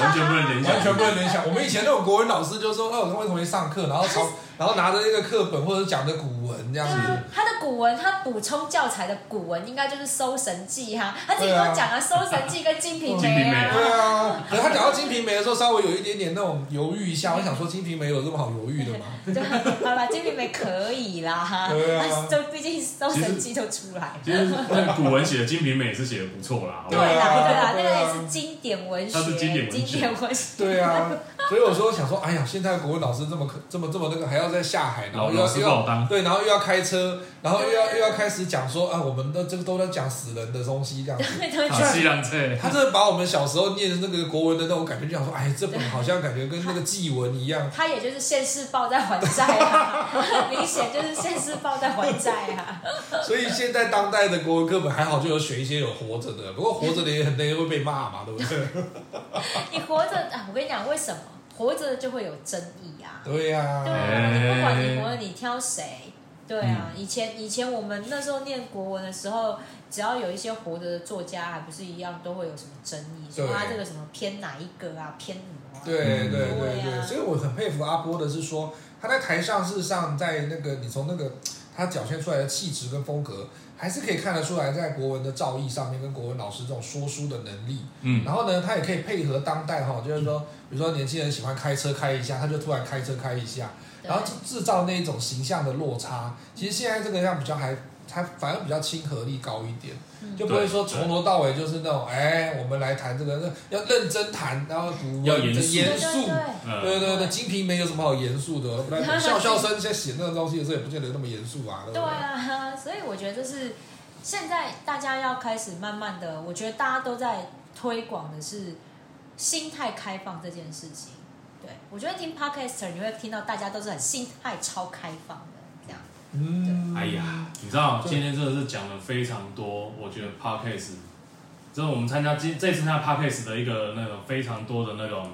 [SPEAKER 5] 完全不能联想，
[SPEAKER 3] 完全不能 联想。我们以前那种国文老师就说，那我为什么没上课？然后朝，然后拿着那个课本或者讲着古文这样子。
[SPEAKER 2] 啊他的古文，他补充教材的古文应该就是《搜神记》哈，他自己
[SPEAKER 3] 啊
[SPEAKER 2] 都讲了《搜神记》跟《金瓶
[SPEAKER 5] 金
[SPEAKER 2] 梅
[SPEAKER 5] 瓶》梅
[SPEAKER 2] 啊。
[SPEAKER 3] 对啊，可是他讲到《金瓶梅》的时候，稍微有一点点那种犹豫一下。我想说，《金瓶梅》有这么好犹豫的吗？
[SPEAKER 2] 对，好吧，《金瓶梅》可以啦哈，
[SPEAKER 3] 对啊
[SPEAKER 2] 就毕竟《搜神记》都出来了。
[SPEAKER 5] 其实那个古文写的《金瓶梅》也是写的不错啦，好不
[SPEAKER 2] 对
[SPEAKER 5] 好
[SPEAKER 3] 对
[SPEAKER 2] 啦，
[SPEAKER 3] 啊
[SPEAKER 2] 对啦，那
[SPEAKER 3] 对啊
[SPEAKER 2] 个也是经典文学，
[SPEAKER 5] 它是经典文学
[SPEAKER 2] 经典文学。
[SPEAKER 3] 对啊，所以我说想说，哎呀，现在国文老师这么可这么这么那个，还要再下海，然
[SPEAKER 5] 老
[SPEAKER 3] 后又
[SPEAKER 5] 老
[SPEAKER 3] 要
[SPEAKER 5] 师
[SPEAKER 3] 又
[SPEAKER 5] 不好
[SPEAKER 3] 要
[SPEAKER 5] 当，
[SPEAKER 3] 对，然后又要开车，然后又要
[SPEAKER 2] 对
[SPEAKER 3] 又要开始讲说啊，我们的这个都在讲死人的东西这样子。
[SPEAKER 2] 对对
[SPEAKER 5] 好啊西洋菜，
[SPEAKER 3] 哎他真的把我们小时候念的那个国文的那种感觉，就想说，哎，这本好像感觉跟那个祭文一样。
[SPEAKER 2] 他也就是现世报在还债啊， 很明显就是现世报在还债啊。
[SPEAKER 3] 所以现在当代的国文课本还好，就有选一些有活着的，不过活着的也很累，会被骂嘛，对不对？
[SPEAKER 2] 你活着，啊我跟你讲，为什么活着就会有争议啊？
[SPEAKER 3] 对呀、
[SPEAKER 2] 对啊，你不管你国文，你挑谁？对啊，
[SPEAKER 3] 嗯
[SPEAKER 2] 以前以前我们那时候念国文的时候，只要有一些活着的作家，还不是一样都会有什么争议，说啊
[SPEAKER 3] 对
[SPEAKER 2] 他这个什么偏哪一个啊，偏什么啊？
[SPEAKER 3] 对对对
[SPEAKER 2] 对
[SPEAKER 3] 对，
[SPEAKER 2] 啊
[SPEAKER 3] 所以我很佩服阿波的是说，他在台上事实上在那个你从那个他表现出来的气质跟风格，还是可以看得出来在国文的造诣上面跟国文老师这种说书的能力。
[SPEAKER 5] 嗯，
[SPEAKER 3] 然后呢，他也可以配合当代哈，就是说，比如说年轻人喜欢开车开一下，他就突然开车开一下，
[SPEAKER 2] 对
[SPEAKER 3] 然后制造那一种形象的落差。其实现在这个样比较还，它反而比较亲和力高一点，
[SPEAKER 2] 嗯
[SPEAKER 3] 就不会说
[SPEAKER 5] 对
[SPEAKER 3] 从头到尾就是那种，哎，我们来谈这个，要认真谈，然后古文
[SPEAKER 5] 要严
[SPEAKER 3] 的
[SPEAKER 5] 肃
[SPEAKER 2] 对
[SPEAKER 3] 严
[SPEAKER 2] 对
[SPEAKER 3] 肃。
[SPEAKER 2] 对，
[SPEAKER 3] 对
[SPEAKER 5] 呃，
[SPEAKER 3] 对对，《金瓶梅》有什么好严肃的？不然笑笑生在写那个东西的时候，也不见得那么严肃啊，对不
[SPEAKER 2] 对啊，所以我觉得这是现在大家要开始慢慢的，我觉得大家都在推广的是心态开放这件事情。对我觉得听 podcaster 你会听到大家都是很心态超开放的这样。
[SPEAKER 3] 嗯，
[SPEAKER 5] 哎呀，你知道
[SPEAKER 3] 对
[SPEAKER 5] 今天真的是讲了非常多，我觉得 podcast，就是我们参加今这次参加 podcast 的一个那种非常多的那种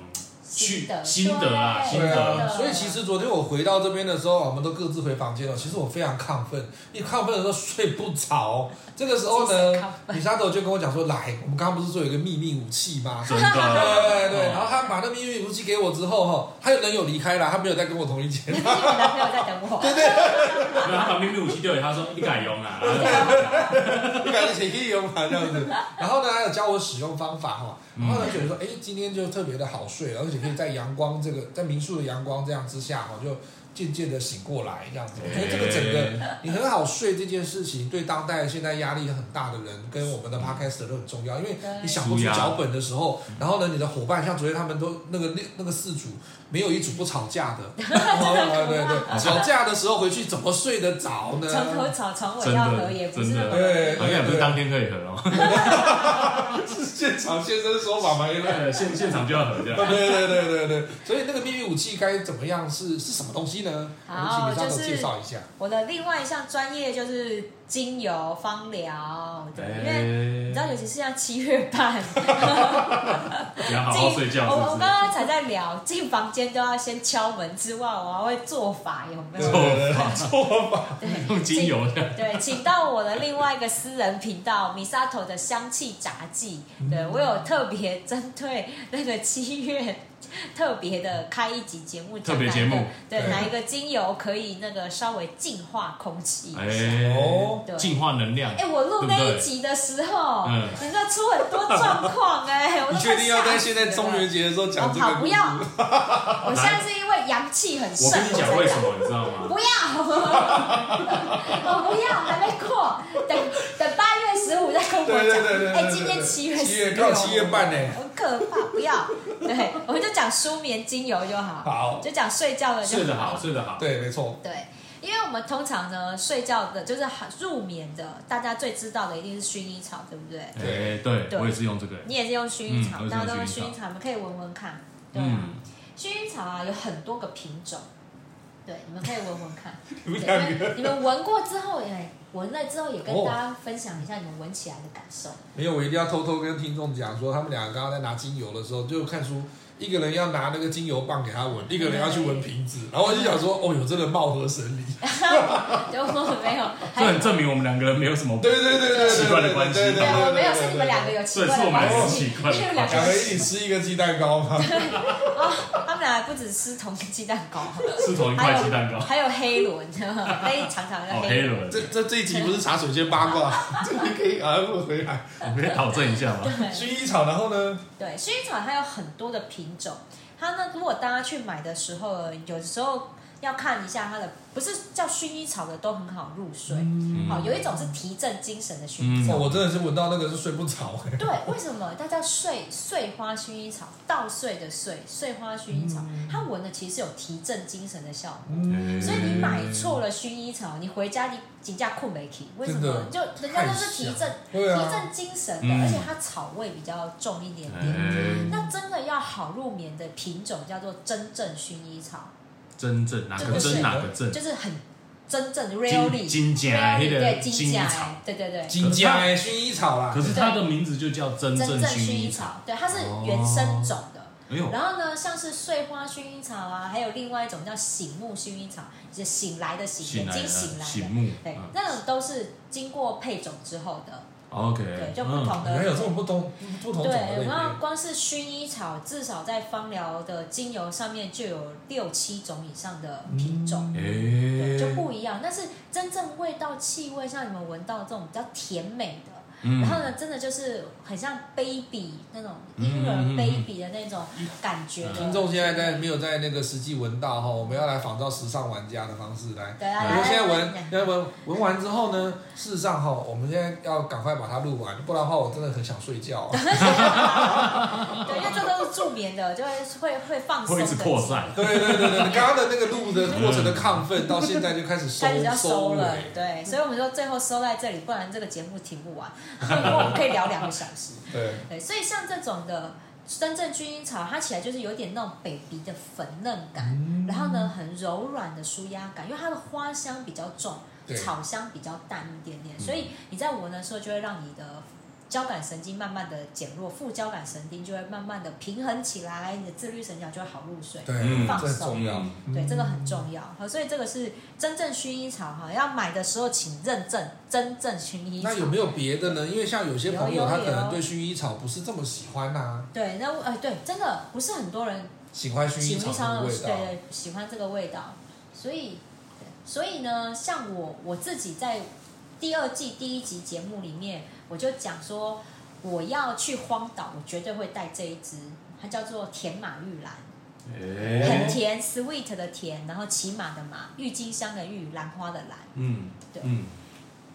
[SPEAKER 5] 去
[SPEAKER 2] 心得
[SPEAKER 5] 心得啊，
[SPEAKER 4] 对
[SPEAKER 5] 心
[SPEAKER 3] 对
[SPEAKER 5] 得。
[SPEAKER 3] 啊，所以其实昨天我回到这边的时候，我们都各自回房间了。其实我非常亢奋，一亢奋的时候睡不着。这个时候
[SPEAKER 2] 其实
[SPEAKER 3] 呢
[SPEAKER 2] 亢，
[SPEAKER 3] 米沙头就跟我讲说：“来，我们刚刚不是说有一个秘密武器吗？”
[SPEAKER 5] 真
[SPEAKER 3] 对
[SPEAKER 5] 的，
[SPEAKER 3] 对对，
[SPEAKER 2] 哎
[SPEAKER 3] 然后他把那秘密武器给我之后，哈，他有人有离开了，他没有再跟我同一间。
[SPEAKER 2] 你男朋友在等我，
[SPEAKER 5] 没有他把秘密武器丢给他说，你敢用 啊？
[SPEAKER 3] 就感觉挺利用嘛这样子。然后呢，还有教我使用方法哈。然后呢，觉得说，哎，今天就特别的好睡，而且可以在阳光这个，在民宿的阳光这样之下哈，就渐渐的醒过来这样子。我觉得这个整个
[SPEAKER 2] 嗯
[SPEAKER 3] 你很好睡这件事情，对当代现在压力很大的人跟我们
[SPEAKER 2] 嗯
[SPEAKER 3] 的 podcast 都很重要，因为你想不出脚本的时候，然后呢，你的伙伴像昨天他们都那个那那个四组，没有一组不吵架 的，哦对对对，吵架的时候回去怎么睡得着呢？
[SPEAKER 2] 床头吵床尾
[SPEAKER 5] 真
[SPEAKER 2] 要和，
[SPEAKER 5] 的
[SPEAKER 2] 也不是
[SPEAKER 5] 真
[SPEAKER 2] 那么
[SPEAKER 5] 的，
[SPEAKER 3] 对
[SPEAKER 5] 好像也哎不是当天可以合哦，
[SPEAKER 3] 现场现身说法嘛，因 为。
[SPEAKER 5] 对现现场就要合这样。
[SPEAKER 3] 对对对对对，所以那个秘密武器该怎么样是是什么东西呢？我们请
[SPEAKER 2] 好
[SPEAKER 3] 米莎头
[SPEAKER 2] 就是
[SPEAKER 3] 介绍一下。
[SPEAKER 2] 我的另外一项专业就是精油芳疗，对，因为你
[SPEAKER 5] 哎
[SPEAKER 2] 知道，尤其是像七月半，
[SPEAKER 5] 你要好好睡觉，
[SPEAKER 2] 我我
[SPEAKER 5] 是
[SPEAKER 2] 刚刚才在聊，进房间都要先敲门之外，我还会做法，有没
[SPEAKER 5] 不是？
[SPEAKER 2] 有？
[SPEAKER 5] 做用精油的，
[SPEAKER 2] 对，请到我的另外一个私人频道米沙头的香气杂技，
[SPEAKER 5] 嗯
[SPEAKER 2] 对我有特别针对那个七月特别的开一集节目，
[SPEAKER 5] 特别节目，
[SPEAKER 2] 对
[SPEAKER 3] 对
[SPEAKER 2] 哪一个精油可以那个稍微净化空气一下。
[SPEAKER 5] 哎，
[SPEAKER 2] 对
[SPEAKER 5] 净化能量
[SPEAKER 2] 哎、，我录那
[SPEAKER 5] 对不
[SPEAKER 2] 一
[SPEAKER 5] 对
[SPEAKER 2] 集的时候，
[SPEAKER 5] 嗯
[SPEAKER 2] 你知道出很多状况哎、我
[SPEAKER 3] 你
[SPEAKER 2] 都
[SPEAKER 3] 确
[SPEAKER 2] 快
[SPEAKER 3] 定要
[SPEAKER 2] 吓
[SPEAKER 3] 在
[SPEAKER 2] 死
[SPEAKER 3] 现在中元
[SPEAKER 2] 了。
[SPEAKER 3] 节的时候
[SPEAKER 2] 哦
[SPEAKER 3] 讲这个
[SPEAKER 2] 好，不
[SPEAKER 3] 故事？
[SPEAKER 2] 要！我现在是因为阳气很盛，
[SPEAKER 5] 我跟你讲
[SPEAKER 2] 才
[SPEAKER 5] 为什么，你知道 吗？
[SPEAKER 2] 不要，我不要，还没过，等等八月十五再跟我
[SPEAKER 3] 对对
[SPEAKER 2] 讲。
[SPEAKER 3] 对对对
[SPEAKER 2] 哎，今天七月
[SPEAKER 3] 七
[SPEAKER 2] 十
[SPEAKER 3] 月
[SPEAKER 2] 六，
[SPEAKER 3] 刚好七月半呢
[SPEAKER 2] 很可怕，不要。对，我们就讲舒眠精油就好，
[SPEAKER 3] 好，
[SPEAKER 2] 就讲睡觉的就
[SPEAKER 5] 睡得好，。睡得好，
[SPEAKER 3] 对，没错，
[SPEAKER 2] 对，因为我们通常呢，睡觉的就是好入眠的，大家最知道的一定是薰衣草，对不对？
[SPEAKER 5] 哎，对
[SPEAKER 2] 对
[SPEAKER 5] 我也是用这个，
[SPEAKER 2] 你也是用薰衣草，
[SPEAKER 5] 嗯
[SPEAKER 2] 大家都
[SPEAKER 5] 我也
[SPEAKER 2] 用
[SPEAKER 5] 是
[SPEAKER 2] 薰
[SPEAKER 5] 用薰
[SPEAKER 2] 衣
[SPEAKER 5] 衣
[SPEAKER 2] 草，你们可以闻闻看。对啊，
[SPEAKER 5] 嗯，
[SPEAKER 2] 薰衣草啊有很多个品种，对，你们可以闻闻看。
[SPEAKER 3] 你们
[SPEAKER 2] 对
[SPEAKER 3] 两
[SPEAKER 2] 因
[SPEAKER 3] 个
[SPEAKER 2] 为你们闻过之后，哎，闻了之后也跟大家分享一下你们闻起来的感受。
[SPEAKER 3] 没有，我一定要偷偷跟听众讲说，他们两个刚刚在拿精油的时候，就看出一个人要拿那个精油棒给他闻，一个人要去闻瓶子，然后我就想说，哦哟，真的貌合神离。
[SPEAKER 2] 对，我没 有，还
[SPEAKER 5] 这很证明我们两个人没有什么
[SPEAKER 3] 对对对对对，
[SPEAKER 5] 奇怪的关系
[SPEAKER 3] 对对
[SPEAKER 2] 对
[SPEAKER 3] 对对
[SPEAKER 2] 我没有，
[SPEAKER 3] 对对
[SPEAKER 2] 是你们两个有奇
[SPEAKER 5] 对，
[SPEAKER 2] 怪
[SPEAKER 5] 是
[SPEAKER 2] 的
[SPEAKER 5] 我们两个
[SPEAKER 2] 关
[SPEAKER 5] 很
[SPEAKER 2] 系，
[SPEAKER 5] 奇怪
[SPEAKER 2] 因为
[SPEAKER 5] 的
[SPEAKER 2] 两
[SPEAKER 5] 关
[SPEAKER 2] 个
[SPEAKER 5] 系，
[SPEAKER 3] 两个一起吃一个鸡蛋糕吗？
[SPEAKER 2] 他们俩不止吃同一个鸡 蛋糕，
[SPEAKER 5] 是同一块鸡蛋糕，
[SPEAKER 2] 还有黑轮， 那一长长
[SPEAKER 5] 哦，黑
[SPEAKER 2] 的黑
[SPEAKER 5] 人，
[SPEAKER 3] 这这这一集不是茶水间八卦，这个可以把它问回来。
[SPEAKER 5] 我们可以
[SPEAKER 2] 哎
[SPEAKER 5] 导正一下嘛，
[SPEAKER 2] 对
[SPEAKER 3] 薰衣草，然后呢？
[SPEAKER 2] 对，薰衣草它有很多的品种，它呢，如果大家去买的时候，有时候要看一下它的，不是叫薰衣草的都很好入睡，
[SPEAKER 5] 嗯
[SPEAKER 2] 好，有一种是提振精神的薰衣
[SPEAKER 5] 嗯
[SPEAKER 2] 草。
[SPEAKER 3] 哦，，我真的是闻到那个是睡不着哎、
[SPEAKER 2] 对，为什么它叫碎碎花薰衣草？稻穗的穗，碎花薰衣草，
[SPEAKER 3] 嗯
[SPEAKER 2] 它闻的其实有提振精神的效果。
[SPEAKER 5] 嗯
[SPEAKER 2] 所以你买错了薰衣草，你回家你紧价困没起，为什
[SPEAKER 3] 真
[SPEAKER 2] 么
[SPEAKER 3] 的？
[SPEAKER 2] 就人家都是提振、
[SPEAKER 3] 对
[SPEAKER 2] 提
[SPEAKER 3] 啊，
[SPEAKER 2] 振精神的，
[SPEAKER 5] 嗯
[SPEAKER 2] 而且它草味比较重一点点。
[SPEAKER 5] 哎，
[SPEAKER 2] 那真的要好入眠的品种叫做真正薰衣草，
[SPEAKER 5] 真正哪个真哪个正，
[SPEAKER 2] 就是很真正
[SPEAKER 5] 金
[SPEAKER 2] really
[SPEAKER 5] 金
[SPEAKER 2] really
[SPEAKER 5] 甲那
[SPEAKER 2] 对
[SPEAKER 5] 个
[SPEAKER 2] 金
[SPEAKER 5] 金
[SPEAKER 2] 甲
[SPEAKER 5] 草，，
[SPEAKER 2] 对对对，
[SPEAKER 3] 金加哎，薰衣草啦
[SPEAKER 5] 可，是它的名字就叫真
[SPEAKER 2] 真
[SPEAKER 5] 正
[SPEAKER 2] 正薰
[SPEAKER 5] 薰
[SPEAKER 2] 衣
[SPEAKER 5] 衣
[SPEAKER 2] 草
[SPEAKER 5] 草，，哦
[SPEAKER 2] 对，它是原生种的。
[SPEAKER 5] 哎呦，
[SPEAKER 2] 然后呢，像是碎花薰衣草啊，还有另外一种叫醒目薰衣草，就是醒来的醒，
[SPEAKER 5] 醒
[SPEAKER 2] 眼
[SPEAKER 5] 来
[SPEAKER 2] 睛
[SPEAKER 5] 了，
[SPEAKER 2] 醒来
[SPEAKER 5] 醒
[SPEAKER 2] 的，
[SPEAKER 5] 目，
[SPEAKER 2] 对
[SPEAKER 5] 嗯，
[SPEAKER 2] 那种都是经过配种之后的，
[SPEAKER 5] ，OK，嗯
[SPEAKER 2] 对，就不同的。
[SPEAKER 3] 原来嗯有这种不同不同种
[SPEAKER 2] 对，
[SPEAKER 3] 的
[SPEAKER 2] 我
[SPEAKER 3] 类
[SPEAKER 2] 要
[SPEAKER 3] 别。
[SPEAKER 2] 光是薰衣草，至少在芳疗的精油上面就有六七种以上的品种。对，
[SPEAKER 5] 嗯，
[SPEAKER 2] 就
[SPEAKER 5] 哎，
[SPEAKER 2] 不一样，但是真正味道、气味，像你们闻到这种比较甜美的，
[SPEAKER 5] 嗯
[SPEAKER 2] 然后呢，真的就是很像 baby 那种
[SPEAKER 5] 嗯
[SPEAKER 2] 婴
[SPEAKER 5] 嗯
[SPEAKER 2] 儿
[SPEAKER 5] 嗯
[SPEAKER 2] baby 的那种感觉的。
[SPEAKER 5] 嗯
[SPEAKER 3] 听众现在在没有在那个实际闻到哈，我们要来仿照时尚玩家的方式来。
[SPEAKER 2] 对啊，
[SPEAKER 3] 我
[SPEAKER 2] 来
[SPEAKER 3] 们现在
[SPEAKER 2] 来来
[SPEAKER 3] 闻，要闻闻完之后呢，事实上哈，我们现在要赶快把它录完，不然的话我真的很想睡觉、啊。
[SPEAKER 2] 对，因为这都是助眠的，就会会会放松
[SPEAKER 5] 会一
[SPEAKER 2] 的，
[SPEAKER 5] 直扩散，
[SPEAKER 3] 对对对对对，刚刚的那个录的过程的亢奋，到现在就开始收
[SPEAKER 2] 开始要
[SPEAKER 3] 收
[SPEAKER 2] 收了，对，所以我们说最后收在这里，不然这个节目停不完， 因为我们可以聊两个小时。
[SPEAKER 3] 对，
[SPEAKER 2] 对，所以像这种的真正薰衣草，它起来就是有点那种 baby 的粉嫩感，
[SPEAKER 3] 嗯
[SPEAKER 2] 然后呢很柔软的舒压感，因为它的花香比较重
[SPEAKER 3] 对，嗯
[SPEAKER 2] 草香比较淡一点点，所以你在闻的时候就会让你的交感神经慢慢的减弱，副交感神经就会慢慢的平衡起来，你的自律神经就会好入睡。
[SPEAKER 3] 对，
[SPEAKER 5] 嗯
[SPEAKER 3] 这很重要。
[SPEAKER 5] 嗯
[SPEAKER 2] 对，
[SPEAKER 3] 嗯
[SPEAKER 2] 这个很重要。好，所以这个是真正薰衣草哈，要买的时候请认证真正薰衣草
[SPEAKER 3] 那。有没有别的呢？因为像有些朋
[SPEAKER 2] 有
[SPEAKER 3] 友
[SPEAKER 2] 有
[SPEAKER 3] 他可能
[SPEAKER 2] 有
[SPEAKER 3] 对薰衣草不是这么喜欢呐、
[SPEAKER 2] 对，那哎、对，真的不是很多人
[SPEAKER 3] 喜欢薰
[SPEAKER 2] 喜
[SPEAKER 3] 衣
[SPEAKER 2] 欢
[SPEAKER 3] 草
[SPEAKER 2] 上
[SPEAKER 3] 的
[SPEAKER 2] 对
[SPEAKER 3] 味道。
[SPEAKER 2] 对喜欢这个味道，所以对所以呢，像我我自己在第二季第一集节目里面，我就讲说我要去荒岛，我绝对会带这一支，它叫做甜马玉兰。很
[SPEAKER 5] 哎，
[SPEAKER 2] 甜，sweet 的甜，然后骑马的马，郁金香的郁，兰花的兰。
[SPEAKER 5] 嗯，
[SPEAKER 2] 对
[SPEAKER 5] 嗯，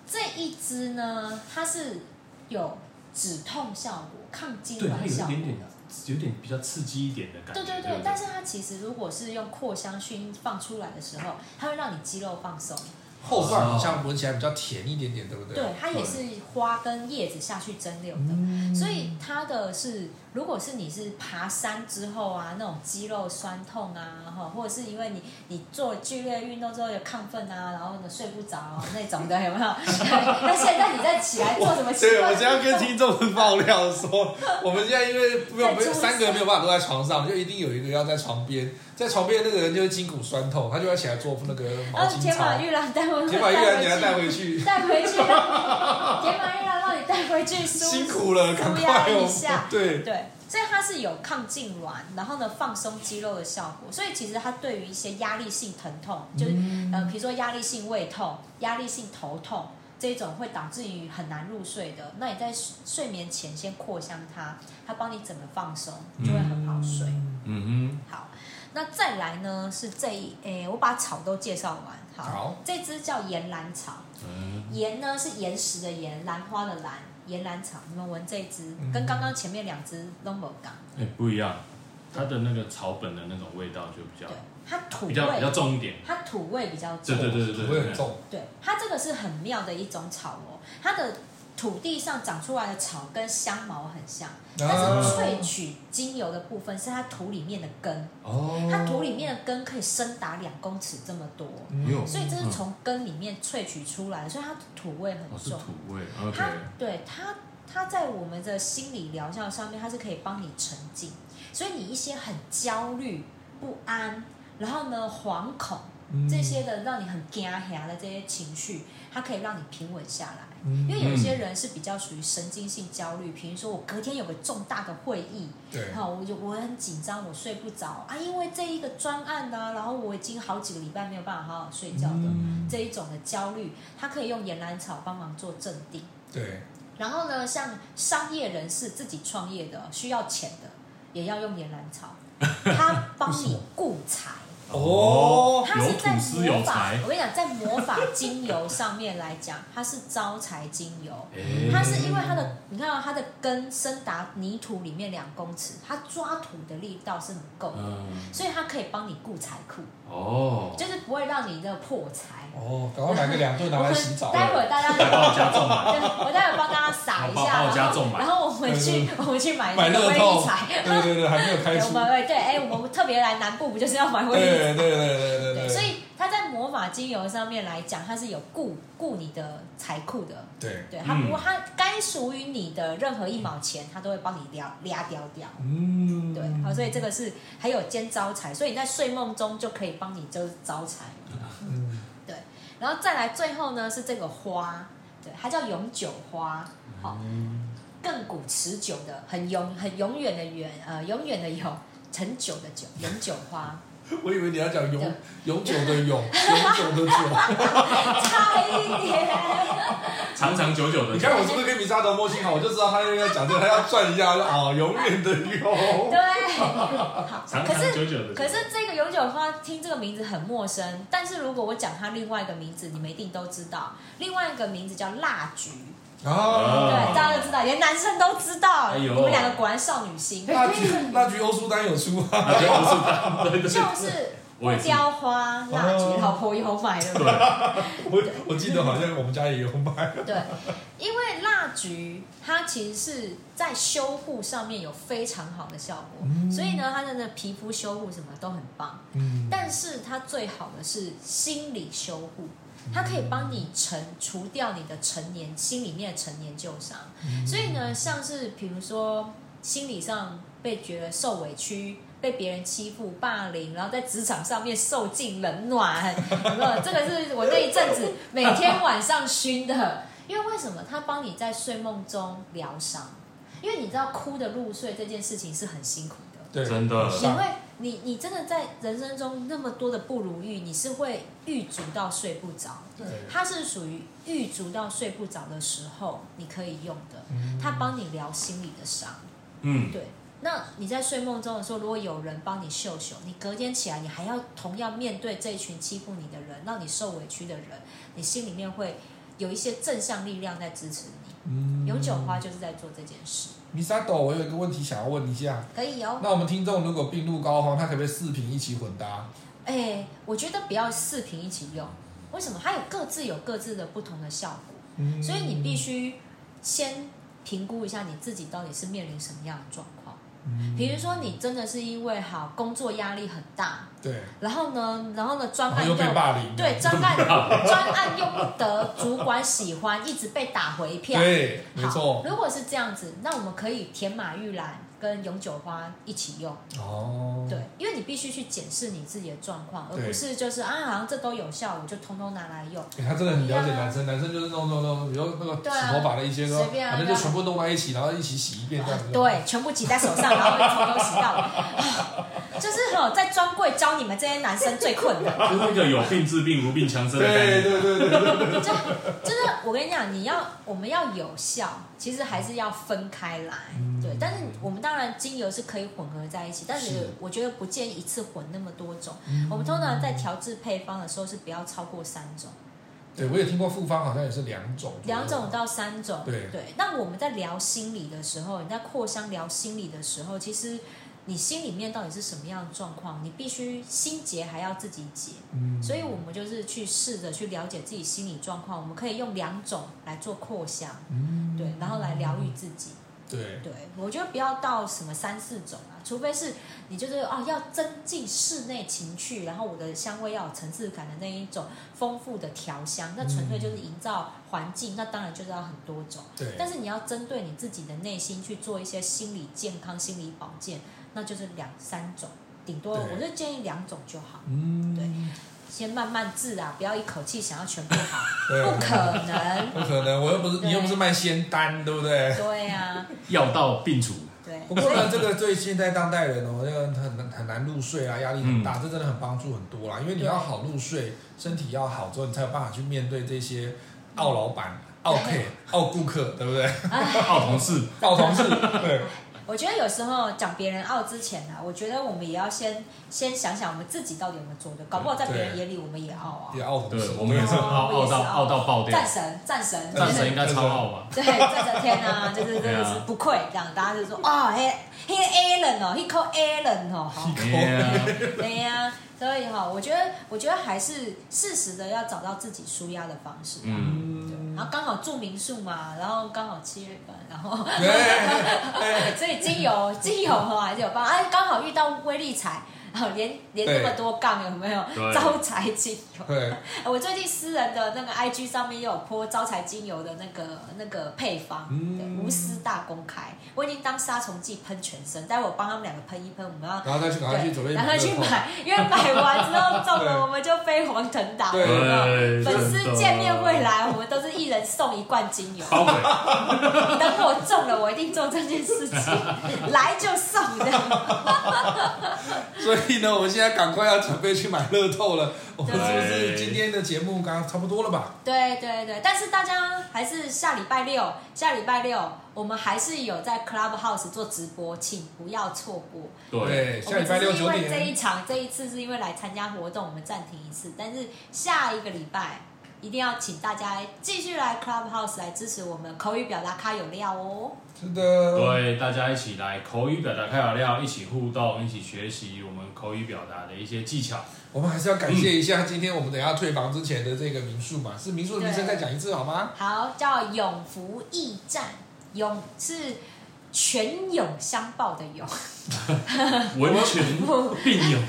[SPEAKER 2] 这一支呢，它是有止痛效果、抗痉
[SPEAKER 5] 对，它有
[SPEAKER 2] 挛
[SPEAKER 5] 一
[SPEAKER 2] 效果。
[SPEAKER 5] 点点，有点比较刺激一点的感觉。
[SPEAKER 2] 对对
[SPEAKER 5] 对
[SPEAKER 2] 对
[SPEAKER 5] 不，
[SPEAKER 2] 但是它其实如果是用扩香薰放出来的时候，它会让你肌肉放松。
[SPEAKER 3] 后段好像闻起来比较甜一点点，对不啊对？
[SPEAKER 2] 对，它也是花跟叶子下去蒸馏的，
[SPEAKER 3] 嗯
[SPEAKER 2] 所以它的是，如果是你是爬山之后啊，那种肌肉酸痛啊，哈，或者是因为你你做剧烈运动之后有亢奋啊，然后呢睡不着、啊、那种的， 有没有？那现在你再起来做什么奇
[SPEAKER 3] 对，
[SPEAKER 2] 怪
[SPEAKER 3] 我
[SPEAKER 2] 的
[SPEAKER 3] 今天跟听众们爆料 说，我们现在因为没有没有三个人没有办法都在床上，就一定有一个要在床边，在床边那个人就会筋骨酸痛，他就要起来做那个毛
[SPEAKER 2] 然后
[SPEAKER 3] 巾
[SPEAKER 2] 铁
[SPEAKER 3] 操
[SPEAKER 2] 哦马。玉兰带回去，
[SPEAKER 3] 铁马玉兰你要带回去，
[SPEAKER 2] 带回去， 铁马玉兰让你带回去，舒
[SPEAKER 3] 辛苦了，赶
[SPEAKER 2] 舒
[SPEAKER 3] 快
[SPEAKER 2] 压一
[SPEAKER 3] 哦
[SPEAKER 2] 下。。
[SPEAKER 3] 对，
[SPEAKER 2] 对，所以它是有抗痉挛，然后呢放松肌肉的效果，所以其实它对于一些压力性疼痛，就是、呃，比如说压力性胃痛、压力性头痛这一种会导致于很难入睡的，那你在睡睡眠前先扩香它，它帮你整个放松，就会很好睡。
[SPEAKER 5] 嗯
[SPEAKER 2] 好，那再来呢是这一，诶，我把草都介绍完，好，
[SPEAKER 3] 好
[SPEAKER 2] 这支叫岩兰草，
[SPEAKER 5] 哼，嗯，
[SPEAKER 2] 岩呢是岩石的岩，兰花的兰，岩兰草，你们闻这一支
[SPEAKER 3] 嗯
[SPEAKER 2] 跟刚刚前面两支都没有刚。
[SPEAKER 5] 哎，不一样，它的那个草本的那种味道就比较
[SPEAKER 2] 对，它土
[SPEAKER 5] 比较比较
[SPEAKER 2] 味，
[SPEAKER 5] 重一点。
[SPEAKER 2] 它土味比较
[SPEAKER 5] 对
[SPEAKER 2] 重。
[SPEAKER 5] 对对对对，
[SPEAKER 3] 不会很重。
[SPEAKER 2] 对它这个是很妙的一种草哦，它的土地上长出来的草跟香茅很像，但是
[SPEAKER 3] 啊
[SPEAKER 2] 萃取精油的部分是它土里面的根，
[SPEAKER 3] 哦
[SPEAKER 2] 它土里面的根可以深达两公尺这么多，
[SPEAKER 5] 有
[SPEAKER 3] 嗯
[SPEAKER 2] 所以这是从根里面萃取出来的，所以它土味很
[SPEAKER 5] 嗯哦是
[SPEAKER 2] 重。
[SPEAKER 5] 土味
[SPEAKER 2] 它
[SPEAKER 5] ，OK，
[SPEAKER 2] 对它，它在我们的心理疗效上面，它是可以帮你沉静，所以你一些很焦虑、不安，然后呢惶恐这些的，让你很惊吓的这些情绪，它可以让你平稳下来。因为有些人是比较属于神经性焦虑，比如说我隔天有个重大的会议，
[SPEAKER 3] 对，
[SPEAKER 2] 好，我就我很紧张，我睡不着啊，因为这一个专案呢、然后我已经好几个礼拜没有办法好好睡觉的、
[SPEAKER 3] 嗯
[SPEAKER 2] 这一种的焦虑，它可以用岩兰草帮忙做镇定。
[SPEAKER 3] 对，
[SPEAKER 2] 然后呢，像商业人士自己创业的，需要钱的，也要用岩兰草，它帮你固财。
[SPEAKER 3] 哦
[SPEAKER 2] 它
[SPEAKER 5] 有
[SPEAKER 2] 是在
[SPEAKER 5] 土司有
[SPEAKER 2] 魔法
[SPEAKER 5] 财，，
[SPEAKER 2] 我跟你讲，在魔法精油上面来讲，它是招财精油。
[SPEAKER 5] 哎
[SPEAKER 2] 它是因为它的，你看到它的根深达泥土里面两公尺，它抓土的力道是很够的，
[SPEAKER 5] 嗯，
[SPEAKER 2] 所以它可以帮你固财库，
[SPEAKER 5] 哦，
[SPEAKER 2] 就是不会让你的破财。
[SPEAKER 3] 哦，赶快买个两顿拿来洗澡。
[SPEAKER 2] 待会 儿大家
[SPEAKER 5] 海报加重版，
[SPEAKER 2] 对，我待会帮大家撒一
[SPEAKER 5] 好
[SPEAKER 2] 下，
[SPEAKER 5] 帮我加重
[SPEAKER 2] 然后
[SPEAKER 5] 吧嗯
[SPEAKER 2] 然后我们去我们去买那个
[SPEAKER 3] 乐
[SPEAKER 2] 威
[SPEAKER 3] 透
[SPEAKER 2] 力彩，
[SPEAKER 3] 对对对，还没有开
[SPEAKER 2] 对，我
[SPEAKER 3] 出。
[SPEAKER 2] 们会对，哎，我们特别来南部不就是要买威力彩？
[SPEAKER 3] 对对对对
[SPEAKER 2] 对，所以它在魔法精油上面来讲，它是有顾顾你的财库的，
[SPEAKER 3] 对，
[SPEAKER 2] 对，它不过
[SPEAKER 5] 嗯
[SPEAKER 2] 它该属于你的任何一毛钱，它都会帮你撩撩掉掉。
[SPEAKER 3] 嗯，
[SPEAKER 2] 对，好，所以这个是还有兼招财，所以你在睡梦中就可以帮你就是招财。
[SPEAKER 3] 嗯，
[SPEAKER 2] 然后再来最后呢是这个花，对，它叫永久花，好、亘古持久的，很永很永远的远，呃，永远的永，很久的久，永久花，
[SPEAKER 3] 我以为你要讲永永久的永，永久的久。
[SPEAKER 2] 差一点，
[SPEAKER 5] 长长久久的，
[SPEAKER 3] 你看我是不是跟米沙头摸清好，我就知道他应该讲这个，他要转一下，就哦，永远的永。
[SPEAKER 2] 对，好，
[SPEAKER 5] 长
[SPEAKER 2] 可
[SPEAKER 5] 长
[SPEAKER 2] 是。
[SPEAKER 5] 久久的，
[SPEAKER 2] 可是这个永久花听这个名字很陌生，但是如果我讲它另外一个名字，你们一定都知道。另外一个名字叫蜡菊，
[SPEAKER 3] 啊，
[SPEAKER 2] 对，大家都知道，连男生都知道。
[SPEAKER 5] 哎
[SPEAKER 2] 你
[SPEAKER 5] 呦
[SPEAKER 2] 们两个果然少女心，
[SPEAKER 3] 那局那局欧舒丹有出啊，
[SPEAKER 5] 啊对我是他对对
[SPEAKER 2] 就
[SPEAKER 5] 对
[SPEAKER 2] 是
[SPEAKER 5] 我也是
[SPEAKER 2] 雕花蜡
[SPEAKER 3] 哦
[SPEAKER 2] 菊，老婆有买的。
[SPEAKER 5] 对
[SPEAKER 3] 我我记得好像我们家也有买。
[SPEAKER 2] 对，因为蜡菊它其实是在修护上面有非常好的效果，
[SPEAKER 5] 嗯
[SPEAKER 2] 所以呢，它的那皮肤修护什么都很棒。
[SPEAKER 3] 嗯，
[SPEAKER 2] 但是它最好的是心理修护，它可以帮你成除掉你的成年心里面的成年旧伤。
[SPEAKER 3] 嗯
[SPEAKER 2] 所以呢，像是比如说心理上被觉得受委屈。被别人欺负、霸凌，然后在职场上面受尽冷暖， 有没有？这个是我那一阵子每天晚上熏的，因为为什么？它帮你在睡梦中疗伤，因为你知道哭的入睡这件事情是很辛苦的。
[SPEAKER 3] 对，
[SPEAKER 5] 真的
[SPEAKER 3] 是
[SPEAKER 2] 因
[SPEAKER 3] 啊
[SPEAKER 2] 为你你真的在人生中那么多的不如意，你是会遇足到睡不着，
[SPEAKER 3] 对，
[SPEAKER 2] 它是属于遇足到睡不着的时候你可以用的，
[SPEAKER 3] 嗯
[SPEAKER 2] 它帮你疗心理的伤。
[SPEAKER 5] 嗯，
[SPEAKER 2] 对，那你在睡梦中的时候，如果有人帮你秀秀，你隔天起来你还要同样面对这群欺负你的人，让你受委屈的人，你心里面会有一些正向力量在支持你。
[SPEAKER 3] 嗯
[SPEAKER 2] 永久花就是在做这件事，
[SPEAKER 3] 米沙斗，我有一个问题想要问一下，
[SPEAKER 2] 可以哦。
[SPEAKER 3] 那我们听众如果病入膏肓，他可不可以四瓶一起混搭？
[SPEAKER 2] 哎、我觉得不要四瓶一起用，为什么？它有各自有各自的不同的效果，
[SPEAKER 3] 嗯
[SPEAKER 2] 所以你必须先评估一下你自己到底是面临什么样的状况。
[SPEAKER 3] 嗯
[SPEAKER 2] 比如说，你真的是因为好工作压力很大，
[SPEAKER 3] 对，
[SPEAKER 2] 然后呢，然后呢专
[SPEAKER 3] 然后
[SPEAKER 2] 案
[SPEAKER 3] 又
[SPEAKER 2] 又
[SPEAKER 3] 被霸凌，
[SPEAKER 2] 对专 案专案又不得主管喜欢，一直被打回票。
[SPEAKER 3] 对，没
[SPEAKER 2] 好
[SPEAKER 3] 错，
[SPEAKER 2] 如果是这样子，那我们可以填马玉兰跟永久花一起用。
[SPEAKER 3] 哦，
[SPEAKER 2] 对，因为你必须去检视你自己的状况，而
[SPEAKER 3] 对
[SPEAKER 2] 不是就是啊，好像这都有效，我就通通拿来用。
[SPEAKER 3] 欸他真的很
[SPEAKER 2] 啊
[SPEAKER 3] 了解男生，男生就是弄弄弄，比如那个
[SPEAKER 2] 对啊
[SPEAKER 3] 洗头发的一些，
[SPEAKER 2] 随便啊
[SPEAKER 3] 反正
[SPEAKER 2] 对
[SPEAKER 3] 就
[SPEAKER 2] 啊
[SPEAKER 3] 全部弄在一起，然后一起洗一遍这样子。，
[SPEAKER 2] 对，全部挤在手上，然后从头洗到尾、啊就是哦，在专柜教你们这些男生最困难。
[SPEAKER 5] 就是那个有病治病，无病强身的概
[SPEAKER 3] 对
[SPEAKER 5] 念。
[SPEAKER 3] 对对对，
[SPEAKER 2] 就就是我跟你讲，你要我们要有效，其实还是要分开来。
[SPEAKER 3] 嗯
[SPEAKER 2] 对，但是我们当然精油是可以混合在一起，但
[SPEAKER 3] 是
[SPEAKER 2] 是嗯我觉得不建议一次混那么多种。我们通常在调制配方的时候是不要超过三种，
[SPEAKER 3] 对我也听过复方好像也是两种，
[SPEAKER 2] 两种到三种。
[SPEAKER 3] 对
[SPEAKER 2] 对，那我们在聊心理的时候，你在扩香聊心理的时候，其实你心里面到底是什么样的状况，你必须心结还要自己解。
[SPEAKER 3] 嗯，
[SPEAKER 2] 所以我们就是去试着去了解自己心理状况，我们可以用两种来做扩香，
[SPEAKER 3] 嗯
[SPEAKER 2] 对，然后来疗愈自己。
[SPEAKER 3] 对，
[SPEAKER 2] 对我觉得不要到什么三四种啊，除非是你就是哦要增进室内情趣，然后我的香味要有层次感的那一种丰富的调香，那纯粹就是营造环境，那当然就是要很多种。
[SPEAKER 3] 嗯对，
[SPEAKER 2] 但是你要针对你自己的内心去做一些心理健康、心理保健，那就是两三种，顶多
[SPEAKER 3] 对
[SPEAKER 2] 我就建议两种就好。
[SPEAKER 3] 嗯，
[SPEAKER 2] 对先慢慢治啊，不要一口气想要全部好，
[SPEAKER 3] 对
[SPEAKER 2] 不可能。
[SPEAKER 3] 不可能，我又不是
[SPEAKER 2] 对
[SPEAKER 3] 你又不是卖仙丹，对不对？
[SPEAKER 2] 对啊，
[SPEAKER 5] 药到病除。
[SPEAKER 2] 对。
[SPEAKER 3] 不过呢，这个对现在当代人哦，这个很难很难入睡啊，压力很大，这真的很帮助很多啦。因为你要好入睡，身体要好之后，你才有办法去面对这些傲老板、傲客、傲顾客，对不 对？
[SPEAKER 5] 奥同事，
[SPEAKER 3] 傲同事，对，
[SPEAKER 2] 我觉得有时候讲别人傲之前啊，我觉得我们也要先先想想我们自己到底有没有做对，搞不好在别人眼里我们也傲啊
[SPEAKER 3] 也。傲同
[SPEAKER 5] 对
[SPEAKER 3] 事，
[SPEAKER 5] 我们也是傲
[SPEAKER 2] 哦
[SPEAKER 5] 傲到傲到爆掉
[SPEAKER 2] 战，神，战神，
[SPEAKER 5] 战神应该超傲吧？
[SPEAKER 2] 对，战神天啊，就是真
[SPEAKER 5] 对
[SPEAKER 2] 的是
[SPEAKER 5] 啊
[SPEAKER 2] 不愧这样，大家就说哦，嘿，嘿 A 人哦，一口 A 人哦，好
[SPEAKER 5] 对呀，
[SPEAKER 2] 对呀、所以哈、我觉得，我觉得还是适时的要找到自己舒压的方式啊。
[SPEAKER 5] 嗯，
[SPEAKER 2] 对，然后刚好住民宿嘛，然后刚好七月份，然后
[SPEAKER 3] 对，
[SPEAKER 2] 所以精油精油哈还是有帮，哎，刚好遇到威力财，然后连连
[SPEAKER 3] 对
[SPEAKER 2] 那么多杠有没有
[SPEAKER 5] 对
[SPEAKER 2] 招财精油？ 呃
[SPEAKER 3] 对，
[SPEAKER 2] 我最近私人的那个 IG 上面也有泼招财精油的那个那个配方，
[SPEAKER 3] 嗯
[SPEAKER 2] 对，无私大公开，我已经当杀虫剂喷全身，待会我帮他们两个喷一喷，我们要
[SPEAKER 3] 然后再去赶快去准备，
[SPEAKER 2] 对赶快去， 买，因为买完之后中了，我们就飞黄腾达。
[SPEAKER 3] 对
[SPEAKER 2] 有没有
[SPEAKER 5] 对
[SPEAKER 2] 粉丝
[SPEAKER 5] 真的
[SPEAKER 2] 见面会来，我们都是一人送一罐精油。
[SPEAKER 5] 包鬼，
[SPEAKER 2] 等我中了，我一定做这件事情，来就送的。
[SPEAKER 3] 所以呢，我们现在赶快要准备去买乐透了。我们是不是
[SPEAKER 5] 对
[SPEAKER 3] 今天的节目刚刚差不多了吧？
[SPEAKER 2] 对对对，但是大家还是下礼拜六，下礼拜六我们还是有在 Clubhouse 做直播，请不要错过。
[SPEAKER 5] 对，
[SPEAKER 3] 对，
[SPEAKER 2] 我
[SPEAKER 3] 下
[SPEAKER 2] 们
[SPEAKER 3] 礼拜六
[SPEAKER 2] 只是
[SPEAKER 3] 九
[SPEAKER 2] 因为这
[SPEAKER 3] 点
[SPEAKER 2] 一场这一次是因为来参加活动，我们暂停一次，但是下一个礼拜一定要请大家继续来 Clubhouse 来支持我们口语表达咖有料哦。
[SPEAKER 3] 是的，
[SPEAKER 5] 对，啊大家一起来口语表达开好料，一起互动，一起学习我们口语表达的一些技巧。
[SPEAKER 3] 我们还是要感谢一下今天我们等一下退房之前的这个民宿嘛，是民宿的名称再讲一次好吗？
[SPEAKER 2] 好，叫永福驿站，永是泉涌相报的涌。
[SPEAKER 5] 完全并有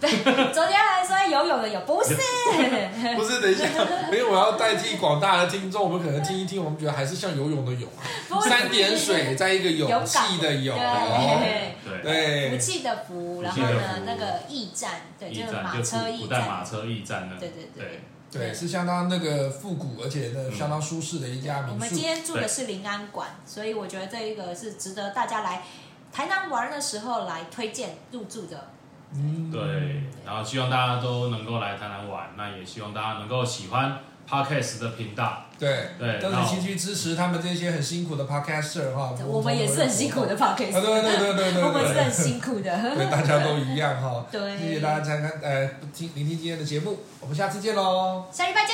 [SPEAKER 5] 对，
[SPEAKER 2] 昨天还说游泳的泳，不是，
[SPEAKER 3] 不是，等一下， 因为我要代替广大的听众，我们可能听一听，我们觉得还是像游泳的泳 啊，
[SPEAKER 2] 不是
[SPEAKER 3] 三点水在一个勇气的勇，
[SPEAKER 2] 对
[SPEAKER 5] 对，
[SPEAKER 2] 福
[SPEAKER 3] 对，
[SPEAKER 2] 气的福，
[SPEAKER 5] 福
[SPEAKER 2] 然
[SPEAKER 5] 气
[SPEAKER 2] 后
[SPEAKER 5] 的
[SPEAKER 2] 呢
[SPEAKER 5] 福
[SPEAKER 2] 那个驿站，对，
[SPEAKER 5] 驿
[SPEAKER 2] 就是
[SPEAKER 5] 站
[SPEAKER 2] 马
[SPEAKER 5] 就
[SPEAKER 2] 车
[SPEAKER 5] 古
[SPEAKER 2] 驿
[SPEAKER 5] 古代
[SPEAKER 2] 站，
[SPEAKER 5] 马车驿站那里，
[SPEAKER 2] 对对对
[SPEAKER 5] 对，
[SPEAKER 3] 对，是相当那个复古，而且呢相当舒适的一家
[SPEAKER 2] 我
[SPEAKER 3] 民
[SPEAKER 2] 们
[SPEAKER 3] 宿
[SPEAKER 2] 今。天住的是临安馆，所以我觉得这一个是值得大家来台南玩的时候来推荐入住的。
[SPEAKER 3] 嗯，
[SPEAKER 5] 对，然后希望大家都能够来台南玩，那也希望大家能够喜欢 Podcast 的频道，
[SPEAKER 3] 对
[SPEAKER 5] 对
[SPEAKER 3] 但
[SPEAKER 5] 那
[SPEAKER 3] 是
[SPEAKER 5] 我
[SPEAKER 3] 请去支持他们这些很辛苦的 podcaster 哈，
[SPEAKER 2] 我们也是很辛苦的 p o d
[SPEAKER 3] 啊，
[SPEAKER 2] c
[SPEAKER 3] 对
[SPEAKER 2] a
[SPEAKER 3] 对对对
[SPEAKER 2] s 我们
[SPEAKER 3] 对
[SPEAKER 2] 是
[SPEAKER 3] 对，
[SPEAKER 2] 很辛苦 的。
[SPEAKER 3] 对大家都一样哈。
[SPEAKER 2] 对
[SPEAKER 3] 谢谢大家参看呃听聆听今天的节目，我们下次见喽。
[SPEAKER 2] 下礼拜见。